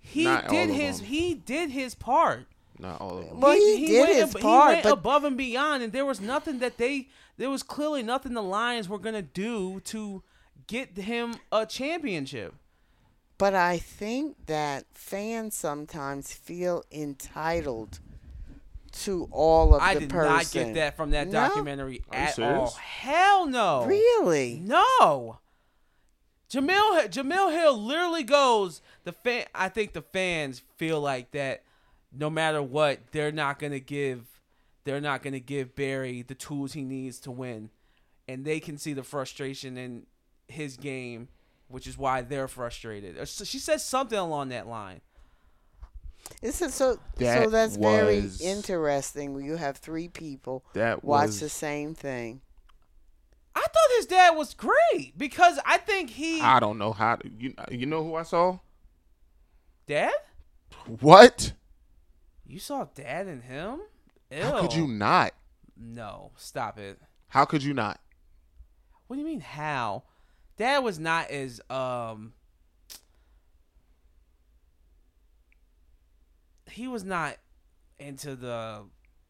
S2: he
S3: Not all
S2: did
S3: of
S2: his
S3: them.
S2: he did his part.
S3: Not all of them.
S1: Well, he, did
S2: went
S1: his
S2: ab-
S1: part,
S2: He went
S1: but
S2: above and beyond, and there was nothing that they there was clearly nothing the Lions were gonna do to get him a championship.
S1: But I think that fans sometimes feel entitled to all of
S2: I
S1: the
S2: did
S1: person.
S2: not get that from that
S1: No?
S2: documentary
S3: you
S2: at
S3: serious?
S2: all. Hell no.
S1: Really?
S2: No. Jamil Jamil Hill literally goes the fan I think the fans feel like that no matter what they're not going to give they're not going to give Barry the tools he needs to win and they can see the frustration in his game which is why they're frustrated. Or so- She says something along that line.
S1: This is so. so
S3: That
S1: that's very
S3: was-
S1: interesting. When you have three people
S3: That
S1: watch
S3: was.
S1: the same thing.
S2: I thought his dad was great because I think he
S3: I don't know how. To, you you know who I saw?
S2: dad
S3: What?
S2: You saw dad and him? Ew.
S3: How could you not?
S2: No, stop it.
S3: How could you not?
S2: What do you mean how? Dad was not as um He was not into the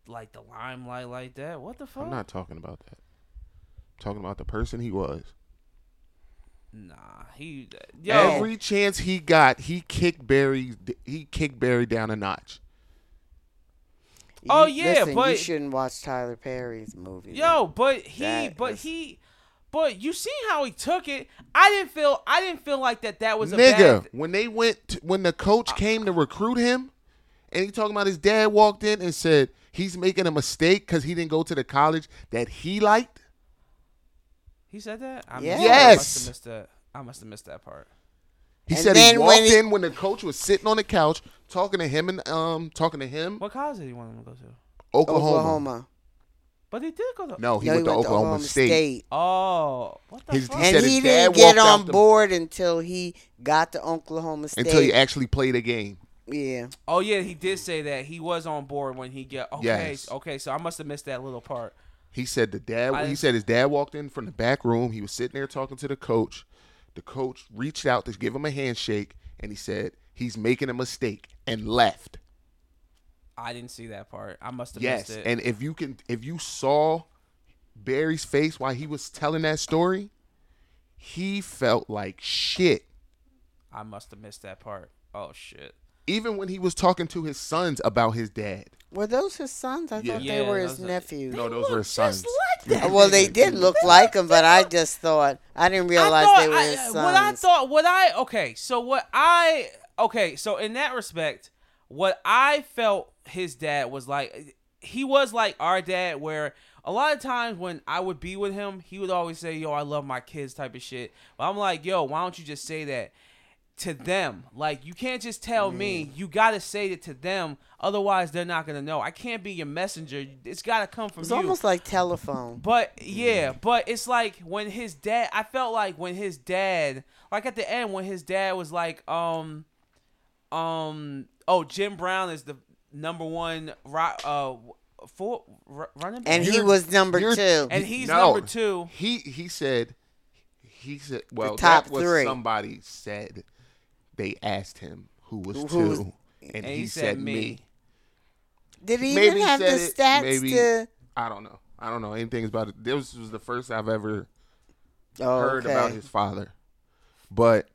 S2: like the limelight like that. What the fuck?
S3: I'm not talking about that. I'm talking about the person he was.
S2: Nah, he yo
S3: Every chance he got, he kicked Barry. He kicked Barry down a notch.
S2: Oh,
S1: You-
S2: yeah,
S1: listen, you
S2: but-
S1: shouldn't watch Tyler Perry's movie.
S2: Yo, but he,
S1: That
S2: but
S1: is-
S2: he, but you see how he took it. I didn't feel, I didn't feel like that. That was a
S3: Nigga,
S2: bad. Uh,
S3: when they went, t when the coach came to recruit him, and he talking about his dad walked in and said he's making a mistake because he didn't go to the college that he liked.
S2: He said that. I
S1: Yes.
S2: I must
S3: Yes.
S2: have missed that. I must have missed that part.
S3: He
S1: And
S3: said
S1: then
S3: he
S1: when
S3: walked
S1: he-
S3: in when the coach was sitting on the couch talking to him and um talking to him
S2: What college did he want him to go to?
S3: Oklahoma.
S1: Oklahoma.
S2: But he did go to.
S3: No, he
S1: no,
S3: went to Oklahoma, State.
S2: Oh, what the
S3: His-
S2: fuck?
S3: he
S1: and
S3: said
S1: he
S3: his dad
S1: didn't get
S3: walked out
S1: on
S3: the-
S1: board until he got to Oklahoma State.
S3: until he actually played a game.
S1: yeah.
S2: oh yeah, he did say that he was on board when he get. Okay,
S3: Yes.
S2: okay, so I must have missed that little part.
S3: He said the dad.
S2: I-
S3: he said his dad walked in from the back room. He was sitting there talking to the coach. The coach reached out to give him a handshake, and he said he's making a mistake and left.
S2: I didn't see that part. I must have
S3: Yes,
S2: missed it.
S3: and if you can, if you saw Barry's face while he was telling that story, he felt like shit.
S2: I must have missed that part. Oh shit.
S3: Even when he was talking to his sons about his dad.
S1: Were those his sons? I thought
S2: Yeah,
S1: they were
S2: those
S1: his
S2: are-
S1: nephews. Uh,
S3: No, those were his sons.
S1: Well, they did look like him, but I just thought I didn't realize
S2: I thought,
S1: they were
S2: I-
S1: his sons.
S2: What I thought, what I okay, so what I okay, so in that respect, what I felt his dad was like, he was like our dad, where a lot of times when I would be with him, he would always say, "Yo, I love my kids," type of shit. But I'm like, "Yo, why don't you just say that?" to them. Like you can't just tell
S1: Mm.
S2: me. You gotta say it to them. Otherwise, they're not gonna know. I can't be your messenger. It's gotta come from
S1: It's
S2: you.
S1: almost like telephone.
S2: But yeah, but it's like when his dad. I felt like when his dad, like at the end, when his dad was like, um, um, oh, Jim Brown is the number one, ro- uh, for r- running back,
S1: And he was number
S3: you're-
S1: two.
S2: and he's
S3: No.
S2: number two.
S3: He he said He said, "Well,
S1: top
S3: that was
S1: three.
S3: somebody said they asked him who was
S1: Who- who was-
S3: two, and,
S2: And
S3: he, said me.
S1: Did he
S3: Maybe
S1: even
S3: he
S1: have the
S3: said it,
S1: stats
S3: maybe-
S1: to?
S3: I don't know. I don't know anything about it. This was the first I've ever
S1: Oh,
S3: heard about his father, but."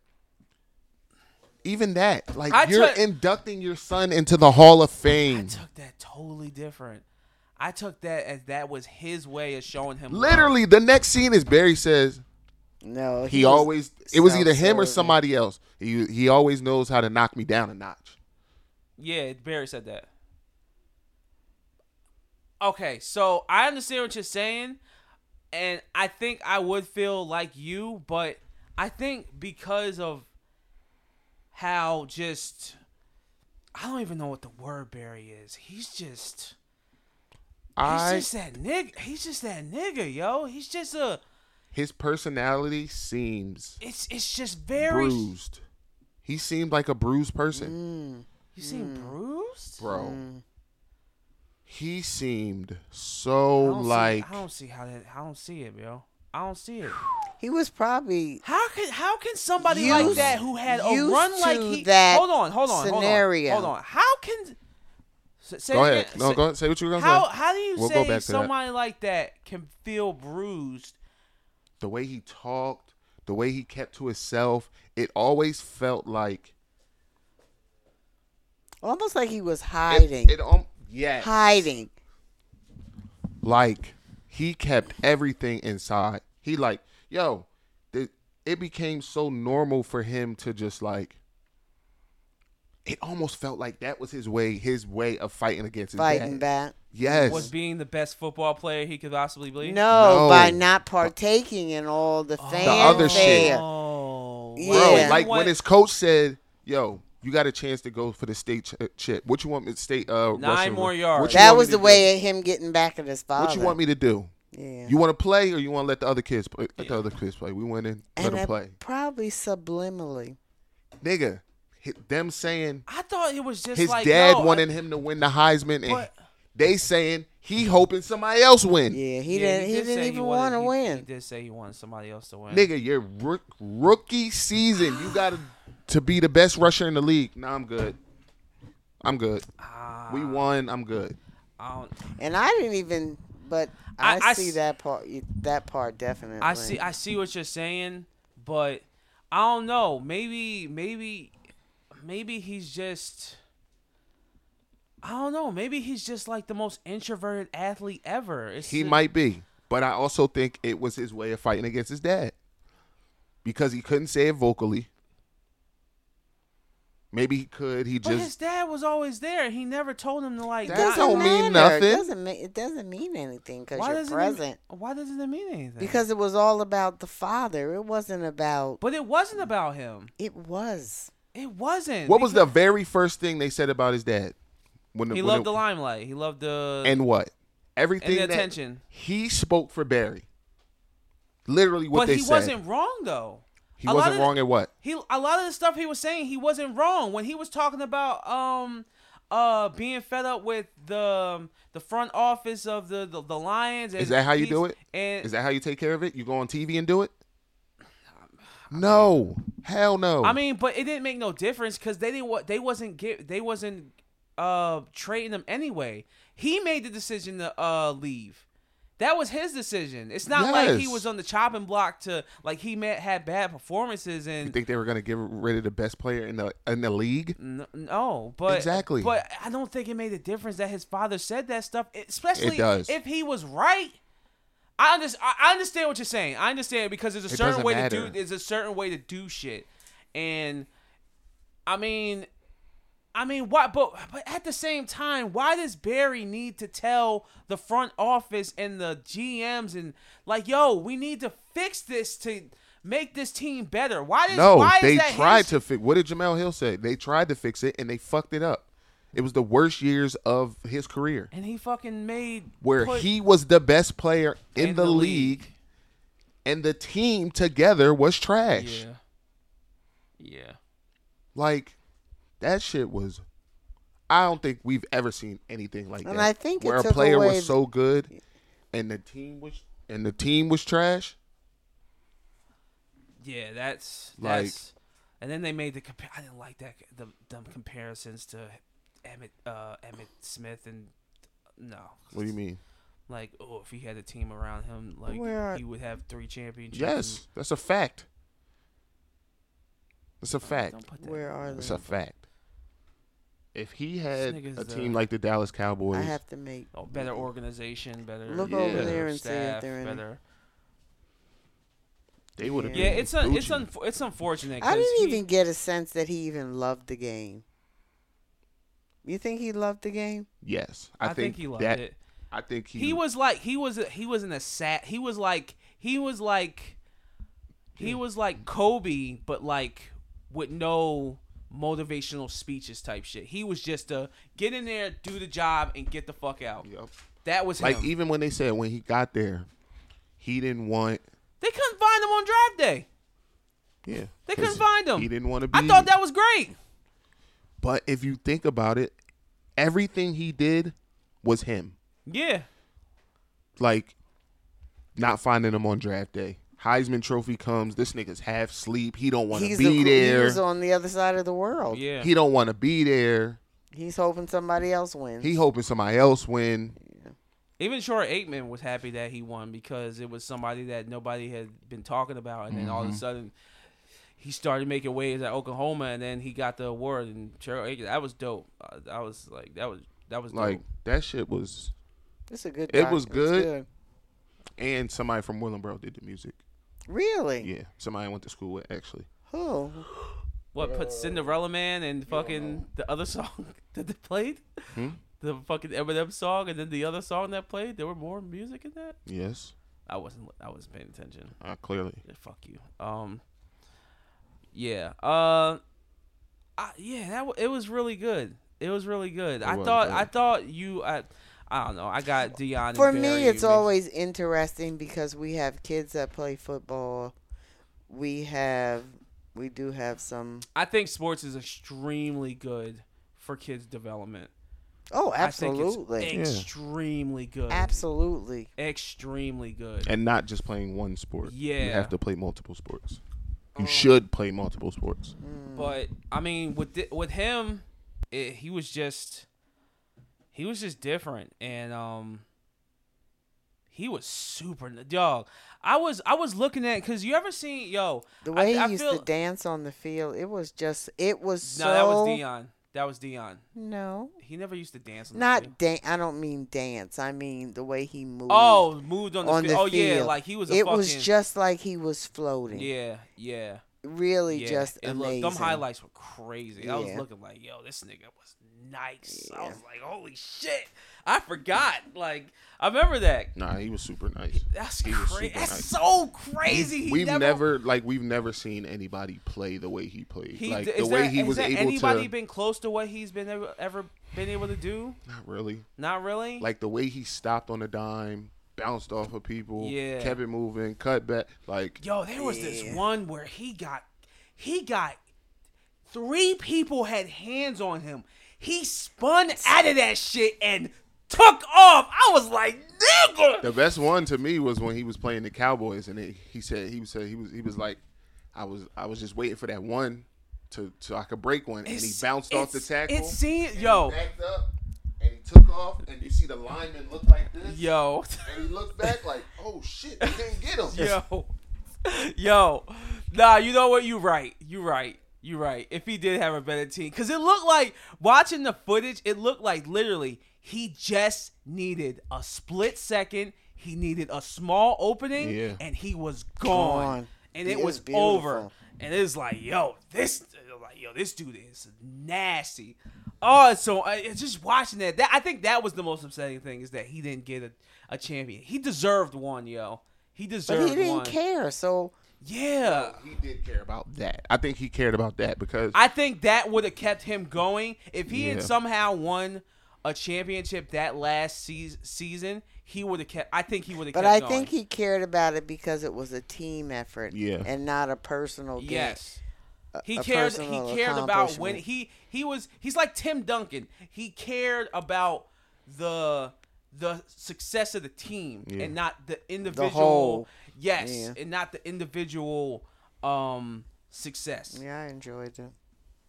S3: Even that, like
S2: I
S3: you're
S2: took-
S3: inducting your son into the Hall of
S2: I
S3: Fame.
S2: took that totally different. I took that as that was his way of showing him. love.
S3: Literally, the next scene is Barry says,
S1: no. was
S3: he, always it was either him or
S1: self-serving.
S3: somebody else. He he always knows how to knock me down a notch.
S2: Yeah, Barry said that. Okay, so I understand what you're saying, and I think I would feel like you, but I think because of how just I don't even know what the word Barry is. He's just he's
S3: I
S2: just that nigga. He's just that nigga, yo. He's just a
S3: his personality seems
S2: it's it's just very
S3: bruised. He seemed like a bruised person,
S2: You seem bruised?
S3: bro.
S2: mm.
S3: He seemed
S2: I
S3: so
S2: don't see-
S3: like
S2: I don't see how that I don't see it, yo. I don't see it.
S1: He was probably
S2: How can how can somebody like
S1: Used-
S2: that who had a
S1: used
S2: run like
S1: to
S2: he
S1: that
S2: hold on hold on
S1: scenario.
S2: hold on hold on how can s- say
S3: Go
S2: it
S3: ahead.
S2: again.
S3: No,
S2: Say-
S3: go ahead. Say what you were gonna
S2: how
S3: say.
S2: how do you
S3: We'll go
S2: say
S3: back to that.
S2: somebody like that can feel bruised?
S3: The way he talked, the way he kept to himself, it always felt like
S1: almost like he was
S3: it,
S1: hiding,
S3: it um, yes.
S1: hiding.
S3: like he kept everything inside. He like, yo, it, it became so normal for him to just like. It almost felt like that was his way, his way of fighting against his
S1: fighting
S3: dad.
S1: back.
S3: Yes,
S2: Was being the best football player he could possibly be?
S1: No,
S3: No.
S1: by not partaking in all the fanfare.
S3: other shit.
S2: Oh,
S1: Yeah.
S3: bro.
S2: Well,
S3: Like
S2: what-
S3: when his coach said, "Yo, you got a chance to go for the state ch- uh, chip. What you want me to state? Uh,
S2: Nine
S3: rushing-
S2: more
S3: what you
S2: yards.
S3: want
S1: That
S3: me
S1: was
S3: to
S1: the
S3: do?
S1: way of him getting back at his father.
S3: What you want me to do?
S1: Yeah.
S3: You want to play, or you want to let the other kids play? Let the other kids play. We went in,
S1: and
S3: let them
S1: that
S3: play,
S1: probably subliminally.
S3: nigga. hit Them saying
S2: I thought it was just
S3: his
S2: like,
S3: dad
S2: yo, I-
S3: wanted him to win the Heisman, and
S2: But-
S3: they saying he hoping somebody else win.
S1: Yeah, he
S2: Yeah,
S1: didn't. He,
S2: did say
S1: didn't even
S2: wanted-
S1: want to
S2: he-
S1: win.
S2: He did say he wanted somebody else to win.
S3: Nigga, your rook, rookie season, you got to to be the best rusher in the league. Nah, I'm good. I'm good.
S2: Ah.
S3: we won. I'm good.
S2: I don't,
S1: and I didn't even. But I,
S2: I- I
S1: see
S2: s-
S1: that part. That part definitely.
S2: I see I see what you're saying, but I don't know. Maybe maybe maybe he's just I don't know. Maybe he's just like the most introverted athlete ever. It's
S3: He
S2: ju-
S3: might be, but I also think it was his way of fighting against his dad because he couldn't say it vocally. Maybe he could. He
S2: But
S3: just
S2: his dad was always there. He never told him to like.
S3: That
S2: not-
S1: Doesn't
S3: don't
S1: matter.
S3: mean
S1: It
S3: nothing.
S1: doesn't. Mean, it doesn't mean anything because
S2: why
S1: you're
S2: doesn't
S1: present.
S2: It, why doesn't it mean anything?
S1: because it was all about the father. It wasn't about.
S2: But it wasn't about him.
S1: It was.
S2: It wasn't.
S3: What was the
S2: because
S3: very first thing they said about his dad? When
S2: He
S3: when
S2: loved
S3: it-
S2: the limelight. He loved the.
S3: and what everything
S2: the
S3: that-
S2: attention.
S3: he spoke for Barry. Literally what
S2: but
S3: they
S2: he
S3: said.
S2: wasn't wrong though.
S3: he
S2: a lot
S3: wasn't
S2: of the-
S3: wrong at what?
S2: he a lot of the stuff he was saying he wasn't wrong when he was talking about um uh being fed up with the um, the front office of the the, the Lions. And
S3: Is that how you do
S2: he's-
S3: it?
S2: And
S3: Is that how you take care of it? You go on TV and do it? No, hell no.
S2: Um, I mean, but it didn't make no difference because they didn't. wa- They wasn't get. They wasn't uh trading them anyway. He made the decision to uh leave. That was his decision. It's not like he
S3: Yes.
S2: was on the chopping block to like he met, had bad performances and
S3: you think they were gonna get rid of the best player in the in the league?
S2: N- No, but
S3: Exactly.
S2: But I don't think it made a difference that his father said that stuff, especially
S3: does.
S2: if he was right. I, under- I I understand what you're saying. I understand because there's a
S3: It
S2: certain
S3: doesn't
S2: way to
S3: matter.
S2: do. There's a certain way to do shit, and I mean, I mean, why? But but at the same time, why does Barry need to tell the front office and the GMs and like, yo, we need to fix this to make this team better? Why does
S3: No,
S2: why
S3: they
S2: is that
S3: tried
S2: his-
S3: to fix. What did Jamel Hill say? They tried to fix it and they fucked it up. It was the worst years of his career.
S2: and he fucking made
S3: where
S2: put-
S3: he was the best player in,
S2: in
S3: the,
S2: the
S3: league,
S2: league.
S3: and the team together was trash.
S2: Yeah. Yeah.
S3: Like that shit was. I don't think we've ever seen anything like
S1: And
S3: that.
S1: I think it
S3: where a
S1: took
S3: player
S1: away-
S3: was so good, and the team was and the team was trash.
S2: Yeah, that's
S3: Like-
S2: that's. and then they made the compare. I didn't like that the them comparisons to Emmett uh, Emmett Smith and no.
S3: What do you mean?
S2: Like, oh, if he had a team around him, like
S1: Where-
S2: he would have three championships.
S3: Yes, that's a fact. That's a fact.
S2: Don't put that.
S1: Where are
S3: That's a
S1: they?
S3: fact. If he had
S2: nigga's,
S3: a team
S2: uh,
S3: like the Dallas Cowboys,
S1: I have to make.
S2: Oh, better organization, better
S1: Look
S3: over
S2: better
S1: there and see if
S2: staff,
S1: they're in it.
S2: better.
S3: they would have.
S2: Yeah,
S1: Yeah.
S2: it's un- it's
S3: Gucci.
S2: unfor- it's unfortunate.
S1: I
S2: 'cause
S1: didn't
S2: he-
S1: even get a sense that he even loved the game. You think he loved the game?
S3: Yes,
S2: I,
S3: I,
S2: think, he loved
S3: that,
S2: it.
S3: I think he.
S2: He was like he was he was in a sat. He was like he was like he was like Kobe, but like with no motivational speeches type shit. He was just a get in there, do the job, and get the fuck out.
S3: Yup.
S2: That was
S3: like
S2: him.
S3: even when they said when he got there, he didn't want.
S2: they couldn't find him on draft day.
S3: Yeah,
S2: They
S3: 'cause
S2: couldn't find him.
S3: He didn't want to be.
S2: I thought that was great.
S3: But if you think about it, everything he did was him.
S2: Yeah.
S3: Like not finding him on draft day. Heisman Trophy comes. This nigga's half asleep. He don't want to
S1: He's
S3: be
S1: a,
S3: there.
S1: He was on the other side of the world.
S2: Yeah.
S3: He don't want to be there.
S1: He's hoping somebody else wins.
S3: He hoping somebody else win.
S2: Even Short Aikman was happy that he won because it was somebody that nobody had been talking about, and then all of a sudden he started making waves at Oklahoma, and then he got the award. And Short Aikman, that was dope. Uh, I was like, that was that was
S3: Like
S2: dope.
S3: that shit was.
S1: it's a good.
S3: It
S1: doc.
S3: was
S1: It's
S3: good. And somebody from Willenboro did the music.
S1: Really?
S3: Yeah, somebody I went to school with actually.
S1: Who?
S2: What put Cinderella Man and fucking the other song that they played, the fucking Eminem song, and then the other song that played. There were more music in that.
S3: Yes,
S2: I wasn't I wasn't paying attention.
S3: uh, clearly.
S2: Yeah, fuck you. Um, yeah. Uh, I, yeah. That w- it was really good. It was really good. I
S3: was
S2: thought.
S3: good.
S2: I thought you. I. I don't know. I got Dion.
S1: For me, it's always interesting because we have kids that play football. We have, we do have some.
S2: I think sports is extremely good for kids' development.
S1: Oh,
S2: I
S1: absolutely,
S2: think it's extremely good.
S1: absolutely.
S2: Extremely good.
S3: And not just playing one sport. you
S2: Yeah. Oh.
S3: have to play multiple sports. You should play multiple sports.
S1: Mm.
S2: But I mean, with thi- with him, it, he was just he was just different, and um, he was super dog. I was I was looking at because you ever seen yo
S1: The way
S2: I, I
S1: he used
S2: feel-
S1: to dance on the field, it was just, it was
S2: No,
S1: so.
S2: that was Dion. That was Dion.
S1: No,
S2: He never used to dance. On the field.
S1: not dance. I don't mean dance. I mean the way he moved.
S2: Oh, moved on the,
S1: on
S2: field.
S1: the
S2: oh
S1: field.
S2: yeah, like he was. A
S1: it
S2: fucking,
S1: was just like he was floating.
S2: yeah, yeah.
S1: Really,
S2: yeah.
S1: just
S2: and
S1: amazing.
S2: Look, them highlights were crazy. I was
S1: Yeah.
S2: looking like, yo, this nigga was nice. I was like, holy shit. I forgot. Like, I remember that.
S3: Nah, he was super nice.
S2: That's
S3: He was
S2: crazy.
S3: super
S2: That's
S3: nice.
S2: so crazy. He
S3: we've
S2: never.
S3: never, like we've never seen anybody play the way he played.
S2: he,
S3: like
S2: is
S3: the
S2: there,
S3: way he
S2: has
S3: was
S2: there
S3: able
S2: anybody
S3: to.
S2: been close to what he's been ever, ever been able to do?
S3: not really.
S2: Not really.
S3: Like the way he stopped on a dime, bounced off of people,
S2: Yeah.
S3: kept it moving, cut back. Like
S2: Yo, there was this one where he got he got three people had hands on him. He spun out of that shit and took off. I was like, nigga.
S3: The best one to me was when he was playing the Cowboys, and it, he said he said he was he was like, I was I was just waiting for that one to so I could break one, and he
S2: It's-
S3: bounced off the
S2: it's-
S3: tackle.
S2: It seemed
S3: and
S2: yo,
S3: he backed up, and he took off, and you see the lineman look like this,
S2: yo,
S3: and he looked back like, oh shit, they didn't get him.
S2: yo, yo. Nah, you know what? You right. You right. You right. If he did have a better team, because it looked like watching the footage, it looked like literally he just needed a split second. He needed a small opening,
S3: Yeah.
S2: and he was gone,
S1: Gone.
S2: and
S1: It
S2: it, was,
S1: was beautiful.
S2: over. And it's like, yo, this, like, yo, this dude is nasty. Oh, so I, it's just watching that, that, I think that was the most upsetting thing is that he didn't get a, a champion. He deserved one, yo. He
S1: but
S2: deserved
S1: he didn't
S2: one.
S1: care. So
S2: Yeah.
S3: He did care about that. I think he cared about that because
S2: I think that would have kept him going if he had
S3: Yeah.
S2: somehow won a championship that last seas season. He would have kept. I think he would have.
S1: But I
S2: kept
S1: think
S2: going.
S1: he cared about it because it was a team effort
S3: Yeah.
S1: and not a personal game.
S2: Yes. He
S1: a
S2: cared. He
S1: personal
S2: cared about when
S1: accomplishment.
S2: he he was. He's like Tim Duncan. He cared about the the success of the team and not the individual.
S1: whole.
S2: Yes,
S1: Yeah.
S2: and not the individual um success.
S1: Yeah, I enjoyed it.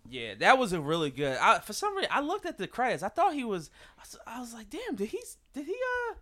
S2: Yeah, that was a really good. I, for some reason, I looked at the credits. I thought he was. I was, I was like, damn, did he? Did he? Uh,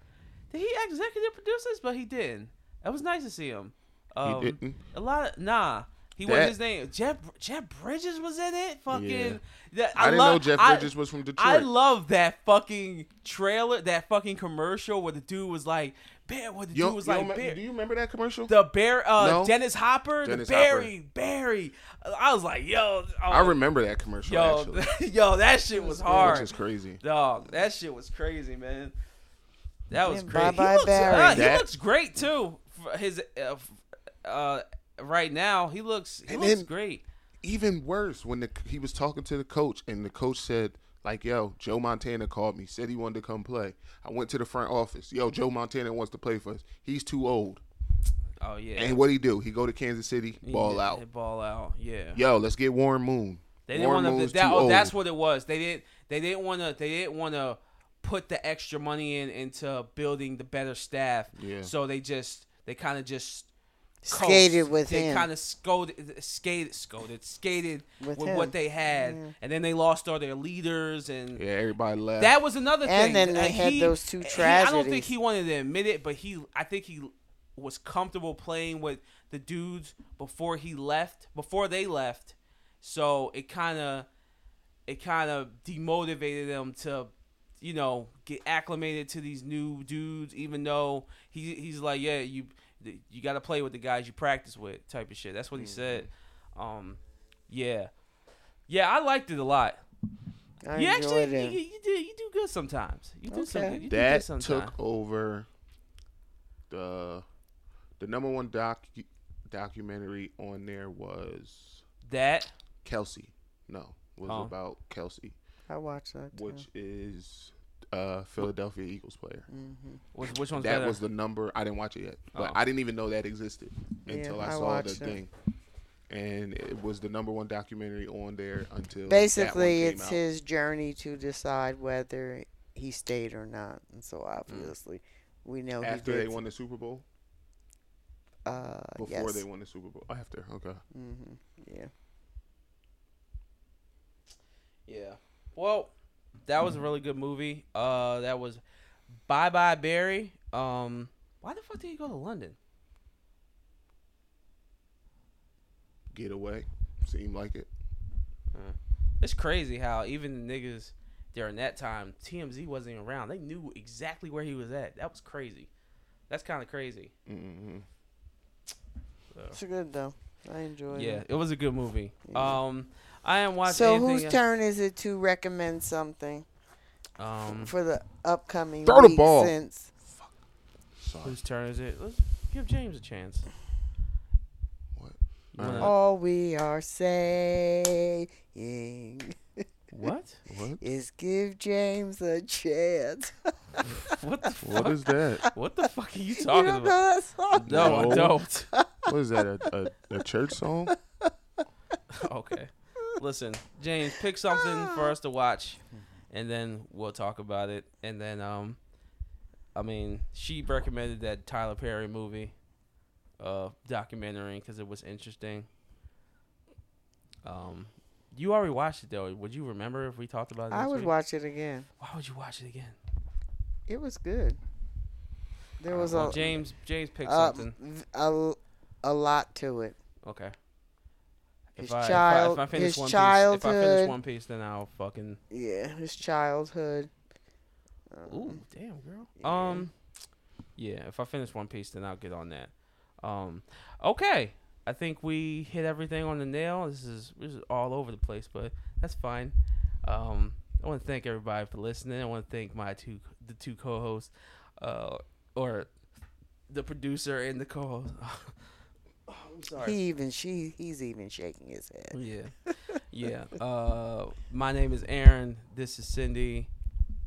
S2: did he executive produce this? But he didn't. That was nice to see him. Um,
S3: didn't?
S2: A lot. Of, nah. He
S3: That-
S2: was his name. Jeff Jeff Bridges was in it. Fucking.
S3: Yeah.
S2: that-
S3: I, didn't
S2: love,
S3: know Jeff
S2: I-
S3: Bridges was from Detroit.
S2: I love that fucking trailer, that fucking commercial where the dude was like, "Bear," where the
S3: Yo-
S2: dude was
S3: yo,
S2: like,
S3: ma-
S2: "Bear."
S3: do you remember that commercial?
S2: the bear, uh,
S3: No.
S2: Dennis Hopper,
S3: Dennis
S2: the Barry, Barry. I was like, yo, oh,
S3: I remember that commercial
S2: yo,
S3: actually,
S2: yo, that shit was hard,
S3: which is crazy.
S2: dog. That shit was crazy, man. That was
S1: Yeah,
S2: crazy.
S1: bye-bye,
S2: he, looks,
S1: Barry.
S2: uh, he
S3: That-
S2: looks great too. For his, uh, f- uh, right now, he looks, he
S3: And
S2: looks
S3: then-
S2: great.
S3: Even worse, when the, he was talking to the coach, and the coach said, "Like, yo, Joe Montana called me, said he wanted to come play. I went to the front office. Yo, Joe Montana wants to play for us. He's too old.
S2: Oh yeah,
S3: And what he do? He go to Kansas City,
S2: He
S3: ball
S2: did-
S3: out.
S2: ball out, yeah.
S3: Yo, let's get Warren Moon.
S2: They didn't
S3: Warren
S2: want to.
S3: Moon's
S2: That,
S3: too
S2: oh,
S3: old.
S2: that's what it was. They didn't. They didn't want to. They didn't want to put the extra money in into building the better staff.
S3: Yeah.
S2: So they just. They kind of just. coast.
S1: Skated with
S2: they
S1: him.
S2: kind of scolded, skated, scolded, skated with,
S1: With
S2: what
S1: him.
S2: they had, and then they lost all their leaders, and
S3: Yeah, everybody left.
S2: that was another thing.
S1: And then they
S2: Uh,
S1: had those two
S2: he- I don't think
S1: tragedies.
S2: he wanted to admit it, but he, I think he was comfortable playing with the dudes before he left, before they left. So it kind of, it kind of demotivated him to, you know, get acclimated to these new dudes. Even though he, he's like, yeah, you, you got to play with the guys you practice with, type of shit. That's what he
S1: Mm-hmm.
S2: said. Um, yeah, yeah, I liked it a lot.
S1: I
S2: You
S1: enjoyed
S2: actually, you,
S1: it.
S2: you do, you do good sometimes. You do
S1: Okay.
S2: something. You do good
S3: that
S2: sometimes.
S3: took over the the number one doc documentary on there was
S2: that.
S3: Kelsey. No, was
S2: Oh.
S3: about Kelsey,
S1: I watched that. Too.
S3: which is uh Philadelphia Eagles player.
S1: Mm.
S2: Was which one's
S3: That
S2: better?
S3: was the number. I didn't watch it yet, but
S2: Oh.
S3: I didn't even know that existed
S1: Yeah,
S3: until
S1: I
S3: I saw the
S1: watched it.
S3: thing. And it was the number one documentary on there until that one
S1: Basically,
S3: came
S1: it's
S3: out.
S1: his journey to decide whether he stayed or not, and so obviously, we know
S3: Hmm. after
S1: he
S3: they
S1: did.
S3: won the Super Bowl.
S1: uh,
S3: Before
S1: yes.
S3: they won the Super Bowl. After, okay.
S1: hmm Yeah.
S2: yeah. Well, that was a really good movie. Uh, that was Bye Bye Barry. Um, why the fuck did he go to London?
S3: Get away. Seemed like it.
S2: It's crazy how even the niggas during that time, TMZ wasn't even around. They knew exactly where he was at. That was crazy. That's kind of crazy.
S3: Mm-hmm.
S1: It's good though. I enjoyed
S2: Yeah,
S1: it.
S2: it was a good movie.
S1: Yeah.
S2: Um, I am watching.
S1: So whose
S2: anything-
S1: turn is it to recommend something
S2: Um,
S1: for the upcoming
S3: Throw the
S1: week
S3: ball.
S1: since
S3: Sorry.
S2: whose turn is it? Let's give James a chance.
S3: What?
S2: You wanna-
S1: all we are saying
S2: What?
S3: What?
S1: is give James a chance.
S2: What the
S3: What
S2: fuck?
S3: is that?
S2: what the fuck are you
S1: you don't
S2: talking
S1: know
S2: about?
S1: that song?
S2: No, I
S3: No.
S2: don't.
S3: What is that? A, a, a church song?
S2: okay. Listen, James, pick something
S1: Ah.
S2: for us to watch, and then we'll talk about it. And then, um, I mean, she recommended that Tyler Perry movie, uh, documentary because it was interesting. Um, you already watched it though. Would you remember if we talked about it?
S1: I
S2: next
S1: would
S2: week?
S1: watch it again.
S2: Why would you watch it again?
S1: It was good. There was
S2: Well,
S1: a
S2: James. James picked
S1: uh,
S2: something.
S1: v- a, a lot to it.
S2: Okay.
S1: His
S2: I-
S1: child-
S2: if I, finish
S1: his
S2: one Piece, if I finish
S1: childhood.
S2: One Piece, then I'll fucking.
S1: Yeah, his childhood.
S2: Ooh, damn, girl.
S1: yeah.
S2: Um, yeah. If I finish One Piece, then I'll get on that. Um, okay. I think we hit everything on the nail. This is this is all over the place, but that's fine. Um, I want to thank everybody for listening. I want to thank my two the two co-hosts, uh, or the producer and the co-host. Oh, I'm sorry.
S1: He even she he's even shaking his head.
S2: Yeah. Yeah. Uh, my name is Aaron. This is Cindy.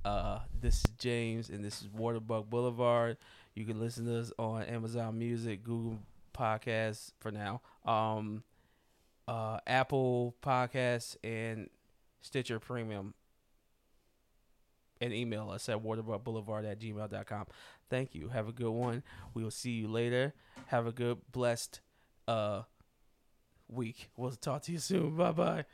S2: Uh, this is James, and this is Waterbug Boulevard. You can listen to us on Amazon Music, Google Podcasts for now, um, uh, Apple Podcasts, and Stitcher Premium. And email us at waterbugboulevard at gmail.com. Thank you. Have a good one. We will see you later. Have a good, blessed, uh, week. We'll talk to you soon. Bye bye.